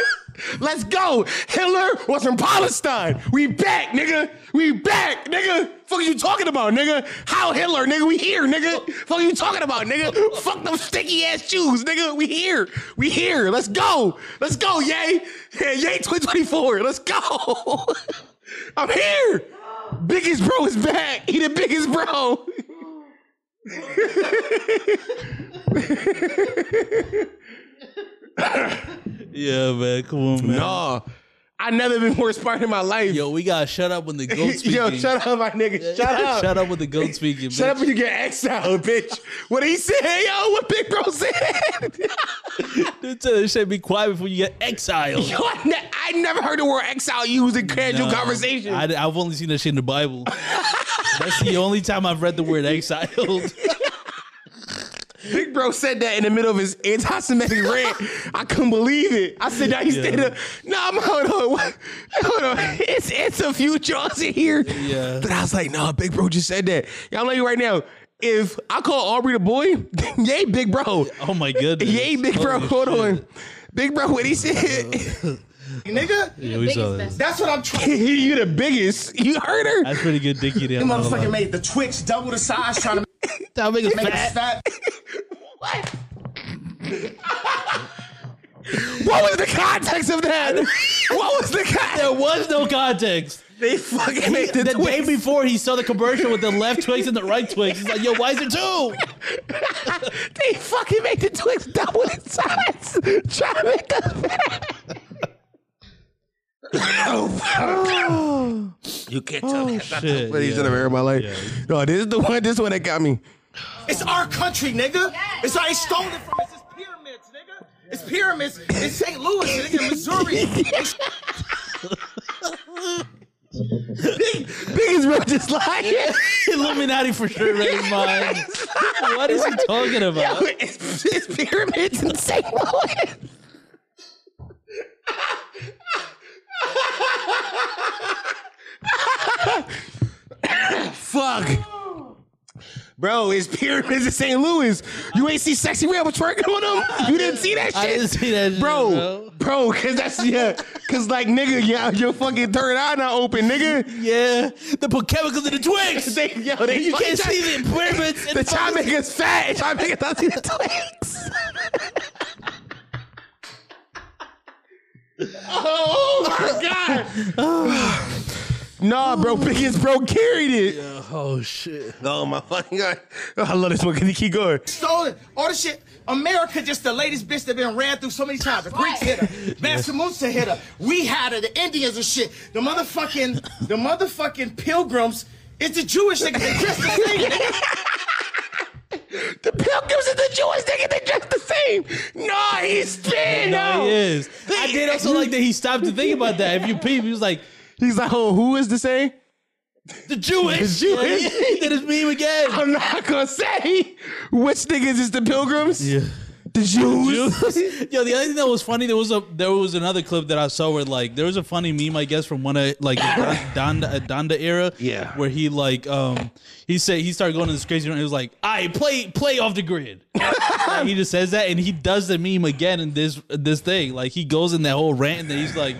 S6: Let's go. Hitler was from Palestine. We back, nigga. We back, nigga. Fuck you talking about, nigga? How Hitler, nigga? We here, nigga. Fuck you talking about, nigga? Fuck them sticky ass Jews, nigga. We here. We here. Let's go. Let's go, yay. Yeah, yay 2024. Let's go. I'm here. Biggest bro is back. He the biggest bro.
S4: "Yeah, man, come on, man."
S6: Nah, I never been more inspired in my life.
S4: Yo, we gotta shut up when the goat speaking.
S6: Yo, shut up, my nigga. Shut up.
S4: shut up when the goat speaking.
S6: Shut up when you get exiled, Oh, bitch. What he said, yo, what Big Bro said.
S4: Dude, tell this shit be quiet before you get exiled.
S6: Yo, I, ne- I never heard the word exile used in casual
S4: No,
S6: conversation.
S4: I, have only seen that shit in the Bible. That's the only time I've read the word exiled.
S6: Big Bro said that in the middle of his anti-Semitic rant. I couldn't believe it. I said that he
S4: Yeah.
S6: said, "No, I'm hold on, what- hold on. It's it's a few jaws in here."
S4: Yeah.
S6: But I was like, "No, Big Bro just said that." Y'all know you right now. If I call Aubrey the boy, yay, Big Bro.
S4: Oh my goodness.
S6: Yay, Big Bro.
S4: Holy
S6: Hold on, Big Bro. What he said, nigga.
S4: Yeah, we saw that.
S1: That's what I'm trying.
S6: you the biggest. You heard her.
S4: That's pretty good dick you
S1: You
S4: did.
S1: motherfucker made the Twitch double the size, trying to
S4: That make us
S1: make
S4: fat.
S1: us fat.
S6: What was the context of that? What was the context?
S4: There was no context.
S6: They fucking
S4: He-
S6: made the,
S4: the day
S6: twist.
S4: before he saw the commercial with the left twigs and the right twigs. He's like, yo, why is there two?
S6: They fucking make the Twix double in size. Try to make us fat. you can't tell me that's
S4: shit,
S6: the funniest shit I've ever heard in my life. No, this is the one. This one that got me.
S1: It's our country, nigga. It's how they stole it from us. It's pyramids, nigga. It's pyramids. It's St. Louis, nigga. Missouri. It's-
S6: Biggest bro just lying.
S4: Illuminati for sure read his mind. What is he talking about?
S6: Yo, it's, it's pyramids in St. Louis. Fuck. Bro, it's pyramids in St. Louis. You ain't see sexy red was twerking on them. You didn't see that shit.
S4: I didn't see that shit,
S6: bro. Bro, cause that's yeah. Cause like nigga, yeah, your fucking third eye not open, nigga.
S4: Yeah, they put chemicals in the twigs.
S6: They, yo, they
S4: you
S6: fucking
S4: can't
S6: try-
S4: see the pyramids. in
S6: The
S4: the
S6: trying to make us fat. Trying to make us not see the twinks. oh my god. nah, bro. Biggest bro carried it.
S4: Oh shit!
S6: Oh my fucking god. I love this one. Can you keep going?
S1: stolen all the shit. America just the latest bitch that been ran through so many times. The Greeks hit her, Master Musa hit her, we had her, the Indians and shit. The motherfucking, the motherfucking pilgrims. It's the Jewish niggas. They dressed the same. nigga.
S5: The Pilgrims and the Jewish nigga, they dress the same. No, he's thin.
S4: No, he is. I did also like that he stopped to think about that. If you peep, he was like,
S5: he's like, oh, who is the same?
S4: The Jewish.
S5: The Jewish.
S4: Yeah, he did his meme again.
S5: I'm not gonna say which niggas is the Pilgrims. Yeah. The Jews.
S4: Yo, the other thing that was funny, there was a there was another clip that I saw where like there was a funny meme, I guess, from one of like the Don- Donda uh, Donda era.
S5: Yeah.
S4: Where he like um he said he started going to this crazy room. He was like, I play play off the grid. Like, he just says that and he does the meme again in this this thing. Like he goes in that whole rant and then he's like,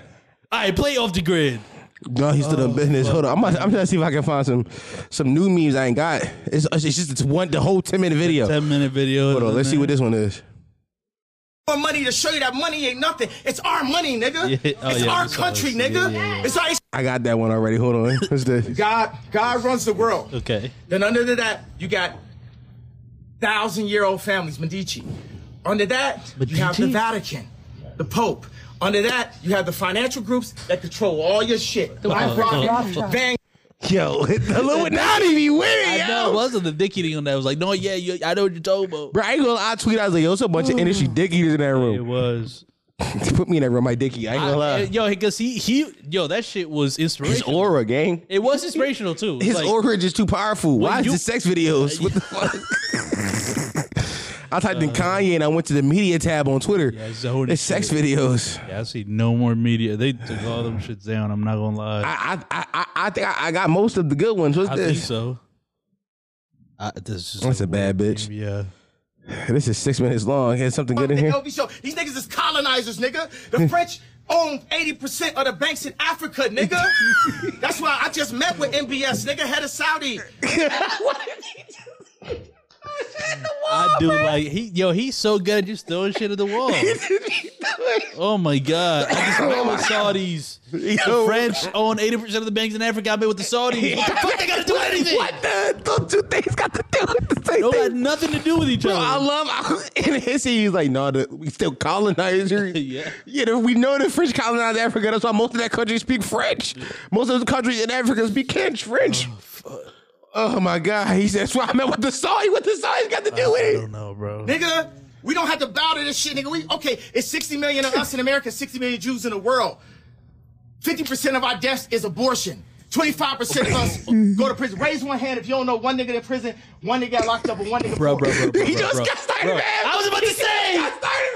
S4: I play off the grid.
S5: No, he's
S4: Oh,
S5: still in business. Hold on, I'm, about- I'm trying to see if I can find some some new memes I ain't got. It's, it's just it's one the whole ten minute video.
S4: Ten minute video.
S5: Hold on, let's see what this one is.
S1: More money to show you that money ain't nothing. It's our money, nigga.
S5: Yeah. Oh,
S1: it's
S5: yeah,
S1: our
S5: we saw this.
S1: country,
S5: Yeah,
S1: nigga.
S5: yeah, yeah.
S1: It's our
S5: I got that one already. Hold on, what's this?
S1: God. God runs the world.
S4: Okay.
S1: Then under that, you got thousand year old families, Medici. Under that, you have the Vatican, the Pope. Under that, you have the financial groups that control all your shit.
S5: Uh-huh.
S4: The
S1: Black
S4: Rothschild.
S1: Rock, Van
S5: Yo, the Illuminati be weird, yo.
S4: I know it wasn't the dick eating on that. It was like, no, yeah, you, I know what you're talking about.
S5: Bro, I ain't gonna lie, I tweet. I was like, yo, it's a bunch of industry dick eaters in that room. It
S4: was.
S5: Put me in that room, my dickie. I ain't gonna
S4: I-
S5: lie.
S4: Yo, because he he yo that shit was
S5: His
S4: inspirational.
S5: aura, gang.
S4: It was inspirational too.
S5: His
S4: Like,
S5: aura is too powerful.
S4: when
S5: Why is
S4: you-
S5: it sex videos? What the fuck? I
S4: Uh.
S5: typed in Kanye and I went to the media tab on Twitter.
S4: Yeah, zone
S5: it's
S4: it,
S5: sex
S4: dude.
S5: videos.
S4: Yeah, I see no more media. They took all them shits down. I'm not gonna lie. I,
S5: I I, I, I think I, I got most of the good ones. What's
S4: think
S5: this?
S4: so. I, this is
S5: That's a bad bitch.
S4: yeah.
S5: This is six minutes long. Here's something good in
S1: the
S5: here.
S1: LB show. These niggas is colonizers, nigga. The French own 80% of the banks in Africa, nigga. That's why I just met with MBS, nigga, head of Saudi.
S4: I
S5: Oh
S4: do like he yo. He's so good at just throwing shit at the wall. oh my god! I just met with Saudis. The
S5: Yo.
S4: French own eighty percent of the banks in Africa. I met with the Saudis. What the fuck they got to do with anything?
S5: What the? Those two things got to do with the same
S4: Don't
S5: thing.
S4: got nothing to do with each
S5: Bro,
S4: other.
S5: I love and his he's like, no, the, we still colonize here.
S4: Yeah.
S5: You know, we know the French colonized Africa. That's why most of that country speak French. Most of the countries in Africa speak French. French. Oh, my God. He said, that's why I met with the Saudi. What the Saudi's got to do with it?
S4: No, bro.
S1: Nigga, we don't have to bow to this shit, nigga. We okay, it's 60 million of us in America, 60 million Jews in the world. 50% of our deaths is abortion. 25% of us go to prison. Raise one hand if you don't know one nigga in prison, one nigga got locked up, and one nigga.
S4: Bro, bro, bro, bro,
S5: He
S4: bro,
S5: just
S4: bro.
S5: got started,
S4: Bro,
S5: man.
S4: I was about to say.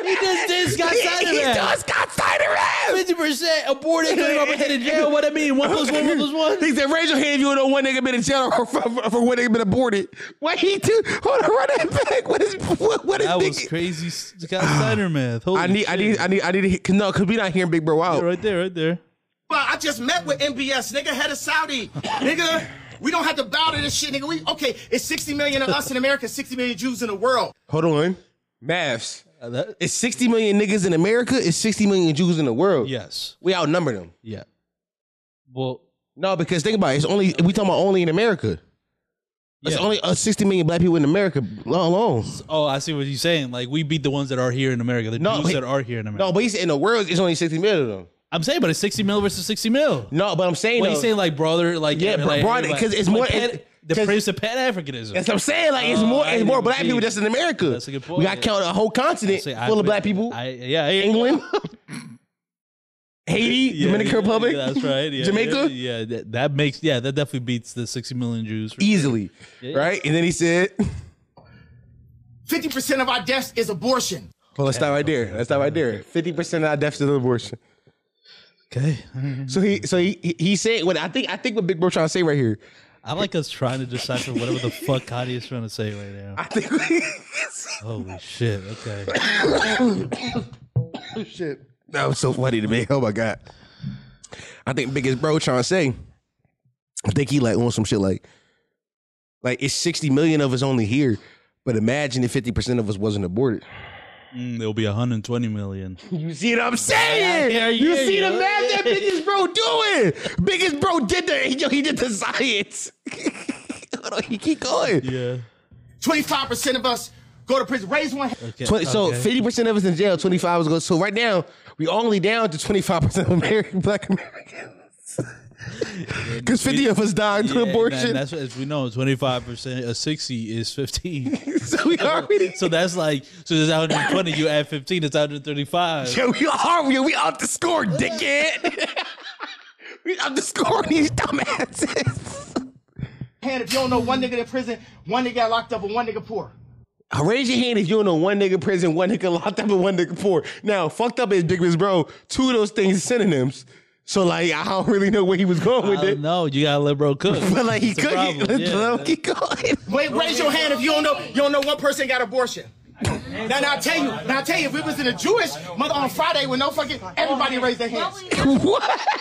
S4: He just this got
S5: He,
S4: cited.
S5: he just got started, man.
S4: Fifty percent aborted. Couldn't go back to the jail. What I mean? One plus one, one plus one.
S5: He said, raise your hand if you know one nigga been in jail or for, for, for one nigga been aborted. What he do? Hold on, run that back. What is what, what is
S4: That
S5: nigga?
S4: was crazy. Scott Snyder math. Holy
S5: I need, I need, I need, I need to hit, cause no, cause we not hearing Big Bro out.
S4: right there, right there.
S1: Well, I just met with MBS, nigga, head of Saudi. nigga, we don't have to bow to this shit, nigga. We okay, it's 60 million of us in America, 60 million Jews in the world.
S5: Hold on. Maths.
S4: Uh,
S5: It's 60 million niggas in America. It's 60 million Jews in the world.
S4: Yes.
S5: We outnumber them.
S4: Yeah. Well,
S5: No, because think about it. It's only, we talking about only in America. It's
S4: Yeah.
S5: only uh, 60 million black people in America alone.
S4: oh, I see what you're saying. Like we beat the ones that are here in America. The
S5: No,
S4: Jews
S5: wait.
S4: that are here in America.
S5: No, but he's in the world, it's only 60 million of them.
S4: I'm saying, but it's 60 mil versus 60 mil.
S5: No, but I'm saying,
S4: What
S5: though-
S4: you saying, like brother, like
S5: Yeah, bro-
S4: like,
S5: broad-
S4: everybody-
S5: 'cause it's
S4: like
S5: more-
S4: pan-
S5: it-
S4: the prince of Pan Africanism.
S5: That's what I'm saying. Like it's
S4: Oh,
S5: more,
S4: I
S5: it's more
S4: didn't
S5: black people
S4: see.
S5: just in America.
S4: That's a good point,
S5: We got to
S4: yeah.
S5: count a whole continent
S4: Say, I
S5: full of
S4: bet-
S5: black people.
S4: I, yeah, yeah.
S5: England, Haiti,
S4: Yeah,
S5: Dominican
S4: yeah,
S5: Republic,
S4: yeah, that's right. Yeah,
S5: Jamaica,
S4: Yeah, yeah, that, that makes yeah, that definitely beats the 60 million Jews for sure.
S5: easily,
S4: Yeah.
S5: right? And then he said,
S1: 50% of our deaths is abortion.
S5: Well, let's stop right there. Let's stop right there. Fifty percent of our deaths is abortion.
S4: Okay.
S5: So he, so he, he- he said what I think. I think what Big Bro trying to say right here.
S4: I like us trying to decipher whatever the fuck Hadi is trying to say right now.
S5: I think.
S4: Holy shit. Okay.
S5: Shit. That was so funny to me. Oh my god. I think biggest bro trying to say. I think he like on some shit like, like it's sixty million of us only here, but imagine if fifty percent of us wasn't aborted.
S4: Mm, there'll be 120 million.
S5: You see what I'm saying?
S4: Yeah, I hear
S5: you,
S4: you.
S5: see the math that biggest bro doing? Biggest bro did the he, he did the science. Hold on, he keep going.
S4: Yeah.
S1: 25% of us go to prison. Raise one hand.
S5: Twen- So fifty percent of us in jail, twenty five was go. So right now we only down to twenty five percent of American black Americans. Because 50 of us died
S4: Yeah,
S5: from
S4: man,
S5: abortion.
S4: that's as we know, twenty five percent of sixty is fifteen.
S5: so we already.
S4: So that's like so. There's one hundred twenty. You add fifteen, it's one hundred thirty five.
S5: Yo, we are. Yo, we out the score, dickhead. we out the score, these dumbasses.
S1: Hand if you don't know one nigga in prison, one nigga got locked up, and one nigga poor.
S5: Raise your hand if you don't know one nigga prison, one nigga locked up, and one nigga poor. Now, fucked up is Big Miss Bro. Two of those things are synonyms. So, like, I don't really know where he was going with it.
S4: No, you gotta let bro cook.
S5: But, like, he
S4: It's Um, a
S5: could.
S4: problem,
S5: Let
S4: yeah.
S5: bro keep going.
S1: Wait, raise your hand if you don't know you don't know one person got abortion. Now, now I tell you, now I tell you, if we was in a Jewish mother on Friday with no fucking everybody raised their hands.
S5: what?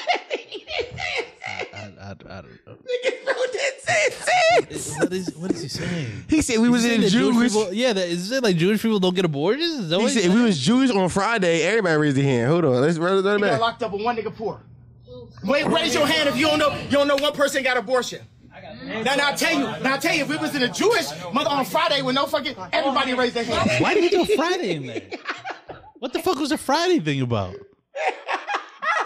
S4: What is what is he saying?
S5: He said we was in
S4: saying that
S5: Jewish-
S4: people, yeah, that, is it like Jewish people don't get abortions? Is that
S5: He
S4: what he's
S5: said if
S4: saying?
S5: we was Jewish on Friday, everybody raised their hand. Hold on. Let's run it run it
S1: Nigga
S5: back.
S1: got locked up and one nigga poor. Wait, raise your hand if you don't know you don't know one person got abortion. Now, now I tell you, now I tell you, if we was in a Jewish mother on Friday with no fucking everybody raised their hands.
S4: Why did you throw Friday in there? What the fuck was the Friday thing about?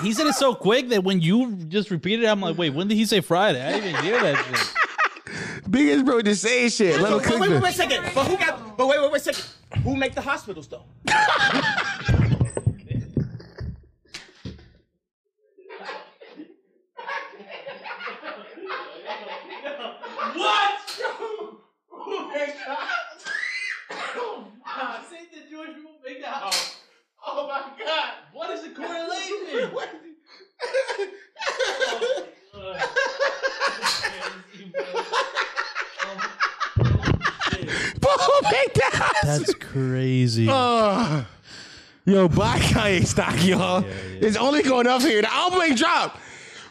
S4: He said it so quick that when you just repeated it, I'm like, wait, when did he say Friday? I didn't even hear that shit.
S5: Biggest bro just saying shit. Let him
S1: But
S5: cook
S1: wait, wait, wait
S5: this.
S1: a second. But who got? But wait, wait, wait a second. Who make the hospitals though?
S12: What? Oh my god! What is the correlation?
S5: Bro, make that.
S4: That's crazy.
S5: Uh, yo, buy Kanye stock, y'all. It's only going up here. The album ain't dropped.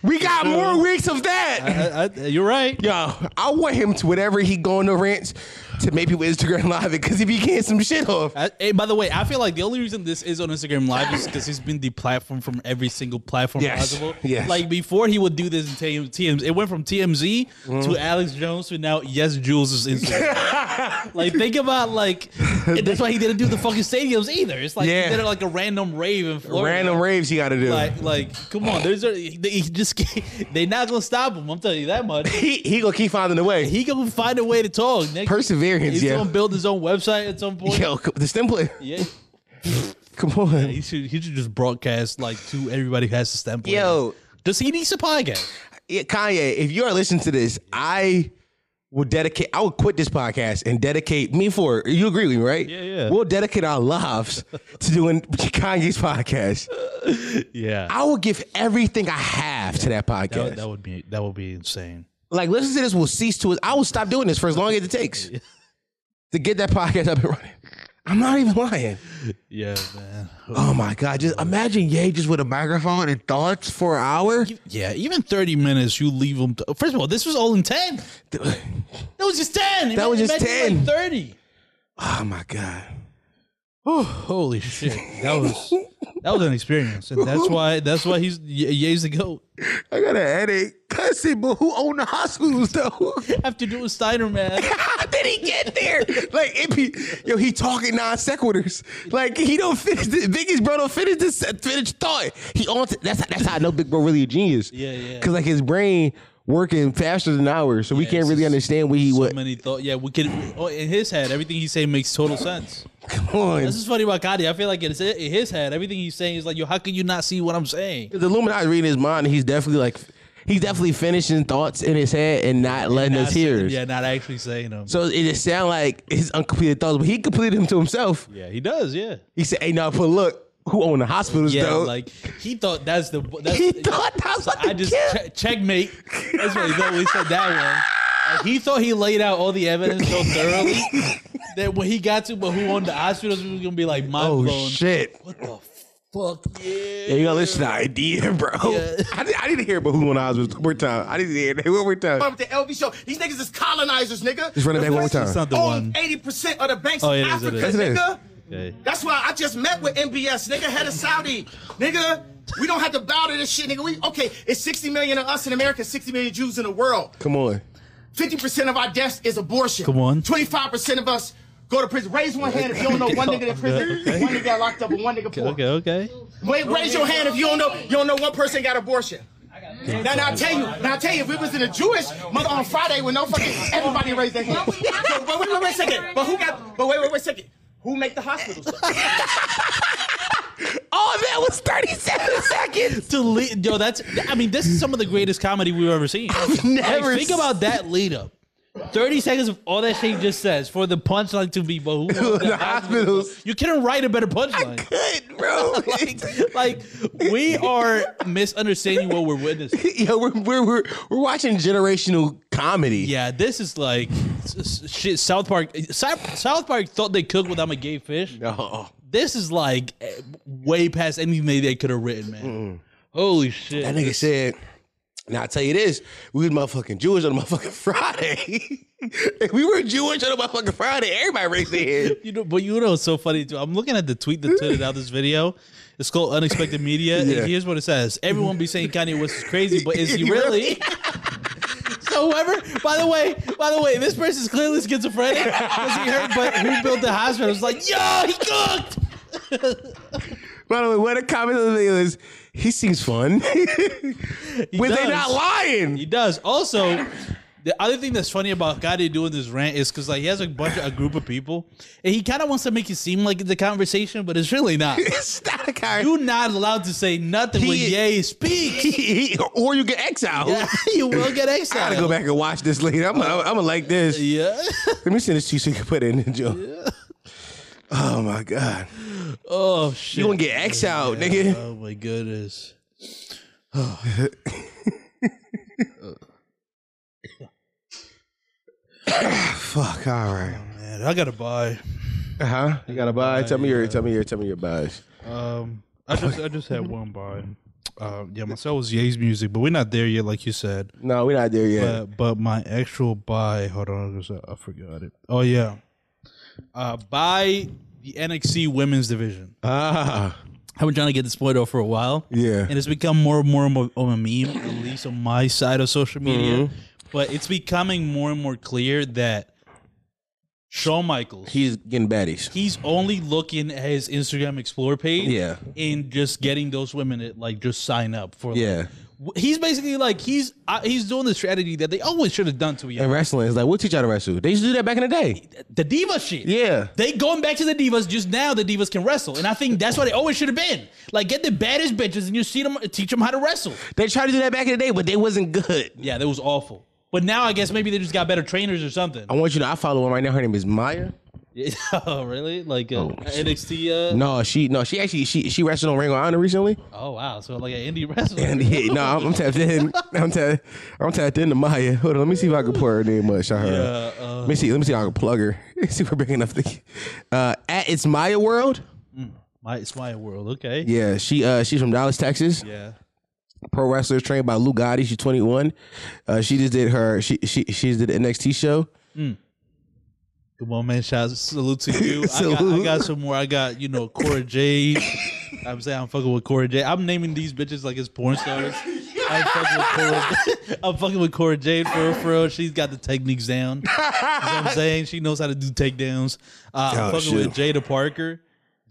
S5: We got more weeks of that.
S4: I, I, you're right.
S5: Yo, I want him to whatever he going to rants to make people Instagram live it because if he getting some shit off.
S4: I, hey, by the way, I feel like the only reason this is on Instagram Live is because he's been deplatformed from every single platform
S5: Yes,
S4: possible.
S5: yes.
S4: Like before, he would do this in TM, TMZ. It went from TMZ
S5: Mm-hmm.
S4: to Alex Jones to now Yes Jules is Instagram. like think about like and that's why he didn't do the fucking stadiums either. It's like
S5: Yeah.
S4: he did it like a random rave in Florida.
S5: Random raves he got to do.
S4: Like, like, come on! There's a, they he just can't- they not gonna stop him. I'm telling you that much.
S5: he he gonna keep finding a way.
S4: He gonna find a way to talk. Nick.
S5: Perseverance,
S4: He's
S5: yeah.
S4: gonna build his own website at some point.
S5: Yo, c- the stem play.
S4: Yeah.
S5: Come on.
S4: He should he should just broadcast like to everybody who has a stem. player.
S5: Yo.
S4: does he need a podcast?
S5: Yeah, Kanye, if you are listening to this, I will dedicate. I would quit this podcast and dedicate me for. it. You agree with me, right? Yeah, yeah. We'll dedicate our lives to doing Kanye's podcast.
S4: Yeah,
S5: I will give everything I have to that
S4: that, would-
S5: podcast.
S4: that would be that would be insane.
S5: like, listen to this. Will cease to. I will stop doing this for as long as it takes to get that podcast up and running. I'm not even lying.
S4: Yeah, man.
S5: Oh my god! Just imagine Ye just with a microphone and thoughts for an hour.
S4: Yeah, even thirty minutes, you leave them. To, first of all, this was all in ten.
S5: That
S4: was just ten.
S5: That was just
S4: Imagine,
S5: 10.
S4: like, Thirty.
S5: Oh my god!
S4: Oh, holy shit! That was that was an experience, and that's why that's why he's Ye- Ye's the goat.
S5: I got a headache. Cussing, but who owned the hospitals though?
S4: After doing Steiner, man.
S5: How did he get there? Like, it be, yo, he talking non sequiturs. Like, he don't finish. The, biggest bro don't finish this finish thought. He on. That's how- that's how I know Big Bro really a genius.
S4: Yeah, yeah.
S5: Cause like his brain working faster than ours, so we can't really understand what he
S4: So
S5: what.
S4: many thought. Yeah, we could. Oh, in his head, everything he's saying makes total sense.
S5: Come on.
S4: This is funny about Gotti. I feel like it's in his head. Everything he's saying is like, yo, how can you not see what I'm saying?
S5: The Illuminati reading his mind. He's definitely like, he's definitely finishing thoughts in his head and not letting
S4: Not
S5: us
S4: saying-
S5: hear.
S4: Yeah, not actually saying them.
S5: So it just sound like his uncompleted thoughts, but he completed them to himself.
S4: Yeah, he does. Yeah.
S5: He said, "Hey, now, but look, who owned the hospitals,
S4: Yeah,
S5: though?
S4: like he thought that's the. That's,
S5: He thought that was
S4: I just che- checkmate. That's what he thought. when He said that one. Like, he thought he laid out all the evidence so thoroughly that when he got to, but who owned the hospitals he was gonna be like mind
S5: oh
S4: blown.
S5: shit!
S4: What the fuck? Yeah.
S5: Yeah, you gotta listen to the idea, bro. I, need- I need to hear about who on Osmond one more time. I need to hear that one more time.
S4: Um,
S1: With the LV show, these niggas is colonizers, nigga.
S5: Just run it back one more time. It's not the
S1: Own 80% of the banks
S5: Oh,
S1: of
S5: it is, it
S1: Africa,
S5: is. Yes, it is.
S1: nigga. That's why I just met with MBS, nigga, head of Saudi. Nigga, we don't have to bow to this shit, nigga. We okay, it's 60 million of us in America, 60 million Jews in the world.
S5: Come on.
S1: 50% of our deaths is abortion.
S5: Come on.
S1: 25% of us go to prison. Raise one hand if you don't know one nigga in prison, one nigga got locked up, and one nigga poor.
S4: Okay. Okay.
S1: Wait, raise your hand if you don't know you don't know one person got abortion. Now, now I tell you, now I tell you, if we was in a Jewish mother on Friday with no fucking everybody raised their hand. So, but wait, wait, wait a second. But who got? But wait, wait, wait a second. Who make the hospitals?
S5: Oh, that was 37 seconds.
S4: to lead, yo, that's. I mean, this is some of the greatest comedy we've ever seen. Like,
S5: never
S4: think about that lead up. Thirty seconds of all that shit you just says for the punchline to be, but who won
S5: The hospitals.
S4: You couldn't write a better punchline. I
S5: could, bro.
S4: like, like, we are misunderstanding what we're witnessing.
S5: Yo, we're, we're we're we're watching generational comedy.
S4: Yeah, this is like s- s- shit. South Park. South South Park thought they cooked without a gay fish.
S5: No,
S4: this is like eh, way past anything they could have written, man. Holy shit!
S5: That nigga said. Now I tell you this, we was motherfucking Jewish on a motherfucking Friday. if we were Jewish on a motherfucking Friday, everybody raised their hand.
S4: You know, but you know, what's so funny too. I'm looking at the tweet that tweeted out this video. It's called Unexpected Media.
S5: Yeah.
S4: And here's what it says: Everyone be saying Kanye West is crazy, but is he really? so whoever, by the way, by the way, this person is clearly schizophrenic because he heard, but who built the hospital? It's like, yo, he cooked.
S5: By the way, what a comment of the video is. He seems fun.
S4: He
S5: Were they
S4: does.
S5: not lying?
S4: He does. Also, the other thing that's funny about Gotti doing this rant is because like he has a bunch of a group of people, and he kind of wants to make it seem like it's a conversation, but it's really not.
S5: it's not a conversation.
S4: You're not allowed to say nothing when Ye speaks,
S5: or you get exiled.
S4: Yeah, you will get
S5: I gotta go
S4: exiled.
S5: back and watch this later. I'm gonna I'm, i like this.
S4: Yeah.
S5: Let me send this to you so you can put it in the joke. Oh my god.
S4: Oh shit!
S5: You gonna get exiled,
S4: Yeah,
S5: nigga.
S4: Oh my goodness.
S5: Fuck. All right.
S4: Man, I gotta buy.
S5: Uh huh. You gotta buy. Tell me your. Tell me your. Tell me your buys.
S4: Um, I just I just had one buy. Um, yeah, my sale was Ye's music, but we're not there yet, like you said. Uh,
S5: No, we're not there yet.
S4: But, but my actual buy, hold on, 'cause I I forgot it. Oh yeah, uh, buy the NXT Women's Division.
S5: Ah,
S4: I've been trying to get this point out for a while.
S5: Yeah.
S4: and it's become more and more of a- of a meme, at least on my side of social media.
S5: Mhm.
S4: But it's becoming more and more clear that Shawn Michaels,
S5: He's getting baddies.
S4: he's only looking at his Instagram Explore page.
S5: Yeah.
S4: and just getting those women to like just sign up for. like-
S5: Yeah.
S4: W- he's basically like he's uh, he's doing the strategy that they always should have done to you.
S5: And wrestling is like, we'll teach you how to wrestle. They used to do that back in the day.
S4: The diva shit.
S5: Yeah.
S4: They going back to the divas just now. The divas can wrestle, and I think that's what they always should have been. Like get the baddest bitches and you see them teach them how to wrestle.
S5: They tried to do that back in the day, but they wasn't good.
S4: Yeah, that was awful. But now I guess maybe they just got better trainers or something.
S5: I want you to. I follow one right now. Her name is Maya.
S4: oh really? Like uh, NXT? Uh,
S5: No, she. No, she actually. She. She wrestled on Ring of Honor recently.
S4: Oh wow, so like an indie wrestler.
S5: And yeah, no, I'm, I'm tapped in. I'm tapped. I'm tapped into Maya. Hold on. Let me see if I can pour her name up. Shout her. out.
S4: Yeah, uh,
S5: let me see. Let me see if I can plug her. see if we're big enough to. Uh, at it's Maya World.
S4: My, it's my world. Okay.
S5: Yeah, she. Uh, she's from Dallas, Texas.
S4: Yeah.
S5: pro wrestler trained by Lou Gotti. She's 21. Uh, she just did her she she she did the NXT show.
S4: Mm. Good on, man. Shout salute to you. I, got, I
S5: Salute.
S4: got some more. I got you know Cora Jade. I'm saying I'm fucking with Cora Jade. I'm naming these bitches like it's porn stars. I'm fucking with Cora. I'm fucking with Cora Jade for real, for real. She's got the techniques down. You know what I'm saying she knows how to do takedowns. Uh, I'm
S5: Oh,
S4: fucking with Jada Parker.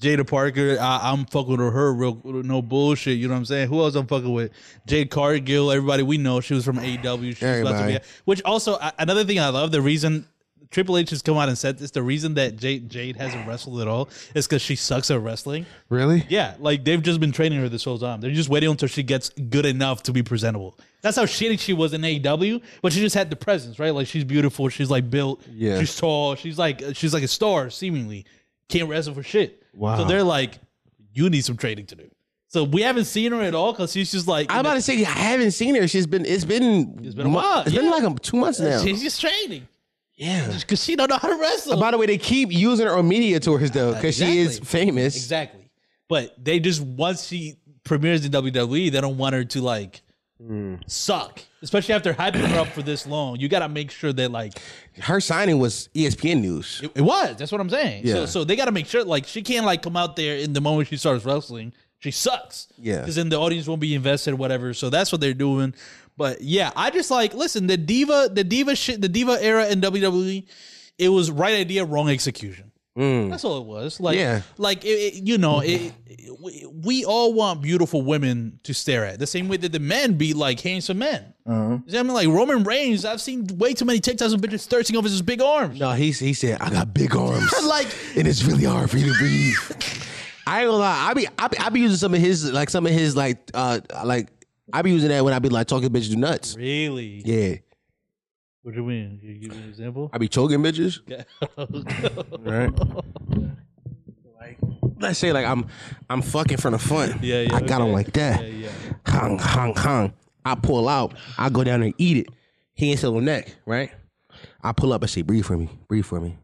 S4: Jada Parker, I, I'm fucking with her real no bullshit. You know what I'm saying? Who else I'm fucking with? Jade Cargill, everybody we know. She was from AW. She was about to be,
S5: Everybody.
S4: which also a- another thing I love. The reason Triple H has come out and said this, the reason that Jade, Jade hasn't wrestled at all is because she sucks at wrestling.
S5: Really?
S4: Yeah, like they've just been training her this whole time. They're just waiting until she gets good enough to be presentable. That's how shitty she was in AEW, but she just had the presence, right? Like she's beautiful, she's like built,
S5: Yeah.
S4: she's tall, she's like she's like a star seemingly. Can't wrestle for shit.
S5: Wow.
S4: So they're like, you need some training to do. So we haven't seen her at all because she's just like
S5: I'm about to say I haven't seen her. She's been it's been it's
S4: been a while,
S5: It's been
S4: yeah.
S5: like a, two months now.
S4: she's just training
S5: yeah. Uh,
S4: because she don't know how to wrestle.
S5: By the way, they keep using her on media tours though because she is
S4: Exactly.
S5: famous.
S4: Exactly. But they just once she premieres in WWE, they don't want her to like suck. Especially after hyping her up for this long. You gotta make sure that like
S5: Her signing was E ESPN news.
S4: it, it was. That's what I'm saying. So
S5: Yeah.
S4: so they gotta make sure like she can't like come out there in the moment she starts wrestling. She sucks.
S5: Yeah.
S4: Because then the audience won't be invested, whatever. So that's what they're doing. But yeah, I just like listen, E, the diva, the diva shit, the diva era in WWE, it was right idea, wrong execution.
S5: Mm.
S4: That's all it was. Like,
S5: Yeah.
S4: like it, it- you know, it, it- we- we all want beautiful women to stare at. The same way that the men be like handsome men.
S5: Uh-huh.
S4: You see what I mean? Like Roman Reigns, I've seen way too many TikToks of bitches thirsting over his big arms.
S5: No, he he said I got big arms.
S4: like
S5: and it's really hard for you to breathe. I ain't gonna lie. I be, I be I be using some of his like some of his like uh like I be using that when I be like talking bitches do nuts.
S4: really.
S5: Yeah,
S4: What do you mean? Can you give me an example?
S5: I be choking bitches. Right. Let's say like I'm I'm fucking from the front.
S4: Yeah, yeah,
S5: I got him
S4: okay.
S5: like that.
S4: Yeah,
S5: Hung, hung, hung. I pull out. I go down and eat it. He ain't still on neck, right? I pull up. I say, breathe for me. Breathe for me.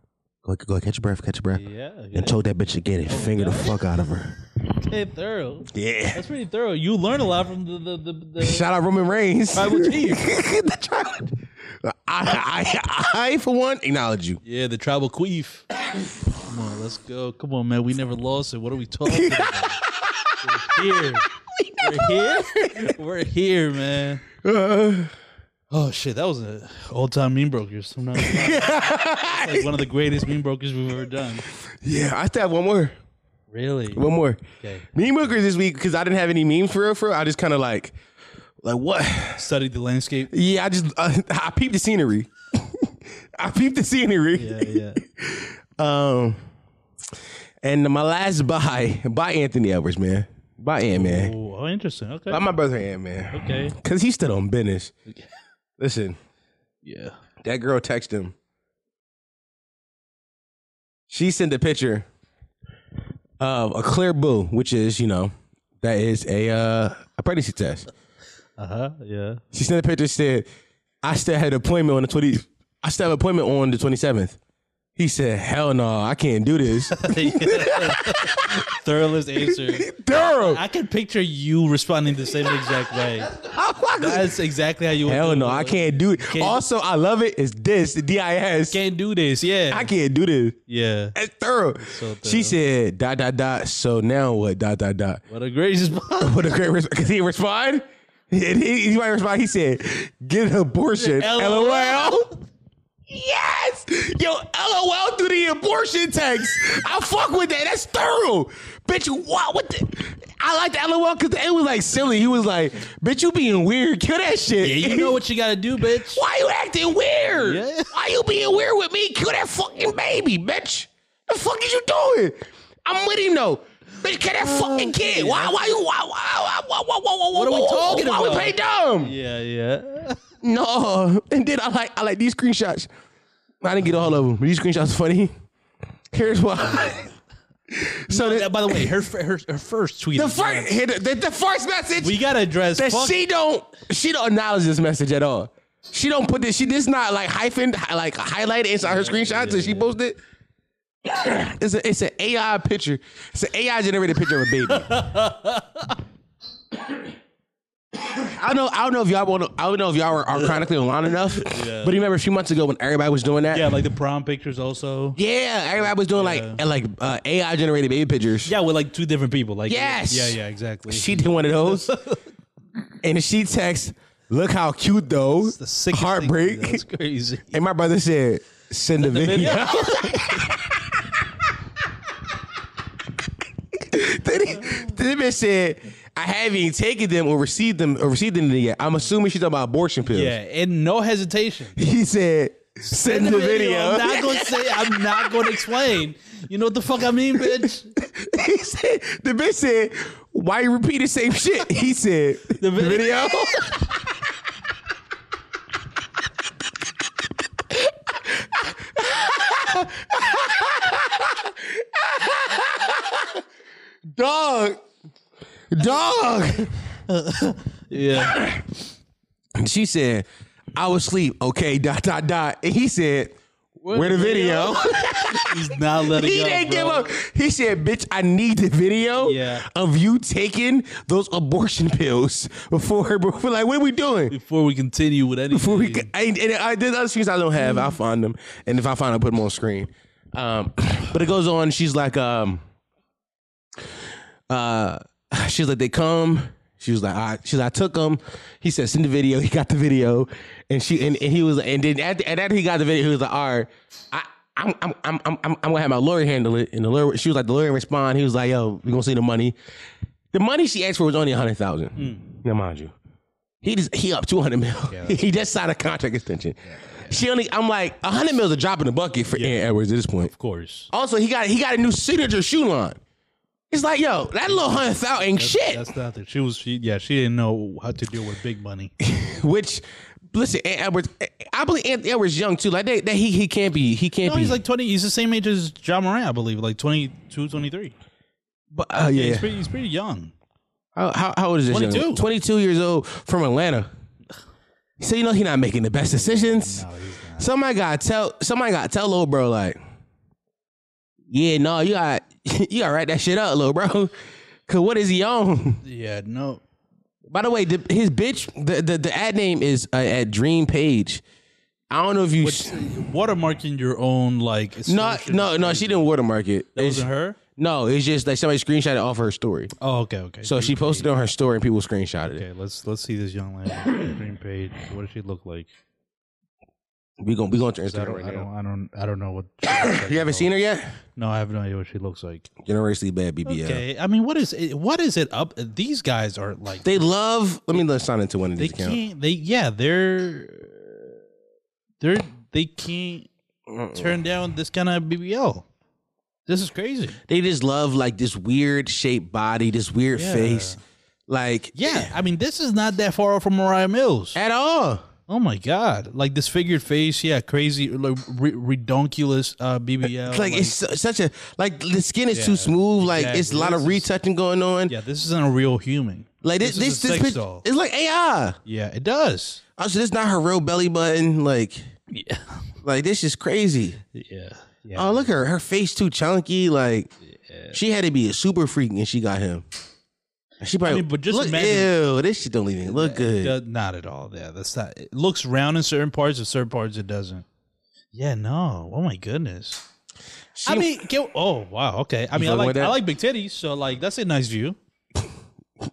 S5: Go, go catch your breath. Catch your breath.
S4: Yeah, yeah. Oh
S5: And choke that bitch again and finger the fuck out of her.
S4: Okay, thorough.
S5: Yeah.
S4: That's pretty thorough. You learn a lot from the the the, the
S5: Shout out Roman Reigns.
S4: tribal chief.
S5: The tribal- I, I, I, for one, acknowledge you.
S4: Yeah, the tribal queef. Come on, let's go. Come on, man. We never lost it. What are we talking about? We're here. We're here. We're here, man. oh shit, that was an all-time meme brokers. I'm not gonna lie. That's like one of the greatest meme brokers we've ever done.
S5: Yeah, I still have one more.
S4: Really?
S5: One more.
S4: Okay.
S5: Meme hookers this week because I didn't have any memes for real. For real, I just kind of like, like what?
S4: Studied the landscape.
S5: Yeah, I just uh, I peeped the scenery. I peeped the scenery.
S4: Yeah,
S5: yeah. um, and my last buy buy Anthony Edwards, man. Buy Ant Man.
S4: Oh, oh, interesting. Okay.
S5: Buy my brother Ant Man.
S4: Okay.
S5: Cause he stood on business. Listen.
S4: Yeah.
S5: That girl texted him. She sent a picture of a clear boo, which is, you know, that is a uh, a pregnancy test.
S4: Uh huh. Yeah.
S5: She sent a picture said, I still had an appointment on the twenty I still have an appointment on the twenty seventh. He said, Hell no, I can't do this.
S4: Thoroughest answer.
S5: Thorough.
S4: I can picture you responding the same exact way. That's exactly how you. would
S5: Hell
S4: do
S5: no,
S4: it.
S5: I can't do it. also, I love it. It's this, the DIS.
S4: Can't do this, yeah.
S5: I can't do this.
S4: Yeah.
S5: It's thorough. She said, dot, dot, dot. So now what? Dot, dot, dot.
S4: What a great response.
S5: what a great response. Because he respond. And he, he might respond. He said, get an abortion. LOL. Yes. Yo, LOL through the abortion text. I fuck with that. That's thorough. Bitch, what? What the? I like the LOL because it was like silly. He was like, bitch, you being weird. Kill that shit.
S4: Yeah, you know what you gotta do, bitch.
S5: Why you acting weird?
S4: Yeah.
S5: Why you being weird with me? Kill that fucking baby, bitch. The fuck is you doing? I'm with him though. Bitch, kill that fucking kid. Why? Why you? Why? Why? Why? Why? Why? Why? Why?
S4: Oh, What are we
S5: why-
S4: talking
S5: why
S4: about?
S5: we play dumb?
S4: Yeah, yeah.
S5: No. And then I like I like these screenshots. I didn't get all of them. These screenshots funny. Here's why. so
S4: that, by the way, her her, her first tweet.
S5: The
S4: is
S5: first,
S4: nuts.
S5: the, the first message.
S4: We gotta address
S5: that
S4: fuck-
S5: she don't she don't acknowledge this message at all. She don't put this. She this not like hyphen like highlighted inside her screenshots that she posted. It's a it's an AI picture. It's an AI generated picture of a baby. I don't know. I don't know if y'all want. to I don't know if y'all are, are chronically online enough.
S4: Yeah.
S5: But you remember a few months ago when everybody was doing that.
S4: yeah, like the prom pictures also.
S5: Yeah, everybody was doing like like uh, AI generated baby pictures.
S4: Yeah, with like two different people. Like
S5: Yes.
S4: yeah, yeah, exactly.
S5: She did one of those. and she texts, look how cute though. Heartbreak.
S4: That's crazy.
S5: And my brother said, send a video. then, he, then the bitch said, I haven't even taken them or received them or received them yet. I'm assuming she's talking about abortion pills.
S4: Yeah, and no hesitation.
S5: He said, send, the video.
S4: I'm not gonna say. I'm not gonna explain. You know what the fuck I mean, bitch.
S5: he said, the bitch said, why you repeat the same shit? He said, the video. Dog. Dog.
S4: yeah.
S5: She said, I was asleep. Okay, dot, dot, dot. And he said, where, the video?
S4: He's not letting
S5: he
S4: up,
S5: didn't
S4: bro.
S5: give up. He said, "Bitch, I need the video
S4: Yeah.
S5: of you taking those abortion pills before her." Before, like, what are we doing?
S4: Before we continue with anything,
S5: before we, I, and I, there's other screens I don't have. I'll find them, and if I find, them, I'll put them on screen. Um, but it goes on. She's like, um, uh, she's like, they come. She was like, I, she's like, I took them. He said, send the video. He got the video, and she and, and he was, and then at, the, and after he got the video, he was like, all right, I. I'm, I'm, I'm, I'm, I'm gonna have my lawyer handle it. And the lawyer, she was like, the lawyer respond. He was like, yo, we gonna see the money. The money she asked for was only a hundred thousand. Now mind you, he just he up two hundred mil. he just signed a contract extension. She only, I'm like, a hundred mil is a drop in the bucket for Aaron Edwards at this point. Of
S4: course.
S5: Also, he got he got a new signature shoe line. It's like, yo, that little hundred thousand ain't
S4: That's-
S5: shit.
S4: That's not the She was she yeah, she didn't know how to deal with big money.
S5: Which, listen, Ant Edwards, I believe Anthony Edwards young too. Like they, they, he he can't be he can't
S4: No,
S5: be.
S4: he's like 20. He's the same age as John Moran, I believe, like 22, 23.
S5: But uh, yeah,
S4: he's pretty, he's pretty young.
S5: how, how how old is this?
S4: 22.
S5: Twenty two years old from Atlanta. So you know he not making the best decisions. Somebody got to tell somebody got to tell little bro like, yeah, no, you got you got to write that shit up, little bro. Cause what is he on?
S4: Yeah, no.
S5: By the way, the, his bitch, the, the the ad name is uh, at Dream Page. I don't know if you.
S4: watermarking your own like.
S5: No, no, no. She didn't watermark it. That
S4: wasn't her.
S5: No, it's just like somebody screenshot it off her story.
S4: Oh, okay, okay.
S5: So she posted it on her story and people screenshotted it.
S4: Okay, let's let's see this young lady. Green page. What does she look like?
S5: We gonna we going to
S4: 'Cause I
S5: Instagram
S4: don't,
S5: right
S4: I don't,
S5: now.
S4: I don't I don't know what.
S5: you haven't seen her yet.
S4: No, I have no idea what she looks like.
S5: Generationally bad BBL.
S4: Okay, I mean, what is it, what is it up? These guys are like
S5: They love. Let me let's sign into one of
S4: they
S5: these accounts.
S4: can't. They yeah, they're they're they can't turn down this kind of BBL. This is crazy.
S5: They just love like this weird shaped body, this weird
S4: Yeah.
S5: face. Like
S4: Yeah, I mean, this is not that far off from Mariah Mills
S5: at all.
S4: Oh my god! Like disfigured face, yeah, crazy, like, re- redonkulous uh, BBL.
S5: Like, it's su- such a like the skin is too
S4: Yeah,
S5: smooth. Like it's a
S4: exactly.
S5: lot of retouching going on.
S4: yeah, this isn't a real human.
S5: Like this,
S4: is
S5: this,
S4: a
S5: this,
S4: sex
S5: pic-
S4: doll.
S5: it's like AI.
S4: Yeah, it does.
S5: Also, this not her real belly button. Like, yeah. like this is crazy.
S4: Yeah.
S5: Oh, look at her. Her face too chunky. Like, she had to be a super freak and she got him. She probably.
S4: mean, but just
S5: look,
S4: imagine-
S5: ew, this shit don't even look good.
S4: It do- not at all. Yeah, that's not. It looks round in certain parts, and certain parts it doesn't. Yeah, no. Oh my goodness. I mean, get, oh wow, okay. I
S5: You
S4: mean, I
S5: fucking with
S4: like
S5: that?
S4: I like big titties, so like that's a nice view.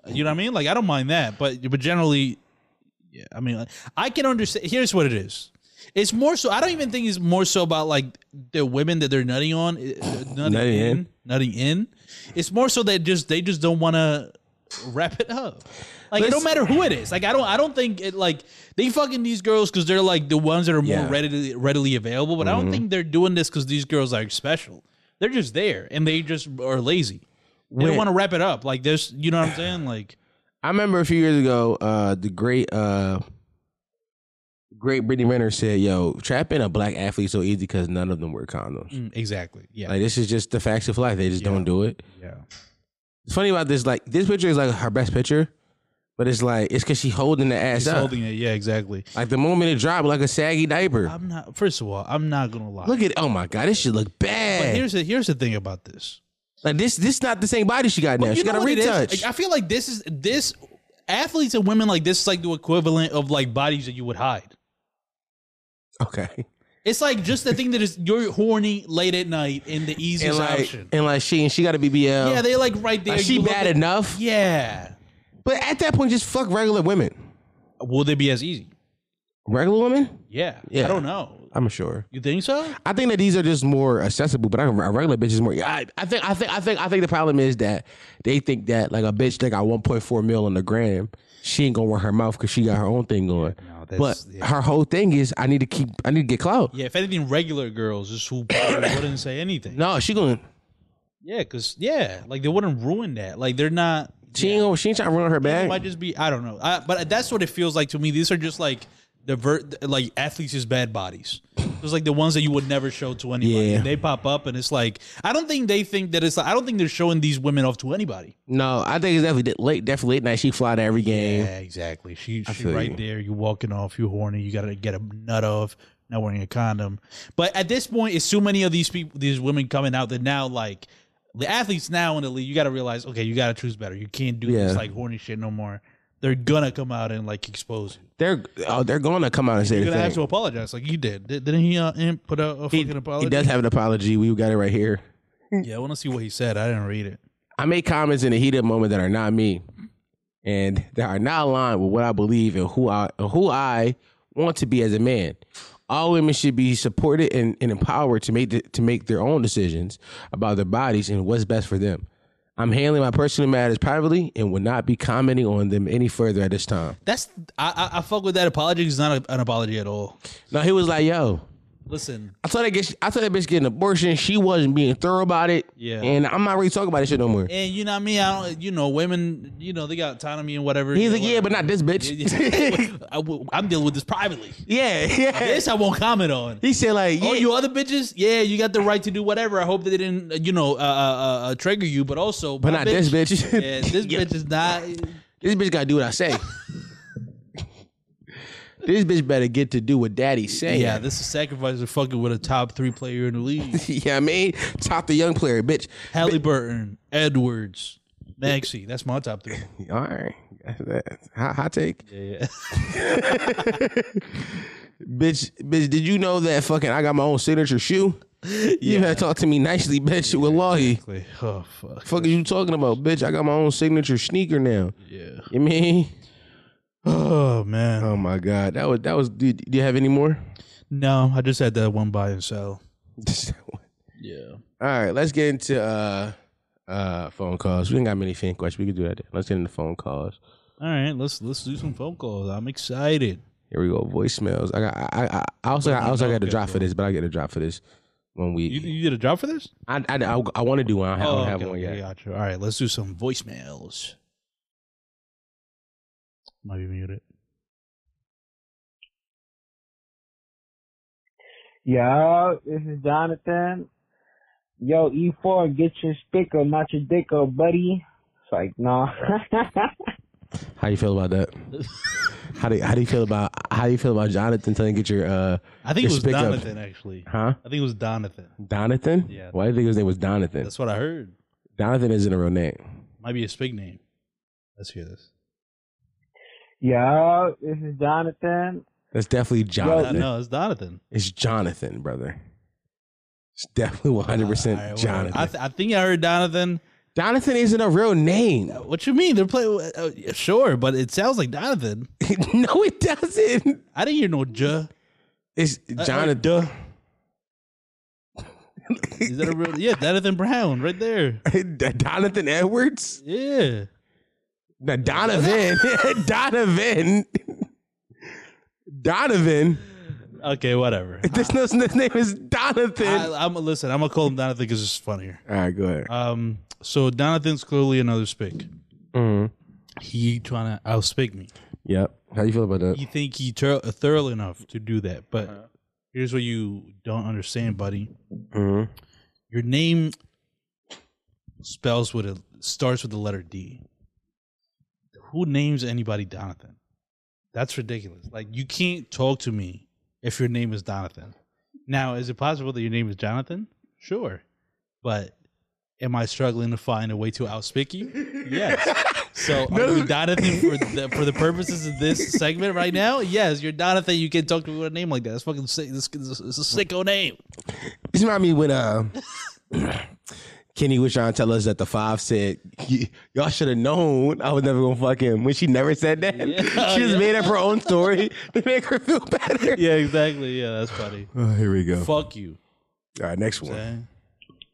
S4: you know what I mean? Like I don't mind that, but but generally, yeah. I mean, like, I can understand. Here's what it is. It's more so. I don't even think it's more so about like the women that they're nutting on, eh, eh, nutting,
S5: Nutting
S4: in,
S5: in.
S4: nutting in. It's more so that just they just don't want to wrap it up. Like it don't matter who it is. Like I don't I don't think it like they fucking these girls because they're like the ones that are more
S5: Yeah.
S4: readily readily available. But I don't
S5: Mhm.
S4: think they're doing this because these girls are special. They're just there and they just are lazy. They
S5: When-
S4: don't want to wrap it up. Like there's you know what I'm saying. Like
S5: I remember a few years ago, uh, the great, uh, great Brittany Renner said, "Yo, trapping a black athlete so easy because none of them wear condoms.
S4: mm, exactly. Yeah.
S5: Like this is just the facts of life. They just don't do it."
S4: yeah.
S5: It's funny about this. Like this picture is like her best picture, but it's like it's because she holding the ass
S4: She's
S5: up.
S4: holding it. Yeah. Exactly.
S5: like the moment it dropped, like a saggy diaper.
S4: I'm not. First of all, I'm not gonna lie.
S5: Look at oh my god, this shit look
S4: But
S5: bad.
S4: here's the here's the thing about this.
S5: like this, this not the same body she got now.
S4: But
S5: She
S4: you
S5: got
S4: know
S5: a
S4: what it is?
S5: retouch.
S4: Like, I feel like this is this athletes and women like this is like the equivalent of like bodies that you would hide.
S5: okay,
S4: It's like just the thing that is you're horny late at night and the
S5: and
S4: easiest
S5: like
S4: option.
S5: and like she and she got a BBL.
S4: Yeah, they like right there.
S5: Like, she
S4: You look
S5: bad
S4: at-
S5: enough.
S4: Yeah.
S5: But at that point, just fuck regular women.
S4: Will they be as easy?
S5: Regular women?
S4: Yeah.
S5: Yeah.
S4: I don't know.
S5: I'm sure.
S4: You think so?
S5: I think that these are just more accessible, but I, a regular bitch is more. I, I think. I think. I think. I think the problem is that they think that like a bitch that got 1.4 mil on the gram, she ain't gonna run her mouth because she got her own thing going. but her whole thing is, I need to keep. I need to get clout.
S4: Yeah. If anything, regular girls just who probably wouldn't say anything.
S5: No, she gonna.
S4: Yeah, because yeah, like they wouldn't ruin that. Like they're not.
S5: She ain't. Gonna, she ain't trying to ruin her
S4: It
S5: bag.
S4: might just be. I don't know. I, but that's what it feels like to me. These are just like the ver- like athletes' just bad bodies. It's like the ones that you would never show to anybody.
S5: Yeah.
S4: And they pop up, and it's like I don't think they think that it's. I don't think they're showing these women off to anybody.
S5: No, I think it's definitely late. Definitely late night. She fly to every game.
S4: Yeah, exactly. She,
S5: I
S4: she
S5: feel
S4: right
S5: you.
S4: there. You walking off. You horny. You gotta get a nut off. Not wearing a condom. But at this point, it's so many of these people, these women coming out that now like the athletes now in the league. You gotta realize, okay, you gotta choose better. You can't do
S5: Yeah.
S4: this like horny shit no more. They're gonna come out and like expose you.
S5: They're oh, they're gonna come out and say
S4: You're
S5: the
S4: gonna have to
S5: thing.
S4: apologize, like you did. Did- Didn't he uh, imp- put out a fucking apology?
S5: He does have an apology. We got it right here.
S4: Yeah, I want to see what he said. I didn't read it.
S5: I make comments in the heat of the moment that are not me, and that are not aligned with what I believe and who I and who I want to be as a man. all women should be supported and, and empowered to make the, to make their own decisions about their bodies and what's best for them. I'm handling my personal matters privately and will not be commenting on them any further at this time.
S4: That's I I, I fuck with that apology. It's not a, an apology at all.
S5: No, he was like, "Yo,
S4: Listen,
S5: I thought that get, I thought that bitch getting an abortion. She wasn't being thorough about it.
S4: Yeah.
S5: and I'm not really talking about this shit no more."
S4: and you know what I mean. I don't. You know, women. You know, they got autonomy and whatever.
S5: He's
S4: you know,
S5: like, "Yeah, but not this bitch."
S4: whatever. I, am dealing with this privately.
S5: Yeah, yeah.
S4: This I won't comment on.
S5: He said like,
S4: "Oh, you other bitches? Yeah, you got the right to do whatever. I hope that they didn't, uh, you know, uh, uh, uh, trigger you, but also,
S5: But
S4: my
S5: not this bitch.
S4: yeah, this bitch is not.
S5: This bitch gotta do what I say. this bitch better get to do what daddy say.
S4: yeah, this is sacrifice of fucking with a top three player in the league.
S5: yeah, I mean, top the young player, bitch.
S4: Halliburton, Edwards, Maxie. That's my top three.
S5: All right, That's hot, hot take.
S4: Yeah,
S5: bitch, bitch. Did you know that fucking I got my own signature shoe? You better talk to me nicely, bitch. with Wallahi.
S4: yeah. oh fuck.
S5: Fuck is you talking about, bitch? I got my own signature sneaker now.
S4: Yeah.
S5: You mean?
S4: Oh man.
S5: Oh my god. That was that was. Do, do you have any more?
S4: No, I just had that one buy and sell. Yeah.
S5: All right, let's get into uh uh phone calls. We ain't got many fan questions. We can do that. then. Let's get into phone calls.
S4: All right, let's let's do some phone calls. I'm excited.
S5: Here we go. Voicemails. I got. I I, I also got, I also got a drop for this, but I get a drop for this when we.
S4: You, Oh, you did a job for this?
S5: I I, I, want to do one. I don't have one yet.
S4: Gotcha. All right, let's do some voicemails. Might be muted.
S11: Yo, this is Jonathan. Yo, E4, get your stick up, not your dick up, buddy. It's like, nah.
S5: How you feel about that? how do you, how do you feel about how do you feel about Jonathan telling you to get your uh?
S4: I think
S5: your
S4: it was
S5: spick up?
S4: Donathan actually.
S5: Huh?
S4: I think it was Donathan.
S5: Donathan?
S4: Yeah.
S5: Why do you think his name was Donathan?
S4: That's what I heard.
S5: Donathan isn't a real name.
S4: Might be a spig name. Let's hear this.
S11: Yo, this is Jonathan.
S5: That's definitely Jonathan.
S4: No, no, it's Donathan.
S5: It's Jonathan, brother. It's definitely one hundred percent Jonathan.
S4: I, th- I think I heard Donathan.
S5: Donathan isn't a real name.
S4: What you mean? They're playing. Uh, sure, but it sounds like Donathan.
S5: no, it doesn't.
S4: I didn't hear no J.
S5: It's
S4: Uh,
S5: Jonathan.
S4: Is that a real? Yeah, Donathan Brown, right there.
S5: Donathan Edwards.
S4: Yeah.
S5: Now Donovan. Donovan. Donovan.
S4: Okay, whatever.
S5: This, this, this name is Donathan.
S4: I, I'm listen. I'm gonna call him Donathan because it's funnier.
S5: All right, go ahead.
S4: Um, so Donathan's clearly another spick. He trying to outspick me.
S5: Yep. How you feel about that?
S4: You think he ter- thorough enough to do that, but here's what you don't understand, buddy.
S5: Mhm.
S4: Your name spells with a starts with the letter D. Who names anybody Donathan? That's ridiculous. Like you can't talk to me if your name is Donathan. Now, is it possible that your name is Jonathan? Sure. But am I struggling to find a way to outspick you? Yes. So are you Donathan for the, for the purposes of this segment right now? Yes, you're Donathan. You can talk to me with a name like that. That's fucking sick. This, this, this is a sicko name.
S5: This remind me when uh, Kenny was trying to tell us that the five said "Y- y'all should have known I was never gonna fuck him when she never said that. she just
S4: yeah.
S5: made up her own story to make her feel better.
S4: Yeah, exactly. Yeah, that's funny.
S5: Oh, here we go.
S4: Fuck you.
S5: All right, next one.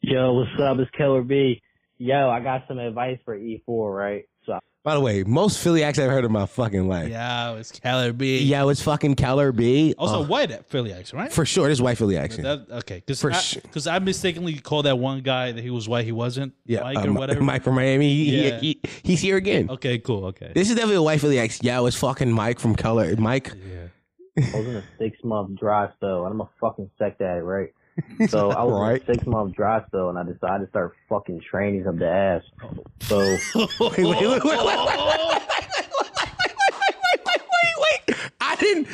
S14: Yo, what's up? It's Killer B. Yo, I got some advice for E4, right? So,
S5: By the way, most Philly accents I've heard in my fucking life.
S4: Yeah, it's Keller B.
S5: Yeah, it's fucking Keller B.
S4: Also,
S5: Oh,
S4: white at Philly accent, right?
S5: for sure, this white Philly accent.
S4: That, okay,
S5: For
S4: because
S5: sure.
S4: because I, mistakenly called that one guy that he was white, he wasn't.
S5: Yeah,
S4: Mike
S5: uh,
S4: or
S5: Mi-
S4: whatever.
S5: Mike from Miami. He,
S4: Yeah.
S5: he, he- he's here again.
S4: Okay, cool. Okay,
S5: This is definitely a white Philly accent. Yeah, it's fucking Mike from Keller. Mike.
S14: I was in a six month dry spell, and I'm a fucking sex addict, right? So, I was in a six month dry spell, and I decided to start fucking training up the ass. So,
S5: I didn't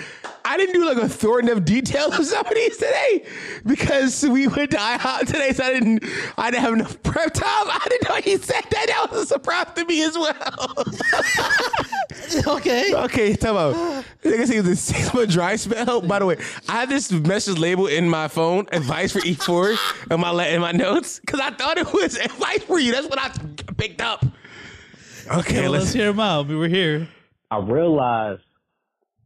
S5: I didn't do like a Thornton of details of some of these today because we went to IHOP today, so I didn't I didn't have enough prep time. I didn't know he said that. That was a surprise to me as well.
S4: okay.
S5: Okay, talk about like I said, the six month dry spell. By the way, I have this message label in my phone, advice for E4 in my la- in my notes. Cause I thought it was advice for you. That's what I picked up. Okay,
S4: Well,
S5: let's
S4: let's hear him out. We were here.
S14: I realized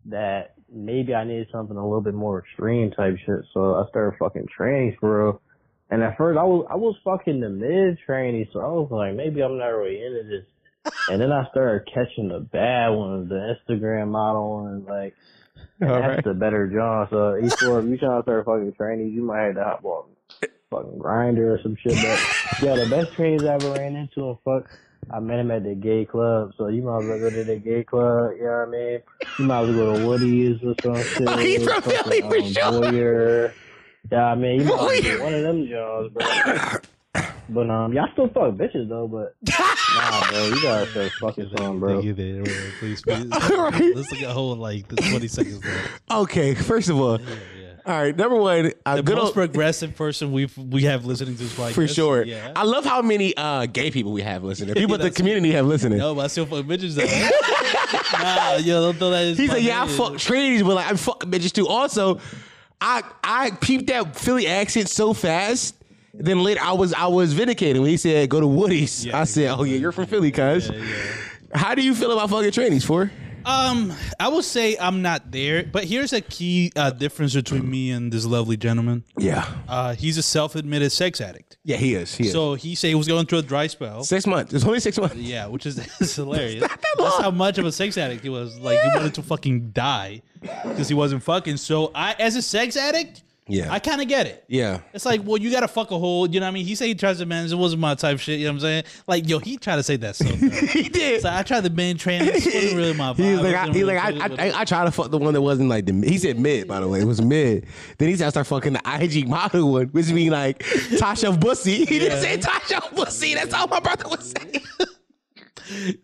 S14: that maybe I needed something a little bit more extreme type shit. So I started fucking training for real. And at first I was I was fucking the mid training, so I was like, maybe I'm not really into this. And then I started catching the bad ones, the Instagram model and like and
S15: All
S14: that's
S15: right.
S14: the better John. So E4, if you trying to start fucking training, you might have to hop on fucking grinder or some shit. But yeah, the best trainers I ever ran into and fuck, I met him at the gay club. So you might as well go to the gay club. You know what I mean? You might as well go to Woody's or some shit.
S15: Oh, he from Philly for
S14: fucking,
S15: sure.
S14: Boyer. Yeah, I mean, you might as well go to one of them Johns, bro. But um, y'all still fuck bitches though. But nah, bro, you gotta start fucking some, bro.
S4: Thank you, there, please, please. Let's look at whole like the twenty seconds left.
S5: Okay, first of all, all right. Number one, uh,
S4: The
S5: good
S4: most
S5: old-
S4: progressive person we we have listening to this podcast
S5: for sure.
S4: Yeah.
S5: I love how many uh, gay people we have listening. People in the
S4: That's-
S5: community have listening.
S4: No, but I still fuck bitches. though. nah, yo, don't throw that. in
S5: He's
S4: my
S5: like, yeah, I
S4: head.
S5: fuck trinities, but like I fuck bitches too. Also, I I peeped that Philly accent so fast. Then later, I was I was vindicated when he said go to Woody's. I said, oh yeah, you're from Philly, cuz. How do you feel about fucking trinities? For
S4: Um, I would say I'm not there, but here's a key uh, difference between me and this lovely gentleman.
S5: Yeah.
S4: Uh, he's a self-admitted sex addict.
S5: yeah, he is. He is.
S4: So he said he was going through a dry spell.
S5: Six months. It's only six months.
S4: Yeah, which is it's hilarious. That's how much of a sex addict he was. Like he wanted to fucking die because he wasn't fucking. So I, as a sex addict,
S5: Yeah.
S4: I kind of get it.
S5: yeah.
S4: It's like, well, you gotta fuck a hole. You know what I mean? He said he tries to manage. It wasn't my type shit. You know what I'm saying? Like, yo, he tried to say that. So he
S5: did.
S4: So I tried to bend trans. It wasn't really my vibe.
S5: He's like,
S4: It
S5: I,
S4: wasn't
S5: he's
S4: really
S5: like, I,
S4: cool.
S5: I, I, I try to fuck the one that wasn't like the. He said mid, by the way, it was mid. Then he said I start fucking the IG model one, which mean like Tasha Bussy. He didn't say Tasha Bussy. That's all my brother was saying.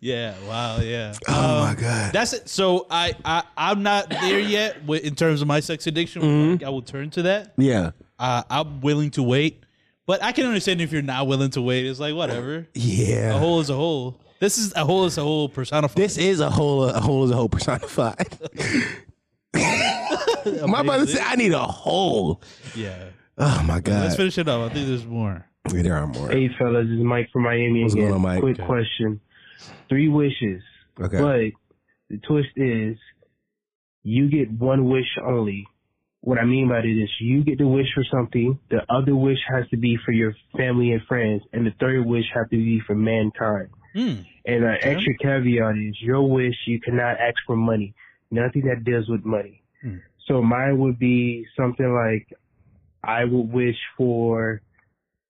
S4: Yeah. Wow. Yeah.
S5: Oh, my God.
S4: That's it. So I, I I'm not there yet wi- in terms of my sex addiction. Like, I will turn to that.
S5: Yeah.
S4: Uh, I'm willing to wait, but I can understand if you're not willing to wait. It's like whatever.
S5: Yeah.
S4: A hole is a hole. This is a hole is a hole personified.
S5: This is a whole a whole is a whole personified. my brother said I need a hole.
S4: Yeah.
S5: Oh my
S4: Let's
S5: god.
S4: finish it up. I think there's more.
S5: Yeah, there are more.
S16: Hey fellas, this is Mike from Miami
S5: What's
S16: again.
S5: going on, Mike?
S16: Quick
S5: Okay.
S16: question. Three wishes.
S5: Okay.
S16: But the twist is you get one wish only. What I mean by that is you get the wish for something, the other wish has to be for your family and friends, and the third wish has to be for mankind.
S17: Hmm.
S16: And an
S15: Okay.
S16: extra caveat is your wish you cannot ask for money. Nothing that deals with money.
S15: Hmm.
S16: So mine would be something like I would wish for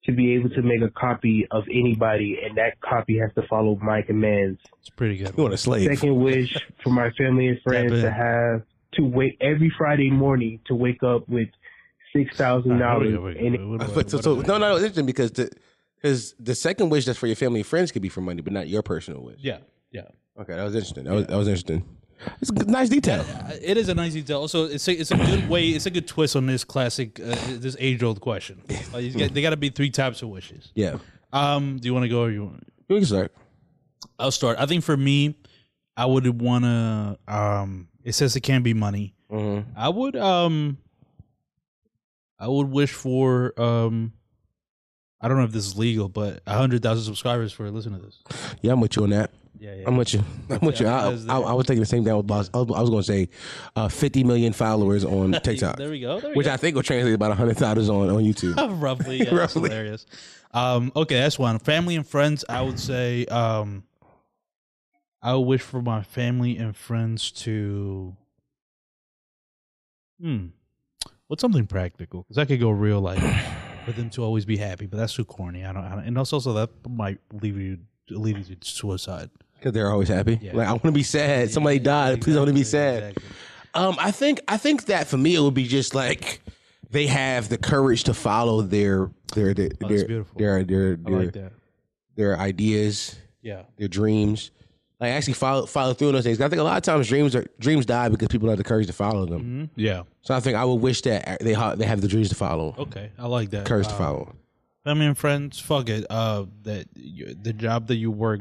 S16: to be able to make a copy of anybody, and that copy has to follow my commands.
S4: It's pretty good.
S5: You want a slave?
S16: Second wish for my family and friends to have to wait every Friday morning to wake up with six thousand dollars.
S5: But so, so no, no, no, it's interesting because the because the second wish that's for your family and friends could be for money, but not your personal wish.
S4: Yeah. Yeah.
S5: Okay, that was interesting. That was that was interesting. It's a good- nice detail.
S4: Uh, It is a nice detail. Also, it's a, it's a good way. It's a good twist on this classic, uh, this age old question. Like, you got- they got to be three types of wishes.
S5: Yeah.
S4: Um, do you want to go or you want?
S5: You can start.
S4: I'll start. I think for me, I would want to. Um, it says it can't be money. I would. Um, I would wish for. Um, I don't know if this is legal, but hundred thousand subscribers for listening to this.
S5: Yeah, I'm with you on that.
S4: Yeah, yeah.
S5: I'm with you. I'm with you.
S4: Yeah, I
S5: I,
S4: was
S5: I,
S4: there.
S5: I was thinking the same thing with boss. I was, I was going to say uh, 50 million followers on TikTok.
S4: There we go, there we
S5: which
S4: go.
S5: I think will translate about 100 dollars on on YouTube.
S4: Roughly, yeah, that's
S5: Roughly.
S4: hilarious. Um, okay, that's one. Family and friends, I would say. Um, I would wish for my family and friends to. Hmm. What's something practical? Because I could go real life for them to always be happy, but that's too corny. I don't. I don't and also, also that might leave you lead you to suicide.
S5: Because they're always happy. Like I want to be sad. Somebody died. Please don't let me be sad. Um, I think I think that for me it would be just like they have the courage to follow their their their
S4: Oh, I
S5: their, their their their,
S4: like that.
S5: their ideas.
S4: Yeah.
S5: Their dreams. Like actually follow follow through on those things. I think a lot of times dreams are dreams die because people don't have the courage to follow them.
S4: Yeah.
S5: So I think I would wish that they ha- they have the dreams to follow.
S4: Okay, I like that.
S5: Courage to
S4: Um,
S5: follow.
S4: Family and friends, fuck it. Uh, that you, the job that you work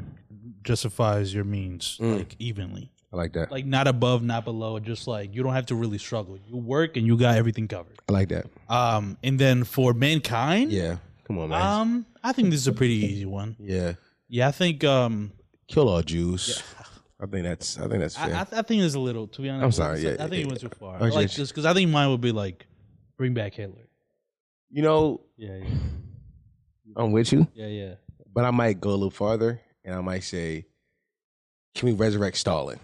S4: justifies your means
S5: Mm.
S4: like evenly.
S5: I like that.
S4: Like not above, not below. Just like you don't have to really struggle. You work and you got everything covered.
S5: I like that.
S4: Um, and then for mankind,
S5: yeah, come on, man.
S4: Um, I think this is a pretty easy one.
S5: Yeah,
S4: yeah, I think um,
S5: kill all Jews. I think that's. I think that's
S4: I,
S5: fair.
S4: I, I think it's a little, to be honest.
S5: I'm sorry, yeah,
S4: I think
S5: yeah,
S4: it went
S5: yeah.
S4: too far.
S5: Okay.
S4: Like just because I think mine would be like, bring back Hitler.
S5: you know,
S4: Yeah, yeah,
S5: I'm with you,
S4: yeah, yeah.
S5: but I might go a little farther, and I might say, can we resurrect Stalin?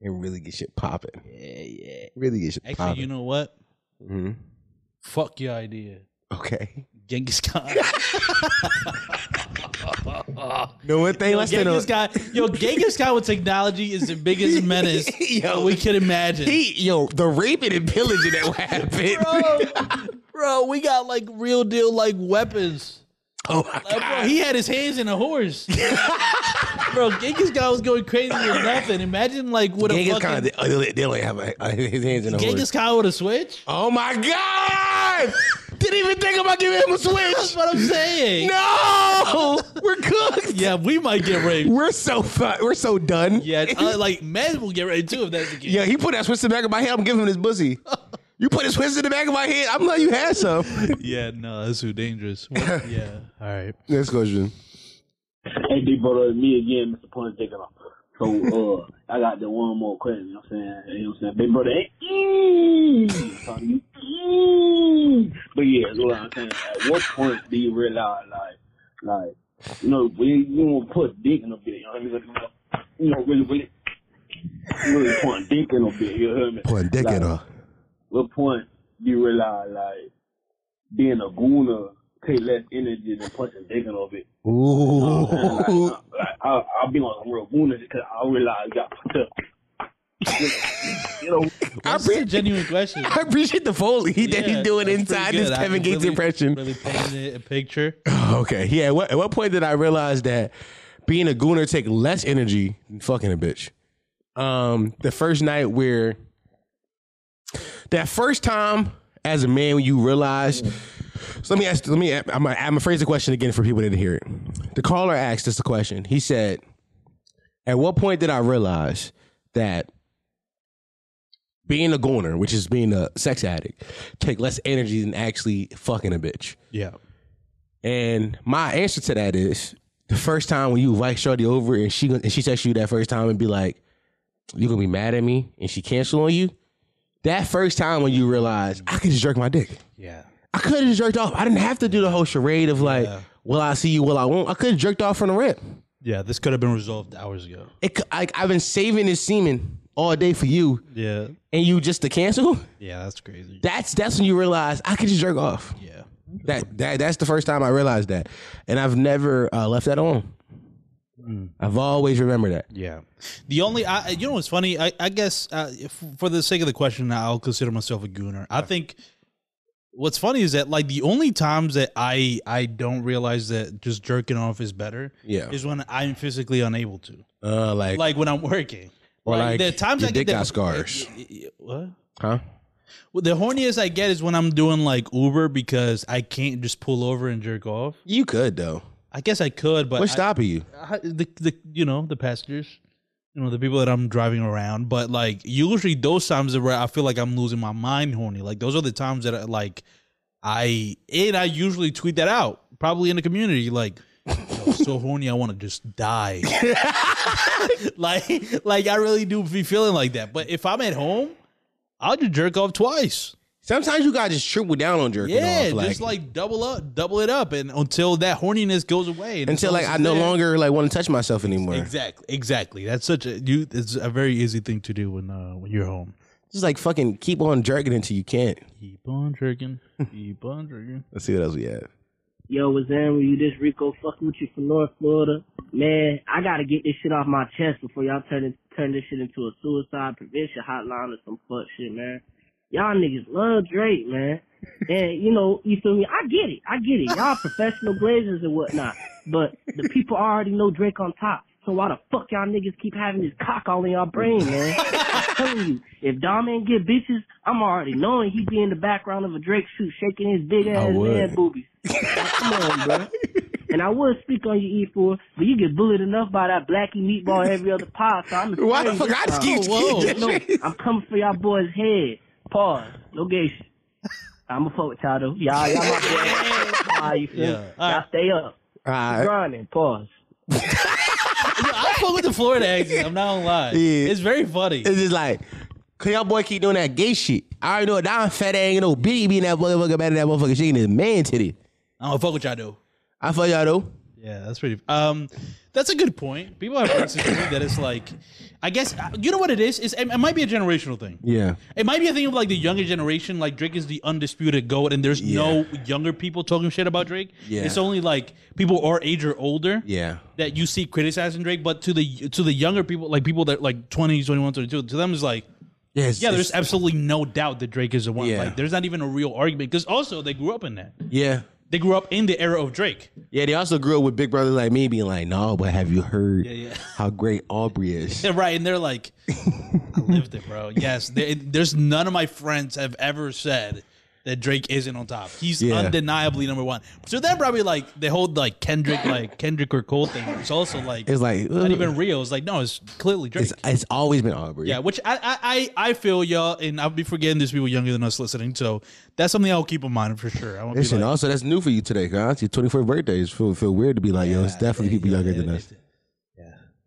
S5: And really get shit popping.
S4: Yeah, yeah.
S5: Really get shit
S4: Actually, you
S5: popping.
S4: know what?
S5: hmm
S4: Fuck your idea,
S5: Okay.
S4: Genghis Khan.
S5: No one thing.
S4: Yo,
S5: Let's stay on.
S4: Genghis Khan, yo, Genghis Khan with technology is the biggest menace we could imagine.
S5: He, yo, the raping and pillaging that would happen.
S4: bro, we got like real deal like weapons.
S5: Oh my
S4: god, bro, he had his hands in a horse. bro, Genghis Khan was going crazy with nothing. Imagine like what
S5: Genghis
S4: a fucking
S5: Khan, they, oh, they, they only have a, uh, his hands in the
S4: Genghis Khan with a switch.
S5: Oh my god! Didn't even think about giving him a switch. That's
S4: what I'm saying.
S5: No, we're cooked.
S4: Yeah, we might get raped.
S5: We're so fu- we're so done.
S4: Yeah, uh, like men will get raped too if that's the case.
S5: Yeah, he put that switch in the back of my head. I'm giving him his pussy. You put his switch in the back of my head. I'm glad you had some.
S4: Yeah, no, that's too dangerous. What- yeah, all right.
S5: Next question.
S15: Hey, big brother, it's me again, Mr. Punch Dick. So, uh, I got the one more question, you know what I'm saying? You know what I'm saying? Big brother, hey, mm, talking to you, mm. But yeah, that's what I'm saying. At what point do you realize, like, like, you know, we, you don't put dick in a bit, you know what I mean? Like, You know, really, really, really putting dick in a bit, you hear me?
S5: Putting dick in her.
S15: What point do you realize, like, being a gooner take less energy than punching dick in a bit?
S5: Ooh.
S15: like, I, I'll be on some real wounded because I realize I got fucked up. you know,
S5: I
S4: That's a genuine question.
S5: I appreciate the foley that
S4: Yeah,
S5: he's doing
S4: that's
S5: inside
S4: pretty
S5: this
S4: good. I
S5: Kevin Gates
S4: really-
S5: impression.
S4: Really painted a picture.
S5: Okay. Yeah. What, at what point did I realize that being a gooner take less energy than fucking a bitch? Um, the first night where that first time as a man when you realize. So let me ask. Let me. I'm. gonna- I'm gonna phrase the question again for people that didn't hear it. The caller asked us the question. He said, "At what point did I realize that being a gooner, which is being a sex addict, take less energy than actually fucking a bitch?"
S4: Yeah.
S5: And my answer to that is the first time when you invite Shorty over and she and she texts you that first time and be like, "You gonna be mad at me?" and she cancel on you. That first time when you realize I could just jerk my dick.
S4: Yeah.
S5: I could have jerked off. I didn't have to do the whole charade of like, "Will I see you? Will I won't?" I could have jerked off from the rip.
S4: Yeah, this could have been resolved hours ago.
S5: It c- like I've been saving this semen all day for you,
S4: Yeah.
S5: and you just to cancel.
S4: Yeah, that's crazy.
S5: That's that's when you realize I could just jerk off.
S4: Yeah.
S5: That that that's the first time I realized that, and I've never uh, left that on. I've always remembered that.
S4: Hmm. Yeah. The only, I, you know, what's funny? I, I guess uh, if, for the sake of the question, I'll consider myself a gooner. I think what's funny is that like the only times that I I don't realize that just jerking off is better,
S5: Yeah.
S4: is when I'm physically unable to,
S5: Uh, like
S4: like, when I'm working.
S5: or like,
S4: the times
S5: your
S4: I
S5: dick
S4: get
S5: got
S4: that,
S5: scars,
S4: what?
S5: huh?
S4: Well, the horniest I get is when I'm doing like Uber because I can't just pull over and jerk off.
S5: You could though.
S4: I guess I could, but
S5: What's
S4: I-
S5: stopping you?
S4: I- the the you know the passengers, you know the people that I'm driving around. But like usually those times are where I feel like I'm losing my mind, horny. Like those are the times that I, like I and I usually tweet that out probably in the community like. "Yo, so horny, I want to just die. like, like I really do be feeling like that. But if I'm at home, I'll just jerk off twice.
S5: Sometimes you gotta just triple down on jerking
S4: yeah,
S5: off, like-
S4: just like double up, double it up, and until that horniness goes away, and
S5: Until like
S4: it's
S5: I no
S4: there.
S5: longer like want to touch myself anymore.
S4: Exactly, exactly. That's such a you. It's a very easy thing to do when uh, when you're home.
S5: Just like fucking keep on jerking until you can't.
S4: Keep on jerking, keep on jerking.
S5: Let's see what else we have.
S18: Yo, was there with you this Rico fucking with you from North Florida? Man, I gotta get this shit off my chest before y'all turn it, turn this shit into a suicide prevention hotline or some fuck shit, man. Y'all niggas love Drake, man. And you know, you feel me? I get it, I get it. Y'all professional blazers and whatnot, but the people already know Drake on top. So why the fuck y'all niggas keep having this cock all in y'all brain, man? I'm telling you, if Dom ain't get bitches, I'm already knowing he be in the background of a Drake shoot, shaking his big ass man
S17: would.
S18: boobies. Come on, bro. And I would speak on you, E4, but you get bullied enough by that blacky meatball every other pod, so I'm afraid.
S17: Why the fuck
S18: this
S17: I
S4: uh,
S17: just
S18: time.
S17: keep- Whoa, whoa.
S18: No, I'm coming for y'all boys' head. Pause. No gay shit. I'ma fuck with y'all though. Y'all, y'all my boys. Nah, you feel me?
S17: Yeah.
S18: Y'all stay up.
S5: All right.
S18: Grinding. Pause.
S4: I fuck with the Florida accent. I'm not gonna lie.
S5: It's
S4: very funny.
S5: It's just like, cause y'all boy keep doing that gay shit. I already know that I'm fat ain't no bitty being that motherfucker better than that motherfucker shaking his man titty.
S4: I don't fuck with y'all though.
S5: I fuck y'all though.
S4: Yeah, that's pretty. Um, that's a good point. People have racism that it's like, I guess uh, you know what it is. Is it, it might be a generational thing.
S5: Yeah.
S4: It might be a thing of like the younger generation. Like Drake is the undisputed goat, and there's no younger people talking shit about Drake.
S5: Yeah.
S4: It's only like people our age or older
S5: Yeah.
S4: that you see criticizing Drake. But to the to the younger people, like people that like 20, 21, 22, to them is like.
S5: Yes,
S4: yeah,
S5: it's-
S4: there's absolutely no doubt that Drake is the one.
S5: Yeah.
S4: Like, there's not even a real argument because also they grew up in that.
S5: Yeah.
S4: They grew up in the era of Drake.
S5: Yeah, they also grew up with big brothers like me being like, no, but have you heard
S4: Yeah, yeah.
S5: how great Aubrey is?
S4: Yeah, right. And they're like, I lived it, bro. Yes. There there's none of my friends have ever said that Drake isn't on top. He's
S5: Yeah.
S4: undeniably number one. So then probably like the whole like Kendrick, like Kendrick or Cole thing. It's also like,
S5: It's like,
S4: not even real. It's like, no, it's clearly Drake.
S5: It's, it's always been Aubrey.
S4: yeah, which I, I I I feel y'all, and I'll be forgetting there's people younger than us listening. So that's something I'll keep in mind for sure. I won't be
S5: Listen,
S4: like,
S5: also that's new for you today, guys. It's your twenty fourth birthday. It's feel feel weird to be like, yo, it's definitely people younger than us.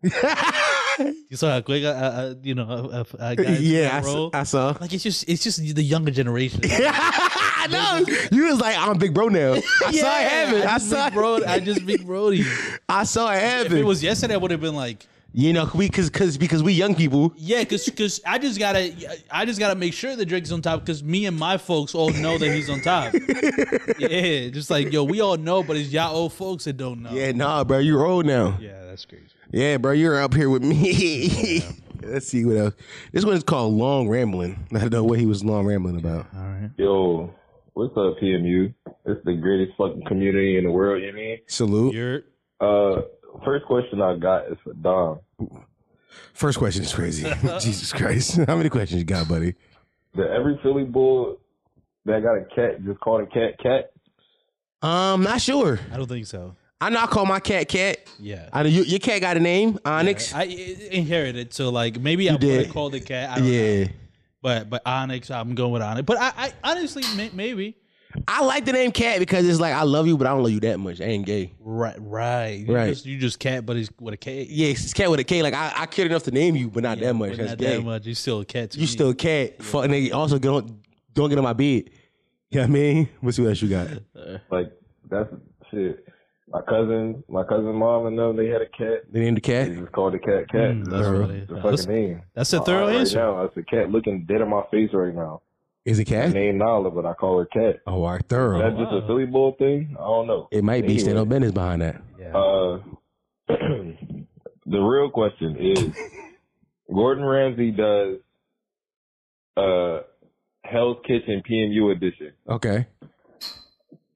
S4: you saw how quick I, I, I- you know, uh, uh, guys
S5: Yeah, I s-
S4: roll?
S5: I saw.
S4: Like it's just it's just the younger generation.
S5: I know. You was like, I'm big bro now. I saw it happen. I,
S4: just
S5: saw
S4: big bro. I just big Brody.
S5: I saw it
S4: If
S5: happen.
S4: it was yesterday, I would have been like,
S5: you know, we cause cause because we young people.
S4: yeah, cause, 'cause I just gotta, I just gotta make sure that Drake's on top, cause me and my folks all know that he's on top. yeah, just like yo, we all know, but it's y'all old folks that don't know.
S5: Yeah, nah, bro, you're old now.
S4: Yeah, that's crazy.
S5: Yeah, bro, you're up here with me. Let's see what else. This one is called Long Rambling. I don't know what he was long rambling about. All right.
S17: Yo, what's up, PMU? It's the greatest fucking community in the world, you mean?
S5: Salute.
S17: Uh, first question I got is for Dom.
S5: First question is crazy. Jesus Christ. How many questions you got, buddy?
S17: Did every Philly bull that got a cat just call a cat cat?
S5: Um, not sure.
S4: I don't think so.
S5: I know I call my cat cat.
S4: Yeah.
S5: I know you, your cat got a name, Onyx.
S4: I i- inherited, so like maybe I would
S5: did.
S4: have called the cat. I don't know.
S5: yeah.
S4: But but Onyx, I'm going with Onyx. But I, I honestly may, maybe
S5: I like the name cat because it's like I love you, but I don't love you that much. I ain't gay.
S4: right right You
S5: Right.
S4: just, you just cat, but it's with a K.
S5: Yeah, it's cat with a K. Like I, I cared enough to name you, but not that much.
S4: But
S5: That's
S4: not
S5: gay.
S4: that much. You still a cat. to
S5: You
S4: me.
S5: still a cat. Fuck nigga. Also don't don't get on my bed. You know what I mean? Let's see what else you got.
S17: Like that's shit. My cousin, my cousin mom and them, they had a cat.
S5: They named the cat.
S17: They just called the cat cat.
S4: Hmm.
S5: Mm, that's Thorough. funny.
S17: the
S5: That's-
S17: fucking name.
S5: that's a
S17: My
S5: thorough
S17: eye right
S5: answer.
S17: Now, it's a cat looking dead in my face right now.
S5: Is it cat?
S17: Name Nala, but I call her cat.
S5: Oh, all right,
S17: Is
S5: thorough.
S17: that just a Philly bull thing? I don't know.
S5: It might be
S17: Anyway.
S5: stand up business behind that.
S17: Uh, the real question is Gordon Ramsay does uh Hell's Kitchen PMU edition.
S5: Okay.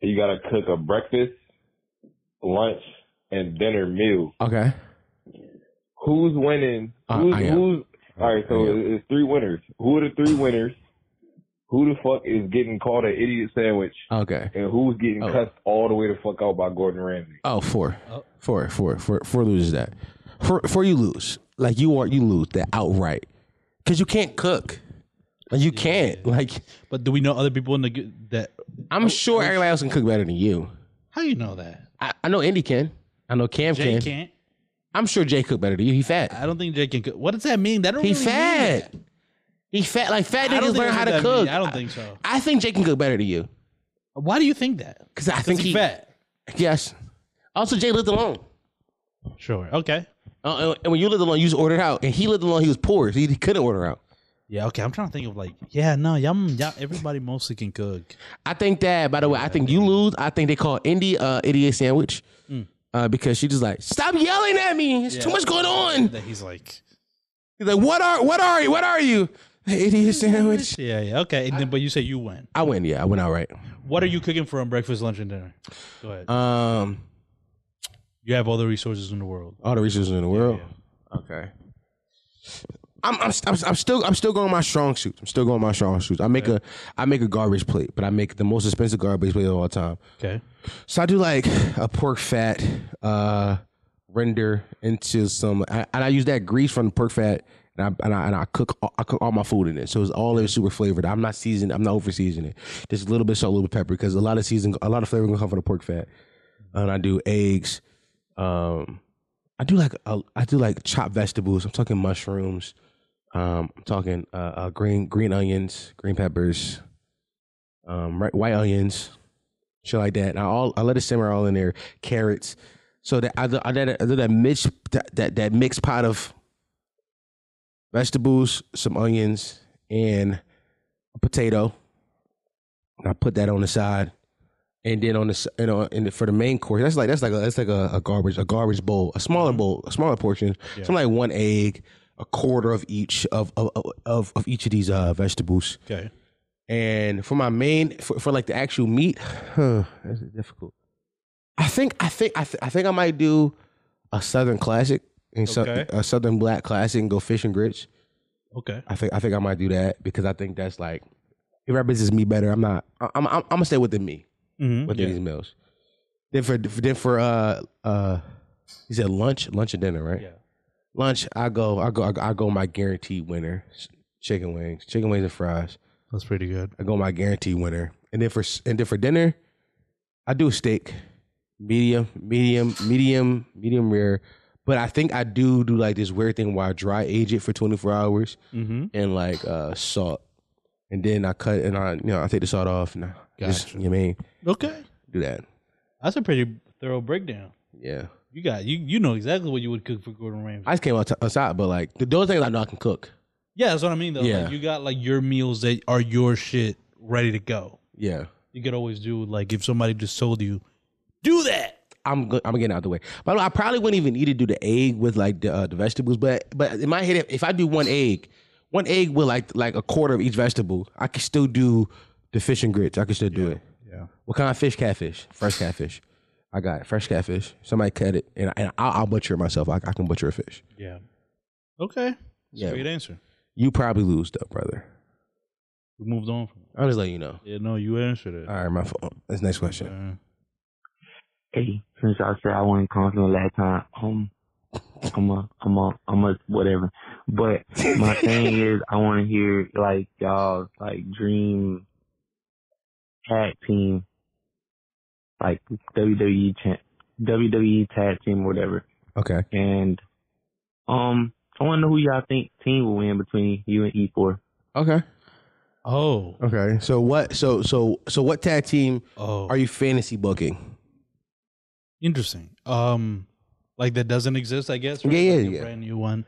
S17: You gotta cook a breakfast, lunch, and dinner meal.
S5: Okay.
S17: Who's winning?
S5: Uh,
S17: who's
S5: I am.
S17: who's all right, so
S5: I am.
S17: it- it's three winners. Who are the three winners? Who the fuck is getting called an idiot sandwich?
S5: Okay.
S17: And who's getting
S5: Oh.
S17: cussed all the way the fuck out by Gordon Ramsay?
S5: Oh, four. Four, four, four, four loses that. For for you lose. Like you are you lose that outright. Cause you can't cook. Like you can't. Like
S4: But do we know other people in the g- that?
S5: I'm sure everybody else can cook better than you.
S4: How you know that?
S5: I, I know Indy can. I know Cam
S4: Jay
S5: can.
S4: can't.
S5: I'm sure Jay cook better than you. He fat.
S4: I don't think Jay can. cook. What does that mean? That don't.
S5: He
S4: really mean
S5: fat.
S4: that.
S5: He fat. Like fat
S4: I don't
S5: niggas
S4: think
S5: learn
S4: that's what
S5: how to
S4: that mean.
S5: cook.
S4: I don't think so.
S5: I think Jay can cook better than you.
S4: Why do you think that?
S5: Because I think
S4: he
S5: he
S4: fat.
S5: Yes. Also, Jay lived alone.
S4: Sure. Okay.
S5: Uh, and- and when you lived alone, you just ordered out. And he lived alone. He was poor, so he couldn't order out.
S4: Yeah. Okay. I'm trying to think of like. Yeah. No. Y'all. y'all everybody mostly can cook.
S5: I think that. By the way, I think you lose. I think they call Indy uh, idiot sandwich
S4: Mm.
S5: uh, because she just like stop yelling at me. It's too much going on.
S4: That he's like.
S5: He's like, what are what are you? What are you? Idiot sandwich.
S4: Yeah. Yeah. Okay. And then, but you say you win.
S5: I win. Yeah, I went all right.
S4: What are you cooking for on breakfast, lunch, and dinner? Go ahead.
S5: Um,
S4: you have all the resources in the world.
S5: all the resources in the world. Okay. I'm, I'm, I'm, I'm still I'm still going my strong suits. I'm still going my strong suits. I make a I make a garbage plate, but I make the most expensive garbage plate of all time.
S4: Okay.
S5: So I do like a pork fat uh, render into some, I, and I use that grease from the pork fat, and I and I, and I cook all- I cook all my food in it. So it's all in super flavored. I'm not seasoned. I'm not over seasoning. Just a little bit of salt, a little bit of pepper, because a lot of season, a lot of flavor gonna come from the pork fat. And I do eggs. Um, I do like uh, I do like chopped vegetables. I'm talking mushrooms. Um, I'm talking uh, uh, green green onions, green peppers, um, right, white onions, shit like that. And I all I let it simmer all in there. Carrots. So that I do, I do that, I do that mix that, that that mixed pot of vegetables, some onions, and a potato. And I put that on the side, and then on the s- and on and for the main course, that's like that's like a, that's like a, a garbage a garbage bowl, a smaller bowl, a smaller portion,
S3: Yeah.
S5: something like one egg, a quarter of each of of of, of each of these uh, vegetables.
S4: Okay.
S5: And for my main for, for like the actual meat, huh, that's difficult. I think I think I, th- I think I might do a southern classic and so,
S4: Okay.
S5: a southern black classic and go fish and grits.
S4: Okay.
S5: I think I think I might do that because I think that's like it represents me better. I'm not. I- I'm. I'm, I'm gonna stay within me
S4: Mhm.
S5: within these meals. Then for then for uh uh, he said lunch, lunch and dinner, right? Yeah. Lunch, I go, I go, I go, I go my guaranteed winner: s- chicken wings, chicken wings and fries.
S4: That's pretty good.
S5: I go my guaranteed winner, and then for s- and then for dinner, I do a steak, medium, medium, medium, medium rare. But I think I do do like this weird thing where I dry age it for 24 hours
S4: Mhm.
S5: and like uh salt, and then I cut and I you know I take the salt off and I just you know what I mean
S4: Okay.
S5: do that.
S4: That's a pretty thorough breakdown.
S5: Yeah,
S4: You got you you know exactly what you would cook for Gordon Ramsay.
S5: I just came out outside, but like th- those things I know I can cook.
S4: Yeah, that's what I mean though.
S5: Yeah.
S4: Like, you got like your meals that are your shit ready to go.
S5: Yeah,
S4: You could always do like if somebody just told you, do that.
S5: I'm go- I'm getting out the way. But I probably wouldn't even need to do the egg with like the, uh, the vegetables. But but in my head, if I do one egg, one egg with like like a quarter of each vegetable, I could still do the fish and grits. I could still do it.
S4: Yeah.
S5: What kind of fish? Catfish. Fresh catfish. I got it. Fresh catfish. Somebody cut it, and and I'll, I'll butcher it myself. I, I can butcher a fish.
S4: Yeah. Okay. That's
S5: Yeah.
S4: a great answer.
S5: You probably lose though, brother.
S4: We moved on from
S5: I'm just letting you know.
S4: Yeah, no, you answered it.
S5: All right, my fault. That's next question.
S19: Hey, since I said I wasn't confident last time, um, I'm a, I'm a, I'm a, whatever. But my thing is, I want to hear like y'all like dream tag team, like WWE cha- WWE tag team or whatever.
S5: Okay.
S19: And um, I want to know who y'all think team will win between you and E E4.
S5: Okay.
S4: Oh.
S5: Okay. So what? So so so what tag team
S4: Oh.
S5: are you fantasy booking?
S4: Interesting. Um, like that doesn't exist, I guess.
S5: Yeah, yeah,
S4: Like a
S5: yeah.
S4: Brand new one.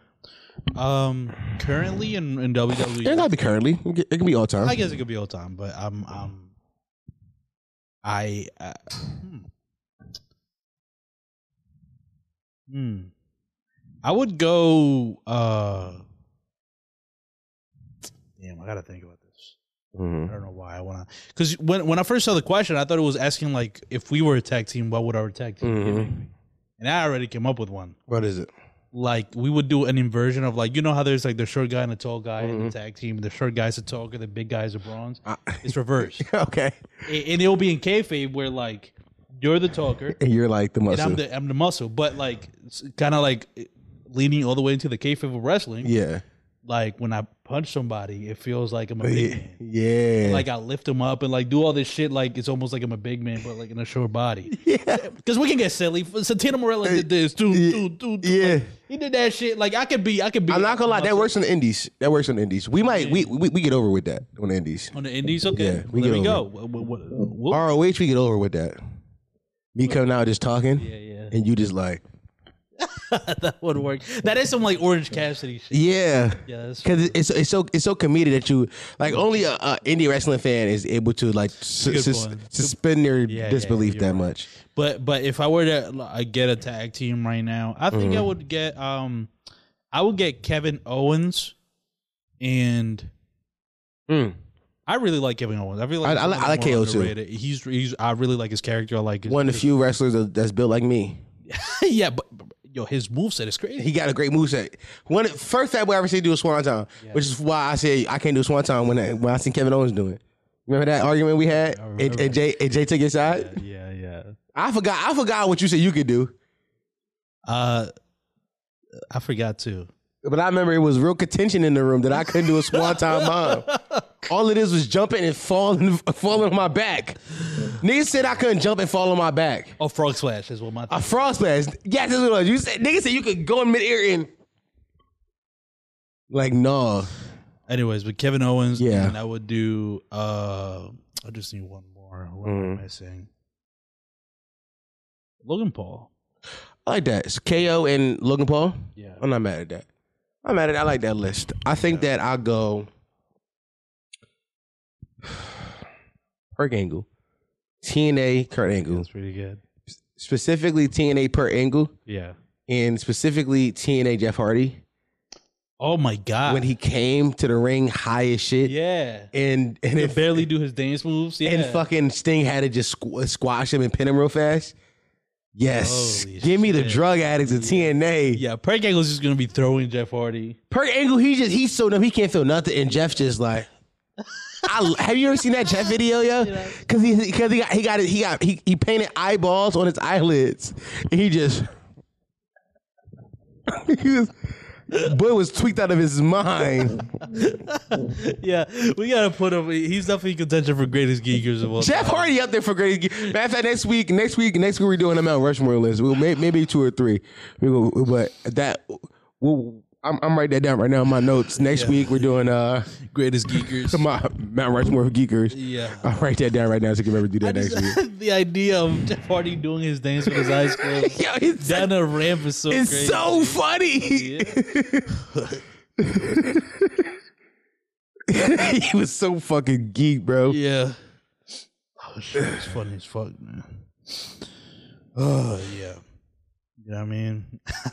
S4: Um, currently in, E, in WWE,
S5: It gotta be currently. It can be all time.
S4: I guess it could be all time, but I'm um, I uh, hmm. Hmm. I would go. uh Damn, I gotta think about this. I don't know why I wanna. Because when when I first saw the question, I thought it was asking like if we were a tag team, what would our tag
S5: Mm.
S4: team gimmick be? And I already came up with one.
S5: What is it?
S4: Like we would do an inversion of like you know how there's like the short guy and the tall guy
S5: Mm-hmm.
S4: in the tag team. The short guy's a talker, the big guy's a bronze.
S5: Ah.
S4: it's reversed.
S5: okay.
S4: And, and it'll be in kayfabe where like you're the talker
S5: And you're like the muscle.
S4: and I'm the I'm the muscle, but like kind of like leaning all the way into the kayfabe of wrestling.
S5: yeah.
S4: Like when I punch somebody, it feels like I'm a big man.
S5: Yeah.
S4: Like I lift him up and like do all this shit. Like it's almost like I'm a big man, but like in a short body. Yeah, because we can get silly. Santino Morella did this. Dude, dude, dude,
S5: yeah.
S4: he did that shit. Like I could be, I could be.
S5: I'm not gonna lie, that works on the indies. That works on the indies. We might we we, we get over with that on the indies.
S4: on the Indies. Okay,
S5: Yeah, we
S4: there
S5: get
S4: we go.
S5: over
S4: What, what, what-
S5: ROH we get over with that. Me coming out just talking. Yeah, yeah. And you just like
S4: that would work. That is some like Orange Cassidy shit.
S5: Yeah.
S4: Yeah, that's
S5: Because it's it's so it's so comedic that you like only a, a indie wrestling fan is able to like sus- sus-
S4: point.
S5: suspend their
S4: yeah,
S5: disbelief that much.
S4: But but if I were to like, get a tag team right now, I think I
S5: Mhm.
S4: would get um, I would get Kevin Owens, and I really like Kevin Owens. I really like
S5: Hmm. I- I like- I like
S4: he's
S5: KO
S4: more
S5: too.
S4: underrated. He's he's I really like his character. I like his
S5: One of the few wrestlers that- that's built like me.
S4: yeah, but, but- yo, his moveset is crazy.
S5: He got a great moveset. One first time I ever seen do a swanton, which is why I said I can't do a swanton when I, when I seen Kevin Owens do it. Remember that argument we had? And, and Jay and Jay took his side.
S4: Yeah, yeah.
S5: I forgot. I forgot what you said you could do,
S4: Uh, I forgot too.
S5: but I remember it was real contention in the room that I couldn't do a swanton bomb. All it is was jumping and falling, falling on my back. Nigga said I couldn't jump and fall on my back.
S4: Oh, frog splash is what my
S5: A frog splash. Yes, that's what it was. You said nigga said you could go in midair and like no.
S4: Anyways, with Kevin Owens,
S5: Yeah.
S4: and I would do. uh I just need one more. What
S5: Mm-hmm.
S4: am I missing? Logan Paul.
S5: I like that. It's KO and Logan Paul. Yeah. I'm not mad at that. I'm mad at I like that list. I think that I'll go Kurt Angle. TNA Kurt Angle. That's
S4: pretty good.
S5: Specifically TNA per angle
S4: Yeah.
S5: and specifically TNA Jeff Hardy.
S4: Oh my god.
S5: When he came to the ring high as shit.
S4: Yeah.
S5: And and
S4: Could
S5: if
S4: barely do his dance moves. Yeah.
S5: and fucking Sting had to just squ- squash him and pin him real fast. Yes, give me the drug addicts of TNA.
S4: Yeah, Perk Angle's just gonna be throwing Jeff Hardy.
S5: Per angle, he just he's so dumb he can't feel nothing, and Jeff just like. I, have you ever seen that Jeff video, yo? Because he because he got he got he got he, he painted eyeballs on his eyelids, and he just he was, boy was tweaked out of his mind.
S4: yeah, we gotta put him. He's definitely in contention for greatest geekers of all.
S5: Jeff
S4: time.
S5: Hardy up there for great. Matter of fact, next week, next week, next week we're doing a Mount Rushmore list. We'll may, maybe two or three. We go, but that we'll, I'm I'm writing that down right now in my notes. Next week we're doing uh
S4: greatest geekers.
S5: my Mount Rushmore geekers.
S4: Yeah.
S5: I'll write that down right now so you can remember to do that next week.
S4: the idea of Jeff Hardy doing his dance with his eyes closed down a ramp is so
S5: it's
S4: crazy.
S5: so funny. he was so fucking geek, bro.
S4: Yeah. Oh shit, it's funny as fuck, man. Oh yeah. You know what I mean?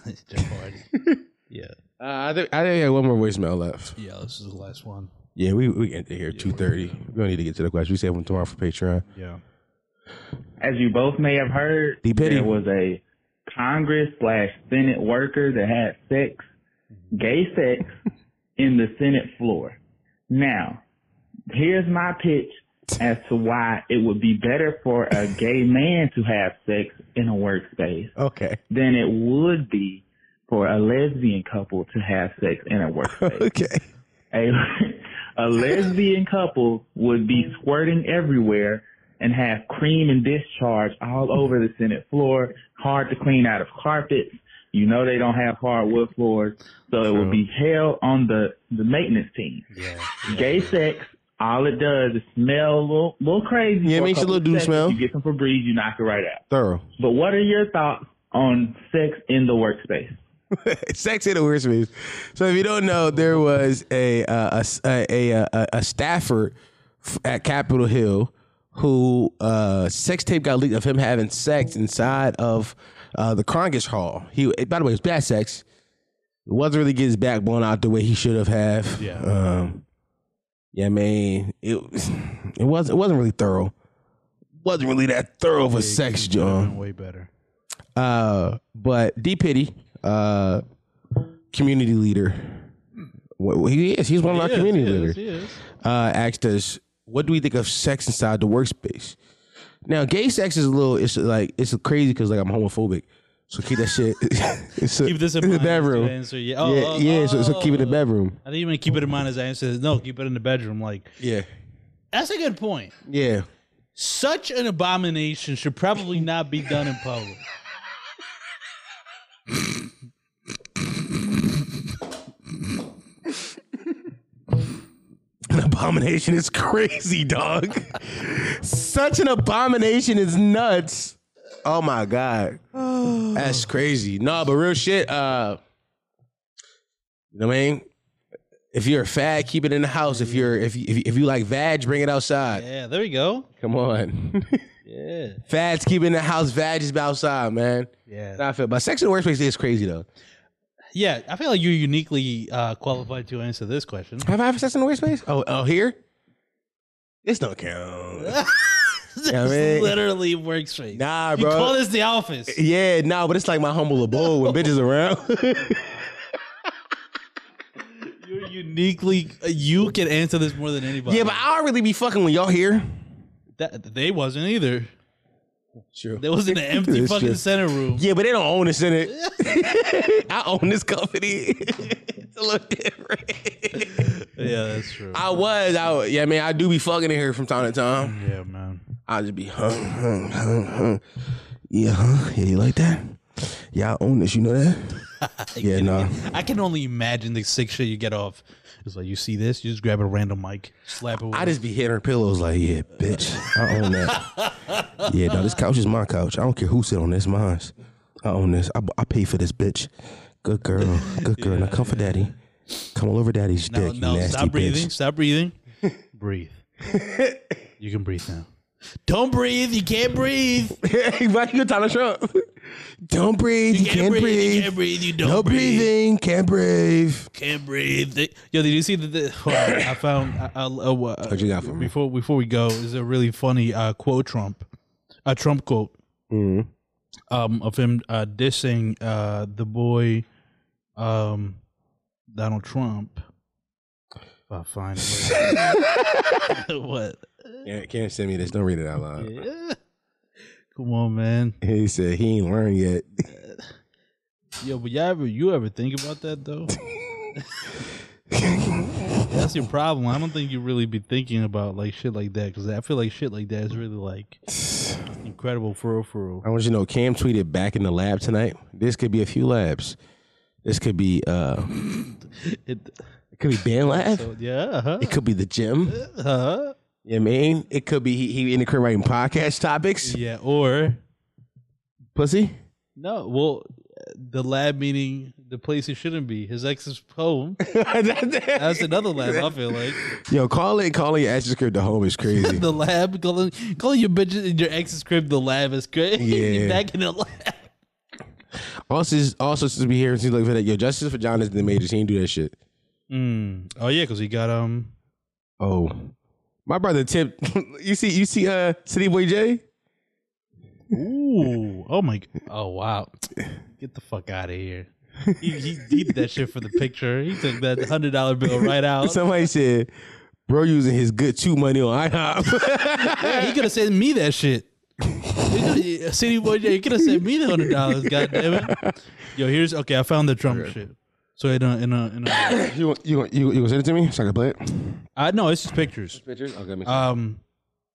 S4: Jeff Hardy. yeah.
S5: Uh, I think I think we have one more voicemail left.
S4: Yeah, this is the last one.
S5: Yeah, we we get here two thirty. We don't need to get to the question. We save them tomorrow for Patreon.
S4: Yeah.
S20: As you both may have heard, there was a Congress slash Senate worker that had sex, gay sex, in the Senate floor. Now, here's my pitch as to why it would be better for a gay man to have sex in a workspace
S5: okay.
S20: than it would be for a lesbian couple to have sex in a workspace.
S5: okay.
S20: A, a lesbian couple would be squirting everywhere and have cream and discharge all over the Senate floor, hard to clean out of carpets. You know they don't have hardwood floors, so it would be hell on the, the maintenance team. Gay sex, all it does is smell a little, little crazy.
S5: Yeah, it
S20: for
S5: makes you
S20: couple
S5: a little dude
S20: seconds.
S5: smell.
S20: You get some Febreze, you knock it right out.
S5: Thorough.
S20: But what are your thoughts on sex in the workspace?
S5: Sex in the workspace. So if you don't know, there was a uh, a, s- a, a, a a staffer f- at Capitol Hill who uh, sex tape got leaked of him having sex inside of uh, the Congress Hall. He by the way, it was bad sex. It wasn't really getting his back blown out the way he should have have. Yeah. Um, yeah, I mean, it it was it wasn't really thorough. Wasn't really that thorough of a sex, John.
S4: Way better.
S5: Uh, but D Pity, uh, community leader, wh- he is. He's one of our
S4: He is,
S5: community
S4: he is,
S5: leaders.
S4: he is.
S5: Uh, asked us, "What do we think of sex inside the workspace?" Now, gay sex is a little. It's like it's crazy because like I'm homophobic, so keep that shit. it's a,
S4: Keep this in
S5: it's a
S4: mind. as to
S5: bedroom.
S4: Answer. Yeah. Oh,
S5: yeah,
S4: oh,
S5: yeah, so, so
S4: oh.
S5: keep it in the bedroom.
S4: I think you mean keep it in mind as I answer. this. No, keep it in the bedroom. Like
S5: yeah,
S4: that's a good point.
S5: Yeah.
S4: Such an abomination should probably not be done in public.
S5: An abomination is crazy, dog. Such an abomination is nuts. Oh my god. That's crazy. No, but real shit, uh you know what I mean? If you're a fag, keep it in the house. If you're if you, if you, if you like vag, bring it outside.
S4: Yeah, there we go.
S5: Come on.
S4: Yeah.
S5: Fads keep it in the house, vag is outside, man.
S4: Yeah.
S5: Not fair. But sex in the workspace is crazy though.
S4: Yeah, I feel like you're uniquely uh, qualified to answer this question.
S5: Have I ever sex in the workspace? Oh, oh here? This don't count.
S4: this
S5: Yeah, man.
S4: literally works for you.
S5: Nah,
S4: you
S5: bro.
S4: call this the office.
S5: Yeah, no, but it's like my humble abode when bitches around.
S4: You're uniquely, you can answer this more than anybody.
S5: yeah, but I don't really be fucking when y'all here.
S4: That, they wasn't either.
S5: True.
S4: There wasn't an empty
S5: That's
S4: fucking
S5: true.
S4: center room.
S5: Yeah, but they don't own this in it. I own this company. it's a little different.
S4: Yeah, that's true.
S5: I was, I wa- yeah, man, I do be fucking in here from time to time.
S4: Yeah, man.
S5: I'll just be hung, hung, hung, hung. Yeah, huh? Yeah, you like that? Yeah, I own this. You know that? yeah, no.
S4: I can only imagine the sick shit you get off. It's like you see this, you just grab a random mic, slap it. With
S5: I just be hitting her pillows like, yeah, bitch, I own that. yeah, no, this couch is my couch. I don't care who sit on this, mine. I own this. I, I pay for this, bitch. Good girl, good girl. now come for daddy. Come all over daddy's
S4: no,
S5: dick, you
S4: no,
S5: nasty
S4: stop breathing,
S5: bitch.
S4: stop breathing, breathe. you can breathe now. Don't breathe, you can't breathe.
S5: Why you Donald Trump? Don't breathe, you, can't, breathe,
S4: You can't breathe. You don't
S5: no
S4: breathe.
S5: breathing, can't breathe.
S4: Can't breathe. They- Yo, did you see that? The, hold on, I found. I, I, uh, uh,
S5: What you got for me?
S4: Before before we go, is a really funny uh, quote Trump, a Trump quote, um, of him uh, dissing uh, the boy, um, Donald Trump. If I find it. what?
S5: Yeah, can't send me this. Don't read it out loud.
S4: Come on, man.
S5: He said he ain't learned yet.
S4: Yo, but you ever you ever think about that though? That's your problem. I don't think you really be thinking about like shit like that because I feel like shit like that is really like incredible for real, for real.
S5: I want you to know Cam tweeted back in the lab tonight. This could be a few labs. This could be uh
S4: it,
S5: could be band lab.
S4: So, yeah, uh-huh.
S5: It could be the gym.
S4: Uh-huh.
S5: You know what I mean? It could be he, he in the crib writing podcast topics.
S4: Yeah, or
S5: pussy.
S4: no. Well, the lab meaning the place it shouldn't be. His ex's home. That's another lab. I feel like
S5: Yo, call it calling your ex's crib the home is crazy.
S4: the lab calling calling your bitches in your ex's crib the lab is crazy.
S5: Yeah.
S4: back in the lab.
S5: also, also since we here, it seems like that. Yo, justice for John is the major. He didn't do that shit.
S4: Mm. Oh yeah, because he got um.
S5: Oh, my brother Tip. you see, you see, uh, City Boy J.
S4: Ooh. Oh my. Oh wow. Get the fuck out of here. He, he, he did that shit for the picture. He took that hundred dollar bill right out.
S5: Somebody said, "Bro, using his good two money on IHOP."
S4: Yeah,
S5: uh,
S4: he could have sent me that shit. He coulda- City boy, J, he could have sent me the hundred dollars. God damn it. Yo, here's okay. I found the Trump shit. So in a in a in a,
S5: you want- you want- you you gonna send it to me so I can play it?
S4: I no, it's just pictures.
S5: pictures. Okay, make sure.
S4: Um.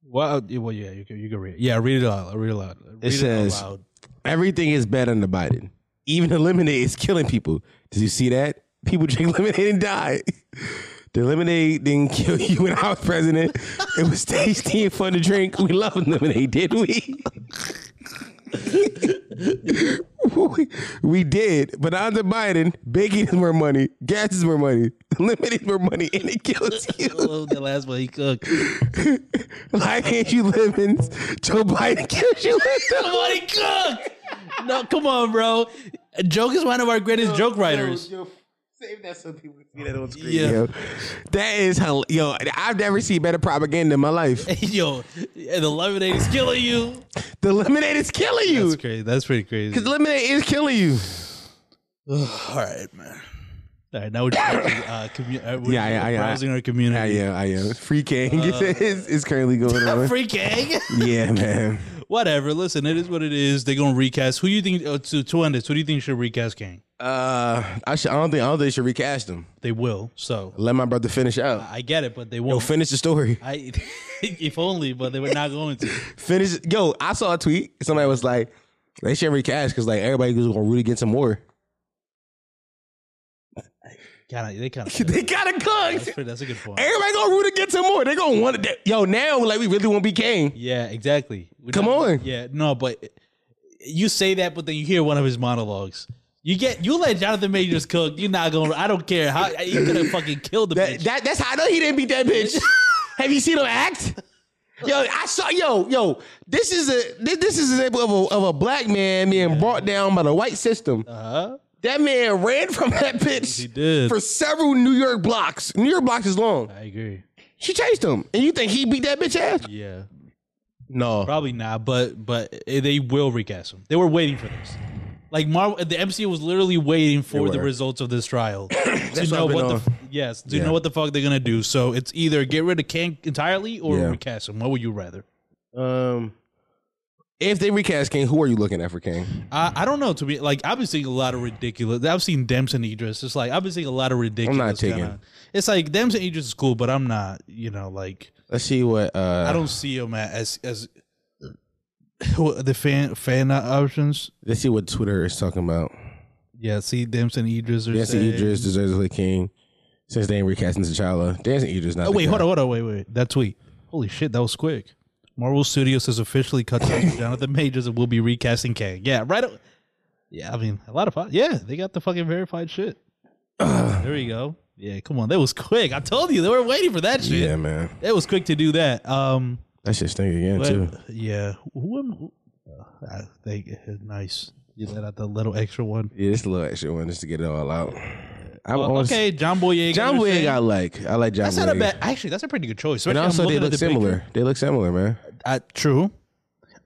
S4: Well, uh, well, yeah, you can you can read. It. Yeah, read it out. Read it out. Read
S5: It says
S4: out loud.
S5: everything is better than Biden. Even the lemonade is killing people. Did you see that? People drink lemonade and die. The lemonade didn't kill you when I was president. It was tasty and fun to drink. We love lemonade, did we? we, we did, but under Biden, baking is more money, gas is more money, lemonade is more money, and it kills you.
S4: Oh, the last one he cooked.
S5: Life hands you lemons. Joe Biden kills you with them.
S4: Somebody cook. No, come on, bro. A joke is one of our greatest joke writers.
S5: Save that so people can see that on screen.
S4: Yeah.
S5: Yo, that is hell. Yo, I've never seen better propaganda in my life.
S4: Yo, and the lemonade is killing you.
S5: The lemonade is killing you.
S4: That's crazy. That's pretty crazy.
S5: Cause lemonade is killing you.
S4: all right, man. All right, now we're, uh, commu- uh, we're
S5: yeah, yeah, yeah.
S4: browsing our community.
S5: I am. I am. Free King
S4: Uh,
S5: is, is currently going on.
S4: Free King?
S5: Yeah, man.
S4: Whatever. Listen, it is what it is. They're gonna recast. Who you think uh, to to end this? Who do you think should recast King?
S5: Uh, I should. I don't think. I don't think they should recast him.
S4: They will. So
S5: Let my brother finish out.
S4: I get it, but they
S5: Yo,
S4: won't.
S5: finish the story.
S4: I, if only, but they were not going to.
S5: Finish. Yo, I saw a tweet. Somebody was like, "They should recast because like everybody was gonna really get some more."
S4: Kinda, they kind of.
S5: They gotta cook.
S4: That's, pretty- that's a good point.
S5: Everybody gonna root against him more. They gonna want to. Yo, now like we really want to be king.
S4: Yeah, exactly. We're
S5: Come
S4: not-
S5: on.
S4: Yeah, no, but you say that, but then you hear one of his monologues. You get you let Jonathan Majors cook. You're not gonna. I don't care how he could have fucking killed the bitch.
S5: That that's how I know he didn't beat that bitch. Have you seen him act? Yo, I saw. Yo, yo, this is a this, this is an example of a, of a black man being brought down by the white system.
S4: Uh-huh.
S5: That man ran from that bitch. He
S4: did.
S5: for several New York blocks. New York blocks is long.
S4: I agree.
S5: She chased him, and you think he beat that bitch ass?
S4: Yeah,
S5: No,
S4: probably not. But but they will recast him. They were waiting for this. Like Marvel, the MCU was literally waiting for
S5: They
S4: the
S5: were.
S4: results of this trial to
S5: That's
S4: know
S5: what
S4: what
S5: I've been
S4: the
S5: on.
S4: f- yes to
S5: Yeah.
S4: know what the fuck they're gonna do. So it's either get rid of King entirely or
S5: Yeah.
S4: recast him. What would you rather?
S5: Um, If they recast King, who are you looking at for King?
S4: I, I don't know to be like I've been seeing a lot of ridiculous. I've seen Demps and Idris. It's like I've been seeing a lot of ridiculous.
S5: taking-
S4: kinda- It's like Demps and Idris is cool, but I'm not. You know, like
S5: Let's see what uh
S4: I don't see him as as what, the fan fan options.
S5: Let's see what Twitter is talking about.
S4: Yeah, see Demps and Idris. Are
S5: Dancing
S4: saying-
S5: Idris deserves the king since they ain't recasting T'Challa. Dancing Idris not.
S4: Oh
S5: the
S4: wait,
S5: guy.
S4: hold on, hold on, wait, wait. That tweet. Holy shit, that was quick. Marvel Studios has officially cut ties with Jonathan Majors and will be recasting Kang. Yeah, right. o- Yeah, I mean a lot of po- yeah, they got the fucking verified shit. there you go. Yeah, come on, that was quick. I told you they were waiting for that shit.
S5: Yeah, man.
S4: That was quick to do that. Um,
S5: That shit stink again
S4: but-
S5: too.
S4: Yeah, who am? Who, uh, I think nice. You let out the little extra one.
S5: Yeah, this little extra one just to get it all out. I'm
S4: Well,
S5: honest-
S4: okay, John Boyega.
S5: John
S4: you're
S5: Boyega,
S4: saying?
S5: I like. I like John.
S4: That's not a
S5: Boyega.
S4: bad. Actually, that's a pretty good choice.
S5: And
S4: especially I'm
S5: also, they
S4: looking at
S5: look
S4: the picture.
S5: similar. They look similar, man.
S4: Uh, true.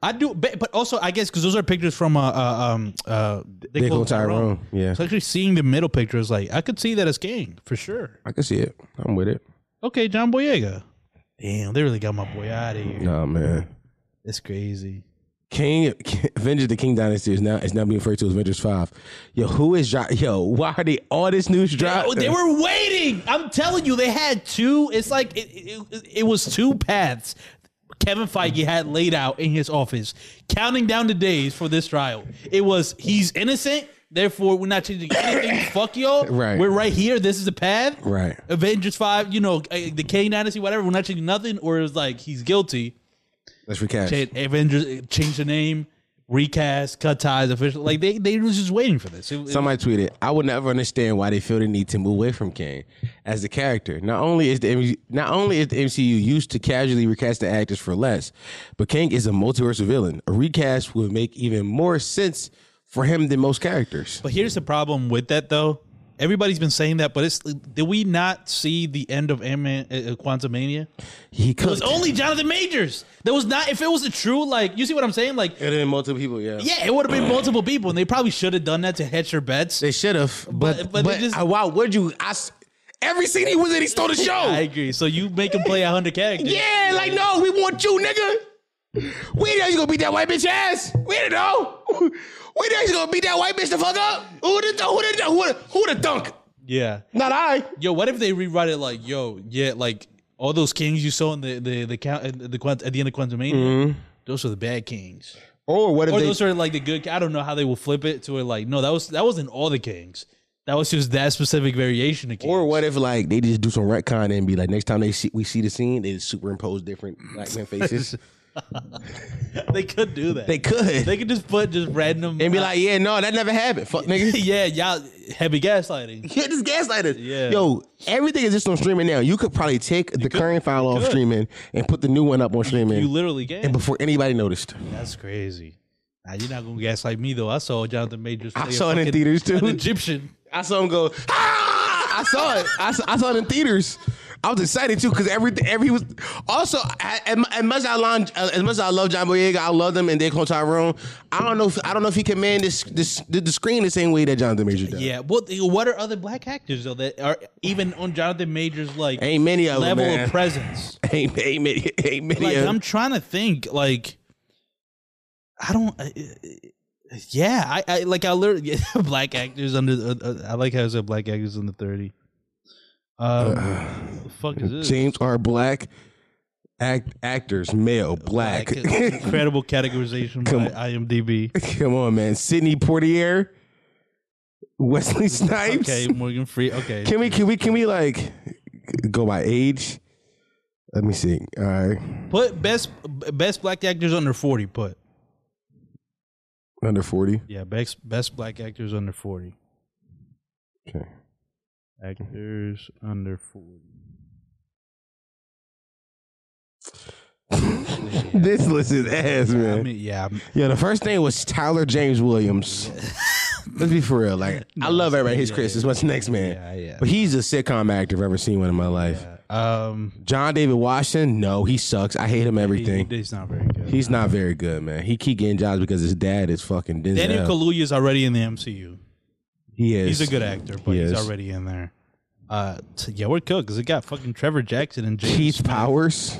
S4: I do, but, but also I guess because those are pictures from uh, uh um uh
S5: They call Tyrone. Yeah,
S4: So actually seeing the middle picture is like I could see that as King for sure.
S5: I can see it. I'm with it.
S4: Okay, John Boyega. Damn, they really got my boy out of here.
S5: Nah, man.
S4: It's crazy.
S5: King Avengers: The King Dynasty is now is now being referred to as Avengers Five. Yo, who is dro- yo? Why are they all this news drop?
S4: Oh, they were waiting. I'm telling you, they had two. It's like it, it, it- it was two paths. Kevin Feige had laid out in his office, counting down the days for this trial. It was he's innocent, therefore we're not changing anything. Fuck y'all.
S5: Right.
S4: We're right here. This is the path.
S5: right.
S4: Avengers Five, you know, uh, the Kane Dynasty, whatever. We're not changing nothing. Or it was like he's guilty.
S5: Let's recast.
S4: Change, Avengers, eh, change the name, recast, cut ties, official. Like they, they was just waiting for this. It- it-
S5: Somebody tweeted, I would never understand why they feel the need to move away from Kane as the character. Not only is the M- not only is the MCU used to casually recast the actors for less, but Kang is a multiversal villain. A recast would make even more sense for him than most characters.
S4: But here's the problem with that though. Everybody's been saying that, but it's did we not see the end of Ant-Man, uh, uh, Quantumania?
S5: He
S4: It was only Jonathan Majors. There was not if it was a true like you see what I'm saying like
S5: And then multiple people, yeah,
S4: yeah it would have been multiple people and they probably should have done that to hedge their bets.
S5: They should have,
S4: but but, they just,
S5: wow, uh, would you? I s- every scene he was in, he stole the show.
S4: I agree. So you make him play hundred characters.
S5: Yeah, like no, we want you, nigga. We know you gonna beat that white bitch ass. We didn't know. We know you gonna beat that white bitch the fuck up. Who the who the who the, who the dunk?
S4: Yeah.
S5: Not I.
S4: Yo, what if they rewrite it like, yo, yeah, like all those kings you saw in the the the count at the Quant- at the end of Quantumania,
S5: Mm-hmm.
S4: those are the bad kings.
S5: Or what if
S4: or
S5: they?
S4: those are like the good. I don't know how they will flip it to it. Like, no, that was that wasn't all the kings. That was just that specific variation of kings.
S5: Or what if like they just do some retcon and be like next time they see we see the scene they just superimpose different black men faces
S4: they could do that.
S5: They could.
S4: They could just put just random
S5: and be like yeah no that never happened fuck nigga
S4: yeah y'all heavy gaslighting.
S5: Yeah, just gaslighters.
S4: Yeah.
S5: Yo, everything is just on streaming now. You could probably take the current file off
S4: could.
S5: streaming and put the new one up on streaming.
S4: you literally can.
S5: And before anybody noticed.
S4: That's crazy. Now you're not gonna gaslight me though. I saw Jonathan Majors.
S5: I
S4: play a
S5: saw it in
S4: fucking-
S5: theaters too.
S4: An Egyptian.
S5: I saw him go, ah! I saw it. I saw, I saw it in theaters. I was excited too because every every he was also I- as mu- as much as I love as much as I love John Boyega, I love them and they call Tyrone. I don't know. If, I don't know if he can man this this the, the screen the same way that Jonathan Major does.
S4: Yeah. What what are other black actors though that are even on Jonathan Majors like
S5: Ain't many of 'em,
S4: level
S5: man.
S4: of presence?
S5: Ain't, ain't many. Ain't many.
S4: Like
S5: of-
S4: I'm trying to think. Like I don't. I, I- yeah, I, I like I literally black actors under. Uh, uh, I like how I said black actors under thirty.
S5: Uh,
S4: Um, the fuck is this?
S5: James R. Black, act actors, male, black.
S4: Incredible categorization
S5: Come
S4: by IMDb.
S5: Come on, man. Sidney Portier, Wesley Snipes.
S4: Okay, Morgan Free. Okay,
S5: Can we? Can we? Can we like go by age? Let me see. All right,
S4: put best best black actors under forty? Put
S5: under forty.
S4: yeah, best best black actors under forty.
S5: Okay.
S4: Actors under forty.
S5: This list is ass, man.
S4: I mean, yeah, I'm-
S5: Yeah, the first name was Tyler James Williams. Let's be for real. Like, I love everybody. His Chris is what's next, man. But he's a sitcom actor I've ever seen one in my life.
S4: Um,
S5: John David Washington. No, he sucks. I hate him. Everything.
S4: he- he's not very good.
S5: He's not very good, man. He keep getting jobs because his dad is fucking Denzel.
S4: Daniel Kaluuya is already in the MCU.
S5: he is.
S4: He's a good actor, but
S5: He
S4: he's
S5: is.
S4: already in there. Uh, t- yeah, we're cooked because it got fucking Trevor Jackson and James
S5: Keith Powers.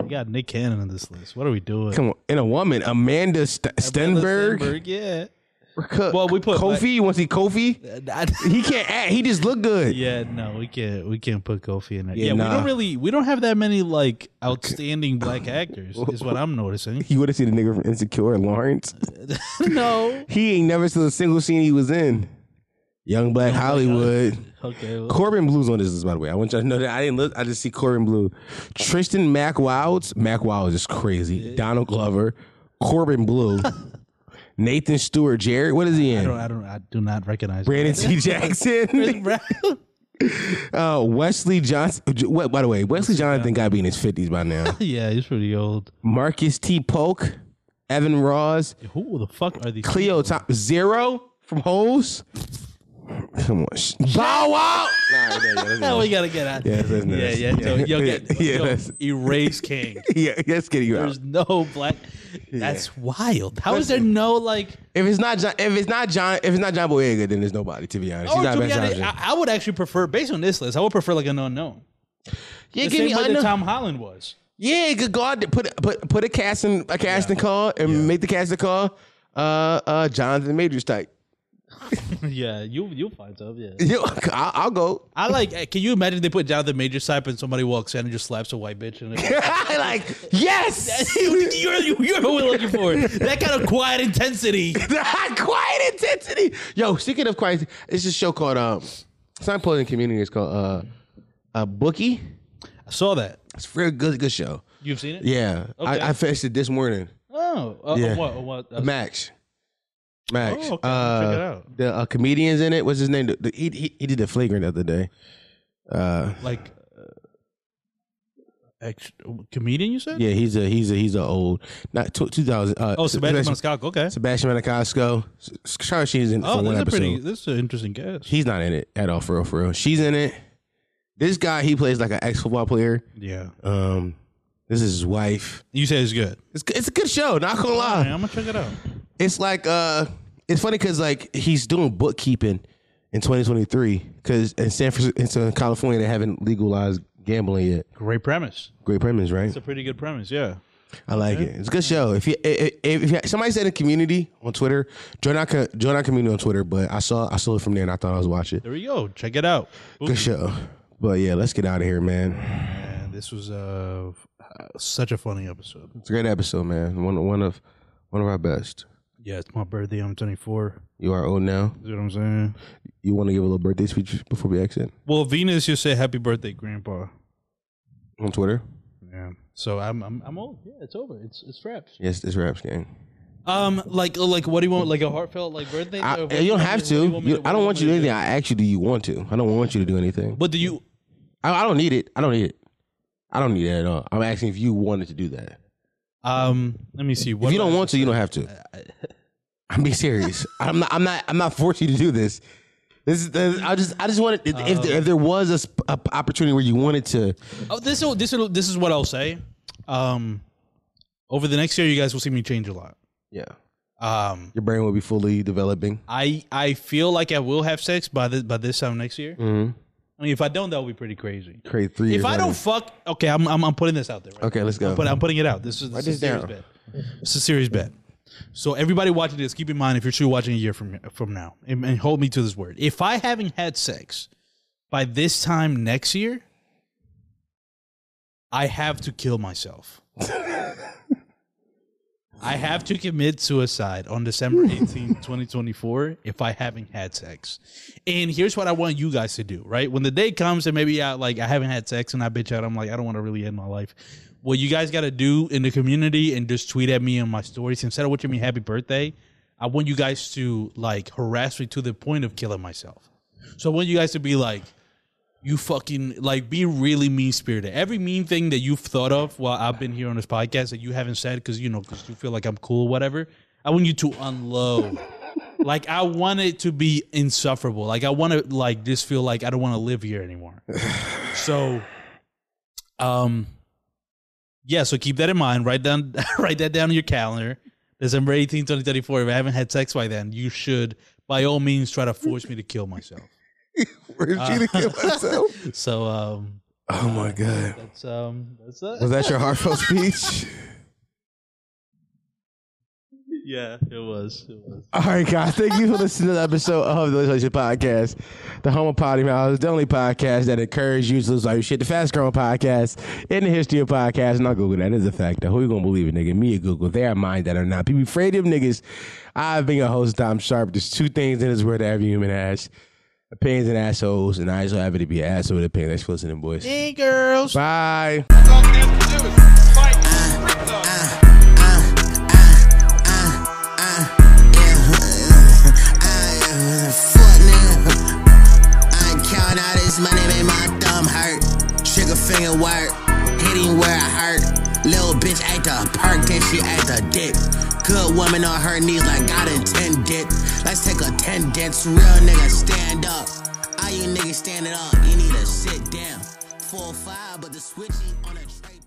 S4: We got Nick Cannon on this list. What are we doing?
S5: Come on, and a woman, Amanda St- Stenberg.
S4: Stenberg, yeah.
S5: Well, we
S4: put-
S5: Kofi. you want to see Kofi? he can't act. He just look good.
S4: Yeah, no, we can't. We can't put Kofi in there.
S5: Yeah,
S4: Yeah,
S5: nah.
S4: we don't really. We don't have that many like outstanding black actors. Is what I'm noticing.
S5: You would have seen the nigga from Insecure, Lawrence.
S4: no.
S5: He ain't never seen a single scene he was in. Young
S4: Oh
S5: Black Hollywood.
S4: Okay. well,
S5: Corbin Blue's on this list, by the way. I want y'all to know that I didn't look. I just see Corbin Blue, Tristan Mack Wilds. Mack Wilds is crazy. Donald Glover, Corbin Blue, Nathan Stewart, Jared. What is he in?
S4: I don't. I don't. I do not recognize.
S5: Brandon
S4: that.
S5: T. Jackson, uh, Wesley Johnson. uh, What? By the way, Wesley Jonathan got to be in his fifties by now.
S4: yeah, he's pretty old.
S5: Marcus T. Polk, Evan Ross,
S4: Who the fuck are these?
S5: Cleo Top Zero from Holes. Come on, sh- Bow Wow. Nah, yeah, yeah, that's-
S4: we gotta get out.
S5: Yeah, that's
S4: yeah,
S5: nice.
S4: yeah. So,
S5: Yeah.
S4: yo, get,
S5: Yeah,
S4: yo,
S5: that's-
S4: erase King.
S5: yeah, that's getting you out.
S4: There's no black. That's wild. How is there
S5: Listen.
S4: no like?
S5: If it's not John, if it's not John, if it's not John Boyega, then there's nobody. To be honest,
S4: Or
S5: he's not
S4: Oh, to
S5: a
S4: be
S5: best
S4: honest,
S5: option.
S4: I, I would actually prefer, based on this list, I would prefer like an unknown.
S5: Yeah,
S4: the
S5: give
S4: same
S5: me
S4: way that
S5: unknown.
S4: Tom Holland was.
S5: yeah, good God, put put put a casting a casting call and make the casting call. Uh, uh, Jonathan Majors type.
S4: yeah, you you'll find stuff. Yeah.
S5: Yo, I'll, I'll go.
S4: I like. eh, Can you imagine they put Jonathan Major type and somebody walks in and just slaps a white bitch and
S5: like yes,
S4: you're you're who we're looking for. That kind of quiet intensity.
S5: quiet intensity. Yo, speaking of quiet, it's a show called um, it's not Poison Community. It's called uh, uh, Bookie.
S4: I saw that.
S5: It's a very good good show.
S4: You've seen it?
S5: Yeah,
S4: Okay.
S5: I, I finished it this morning.
S4: Oh, uh,
S5: yeah.
S4: what, what, uh,
S5: Max. Max.
S4: Oh, okay.
S5: Uh,
S4: Check it out.
S5: The uh, comedians in it. What's his name? The- the- he, he he did the flagrant the other day. Uh,
S4: like uh, ex- comedian? You said?
S5: yeah, he's a he's a he's a old not tw- two thousand. Uh,
S4: Oh, Sebastian Maniscalco. Okay.
S5: Sebastian Maniscalco. S- S- Charlie Sheen's in it
S4: Oh,
S5: for one
S4: that's a
S5: episode.
S4: pretty. This is an interesting guess.
S5: He's not in it at all for real. For real, she's in it. This guy he plays like an ex football player.
S4: Yeah.
S5: Um, this is his wife.
S4: You say it's good.
S5: It's g- it's a good show. Not gonna lie.
S4: All right, I'm gonna check it out.
S5: It's like uh, it's funny because like he's doing bookkeeping in 2023 because in San Francisco, in Southern California, they haven't legalized gambling yet.
S4: Great premise.
S5: Great premise, right?
S4: It's a pretty good premise. Yeah.
S5: I like it. It's a good show. If you if, if, if you, somebody said in community on Twitter, join our co- join our community on Twitter. But I saw I saw it from there and I thought I was watching.
S4: There we go. Check it out. Boom.
S5: Good show. But yeah, let's get out of here, man.
S4: Man, this was uh, such a funny episode.
S5: It's a great episode, man. One one of one of our best.
S4: Yeah, it's my birthday. I'm 24.
S5: You are old now.
S4: You know what I'm saying?
S5: You want to give a little birthday speech before we exit
S4: Well, Venus just said happy birthday, Grandpa.
S5: on Twitter?
S4: Yeah. So I'm I'm, I'm old. Yeah, it's over. It's it's wraps.
S5: Yes, this raps game.
S4: Um, like like what do you want? Like a heartfelt like birthday?
S5: I,
S4: Or what
S5: you
S4: do
S5: don't
S4: want
S5: have
S4: me- what
S5: to.
S4: do you want me
S5: You- I don't
S4: what
S5: want
S4: do
S5: you to do anything. I ask you, do you want to? I don't want you to do anything.
S4: But do you?
S5: I, I don't need it. I don't need it. I don't need it at all. I'm asking if you wanted to do that.
S4: Um, let me see. What
S5: if you don't
S4: about-
S5: want to, you don't have to. I'm being serious. I'm not. I'm not. I'm not forcing you to do this. This is. this- I just. I just wanted. If, if,
S4: Uh.
S5: there, if there was a, sp- a p- opportunity where you wanted to,
S4: Oh, this will this will this is what I'll say. Um, over the next year, you guys will see me change a lot.
S5: yeah,
S4: Um,
S5: your brain would be fully developing.
S4: I I feel like I will have sex by this by this time next year.
S5: Mm-hmm.
S4: I mean, if I don't, that would be pretty crazy.
S5: Create three.
S4: if
S5: years
S4: I
S5: later.
S4: don't fuck, okay, I'm I'm, I'm putting this out there. Right?
S5: Okay, let's go.
S4: But I'm putting it out. This is
S5: Write
S4: this is
S5: this
S4: serious
S5: down.
S4: bet. It's a serious bet. So everybody watching this, keep in mind if you're truly watching a year from from now, and, and hold me to this word. If I haven't had sex by this time next year, I have to kill myself. I have to commit suicide on December 18th, 2024 if I haven't had sex. And here's what I want you guys to do, right? When the day comes and maybe I like I haven't had sex and I bitch out, I'm like, I don't want to really end my life. What you guys gotta do in the community and just tweet at me on my stories instead of wishing me happy birthday. I want you guys to like harass me to the point of killing myself. So I want you guys to be like, you fucking like be really mean spirited. Every mean thing that you've thought of while I've been here on this podcast that you haven't said because you know because you feel like I'm cool, or whatever. I want you to unload. like I want it to be insufferable. Like I want to like just feel like I don't want to live here anymore. so, um, yeah. So keep that in mind. Write down write that down in your calendar. December 18, 2034. If I haven't had sex by then, you should by all means try to force me to kill myself.
S5: Where's she to kill myself?
S4: So um
S5: Oh my god.
S4: That's um. That's that.
S5: Was that your heartfelt speech?
S4: Yeah, it was. It was.
S5: All right, guys. Thank you for listening to the episode of the Legislation Podcast, the Homo Potty Mouth, the only podcast that encourages you to lose all your shit, the fast growing podcast in the history of podcasts. Not Google that is a fact. Who you gonna believe it, nigga? Me or Google? They are mine that are not. People afraid of niggas. I've been your host, Dom Sharp. There's two things in this world that every human has: opinions and assholes. And I just so happy to be an asshole with opinion. Thanks for listening, boys.
S6: Hey, girls.
S5: Bye.
S6: Fuck nigga. I count all this money, made my thumb hurt. Trigger finger work, hitting where I hurt. Little bitch ate the perk, then she ate the dick. Good woman on her knees like God intended. Let's take a ten dents, real nigga stand up. All you niggas standing up, you need to sit down. Four five, but the switchy on a tray.